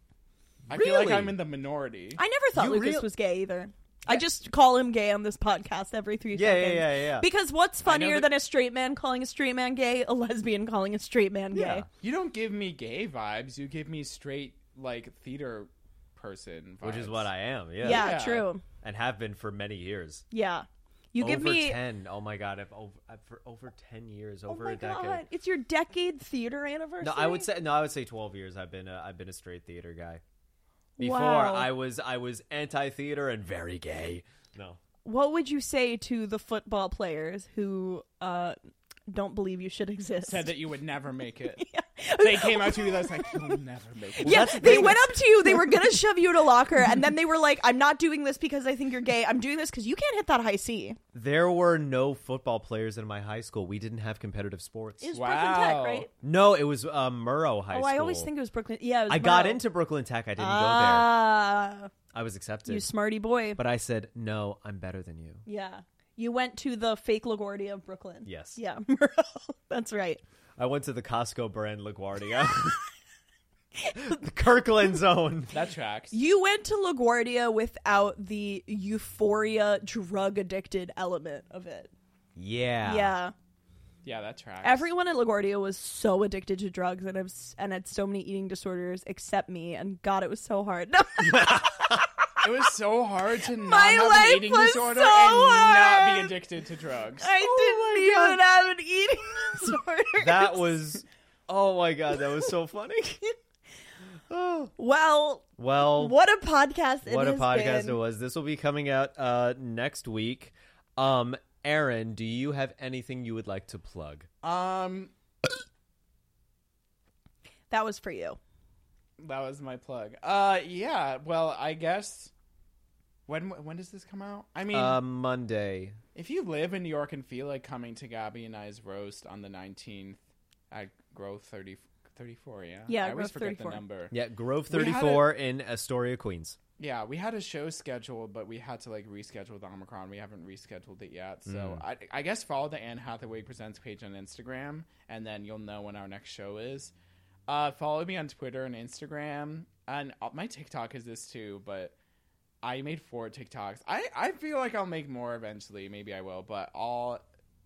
S2: I feel like
S3: Really?
S2: I'm in the minority.
S1: I never thought
S3: You
S1: Lucas
S3: real-
S1: was gay either. I just call him gay on this podcast every 3
S3: Yeah, yeah,
S1: seconds.
S3: yeah, yeah, yeah.
S1: Because what's funnier
S2: that-
S1: than a straight man calling a straight man gay? A lesbian calling a straight man gay.
S3: Yeah.
S2: You don't give me gay vibes. You give me straight like theater person, vibes.
S3: which is what I am. Yeah.
S1: Yeah,
S2: Yeah.
S1: true.
S3: And have been for many years.
S1: Yeah. You give
S3: over
S1: me
S3: ten. Oh my god, I've over I've, for over ten years,
S1: Oh
S3: over
S1: my
S3: a decade.
S1: god, it's your decade theater anniversary.
S3: No, I would say no. I would say twelve years. I've been a, I've been a straight theater guy. Before
S1: Wow.
S3: I was I was anti theater and very gay. No,
S1: what would you say to the football players who uh, don't believe you should exist?
S2: said that you would never make it. They came out to me. I was like, you'll never make it.
S1: yeah,
S3: that's the
S1: they
S3: thing.
S1: went up to you. They were gonna shove you in a locker, and then they were like, "I'm not doing this because I think you're gay. I'm doing this because you can't hit that high C."
S3: there were no football players in my high school. We didn't have competitive sports.
S1: It was Brooklyn Tech,
S2: Wow.
S1: right?
S3: no, it was uh, Murrow High
S1: Oh,
S3: School.
S1: I always think it was Brooklyn. Yeah, it was
S3: I got
S1: Murrow.
S3: into Brooklyn Tech. I didn't go
S1: Ah,
S3: there. I was accepted,
S1: you smarty boy.
S3: but I said no. I'm better than you.
S1: yeah, you went to the fake Laguardia of Brooklyn.
S3: Yes.
S1: Yeah, Murrow. That's right.
S3: I went to the Costco brand LaGuardia. Kirkland Zone.
S2: That tracks.
S1: You went to LaGuardia without the euphoria, drug addicted element of it.
S3: Yeah.
S1: Yeah.
S2: Yeah, that tracks.
S1: Everyone at LaGuardia was so addicted to drugs and, have, and had so many eating disorders except me. And God, it was so hard.
S2: it was so hard to not
S1: My
S2: have
S1: life
S2: an eating
S1: was
S2: disorder
S1: so
S2: and not
S1: hard.
S2: be addicted to drugs.
S1: I didn't even have an eating disorder.
S3: Oh That was. Oh my god, that was so funny. oh.
S1: well,
S3: Well,
S1: what a podcast it
S3: what a
S1: has
S3: podcast
S1: been.
S3: it was. This will be coming out uh, next week. Um, Aaron, do you have anything you would like to plug?
S2: Um,
S1: That was for you.
S2: That was my plug. Uh, yeah. Well, I guess when when does this come out? I mean,
S3: Uh, Monday.
S2: if you live in New York and feel like coming to Gabby and I's roast on the nineteenth at Grove 30, 34, yeah,
S1: Yeah,
S2: I
S1: Grove
S2: always forget
S1: 34.
S2: the number.
S3: Yeah, Grove
S2: We had
S3: 34 in Astoria, Queens.
S2: Yeah, we had a show scheduled, but we had to like reschedule with Omicron. We haven't rescheduled it yet,
S3: Mm.
S2: so I, I guess follow the Anne Hathaway Presents page on Instagram, and then you'll know when our next show is. Uh, follow me on Twitter and Instagram, and uh, my TikTok is this too. But I made four TikToks. I I feel like I'll make more eventually. Maybe I will, but all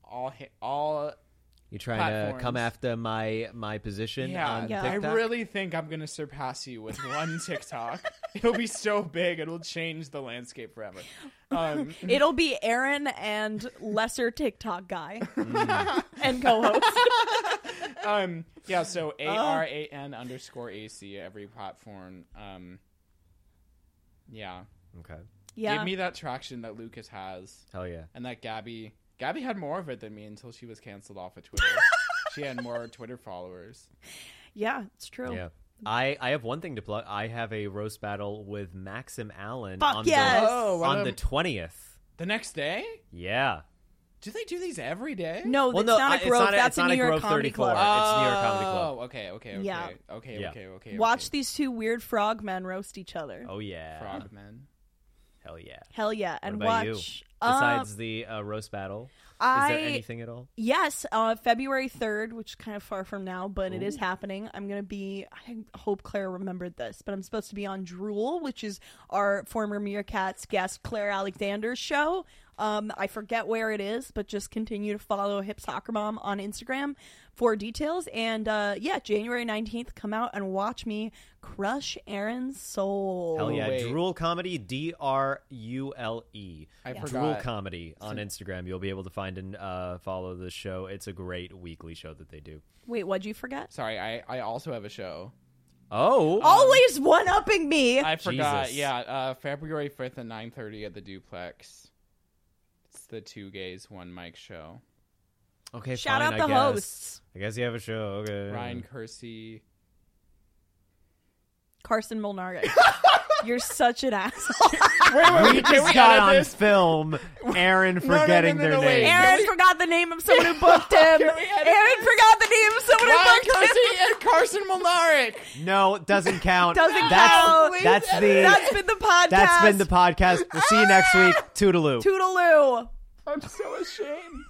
S2: all hit all.
S3: You trying to come
S2: Platforms.
S3: after my my position
S2: Yeah,
S3: on
S1: Yeah.
S2: I
S3: TikTok?
S2: really think I'm gonna surpass you with one TikTok. It'll be so big, it'll change the landscape forever. Um,
S1: It'll be Aaron and lesser TikTok guy and co-host.
S2: um yeah so
S1: Oh.
S2: a r a n underscore a c every platform um yeah.
S3: Okay.
S1: Yeah,
S2: give me that traction that lucas has
S3: Hell yeah.
S2: and that gabby gabby had more of it than me until she was canceled off of twitter she had more twitter followers
S1: yeah, it's true.
S3: Yeah. I, I have one thing to plug. I have a roast battle with Maxim Allen
S1: Fuck
S3: on
S1: yes!
S3: the
S2: Oh, one
S3: on
S2: of
S3: the
S2: them-
S3: twentieth.
S2: the next day
S3: Yeah.
S2: do they do these every day
S1: No,
S3: Well,
S1: it's
S3: no, I-
S1: not
S3: it's
S1: a Grove.
S3: not a- it's
S1: That's
S3: not
S1: a
S3: a
S1: New York
S3: Grove
S1: Comedy
S3: 34.
S1: Club.
S3: It's New York Comedy Club.
S2: Oh, okay, okay, okay,
S1: Yeah.
S2: okay,
S3: Yeah.
S2: okay, okay.
S1: Watch
S2: okay.
S1: these two weird frog men roast each other.
S3: Oh yeah.
S2: frogmen.
S3: Hell yeah.
S1: Hell yeah!
S3: What
S1: And
S3: about
S1: watch.
S3: you?
S1: uh,
S3: Besides the uh, roast battle,
S1: I
S3: is there anything at all?
S1: yes, uh, February third, which is kind of far from now, but it is happening. I'm gonna be. I hope Claire remembered this, but I'm supposed to be on Drool, which is our former Meerkats guest Claire Alexander's show. Um, I forget where it is, but just continue to follow Hip Soccer Mom on Instagram for details. And uh, yeah, January 19th, come out and watch me crush Aaron's soul.
S3: Hell yeah.
S2: Oh, wait.
S3: Drool comedy. D R U L E.
S2: I
S3: Drool
S2: forgot.
S3: comedy on Instagram. You'll be able to find and uh, follow the show. It's a great weekly show that they do.
S1: Wait, what'd you forget?
S2: Sorry, I I also have a show.
S3: Oh.
S1: Always one upping me.
S2: I forgot.
S3: Jesus.
S2: Yeah, uh, February fifth at nine thirty at the Duplex. It's the two gays one mic show.
S3: Okay.
S1: Shout
S3: fine,
S1: out the
S3: I guess.
S1: hosts.
S3: I guess you have a show. Okay.
S2: Ryan Kersey.
S1: Carson Molnarek. You're such an asshole.
S2: Wait, wait,
S3: We just got on film Aaron
S2: no,
S3: forgetting
S2: no, no,
S3: their
S2: wait.
S3: name.
S1: Aaron forgot the name of someone who booked him. Aaron forgot the name of someone
S2: Ryan
S1: who booked him.
S2: Kersey and Carson Malaric.
S3: No, it doesn't count.
S1: Doesn't
S3: that's,
S1: count.
S3: That's the.
S1: That's been the podcast.
S3: that's been the podcast. We'll see you next week. Toodaloo.
S1: Toodaloo.
S2: I'm so ashamed.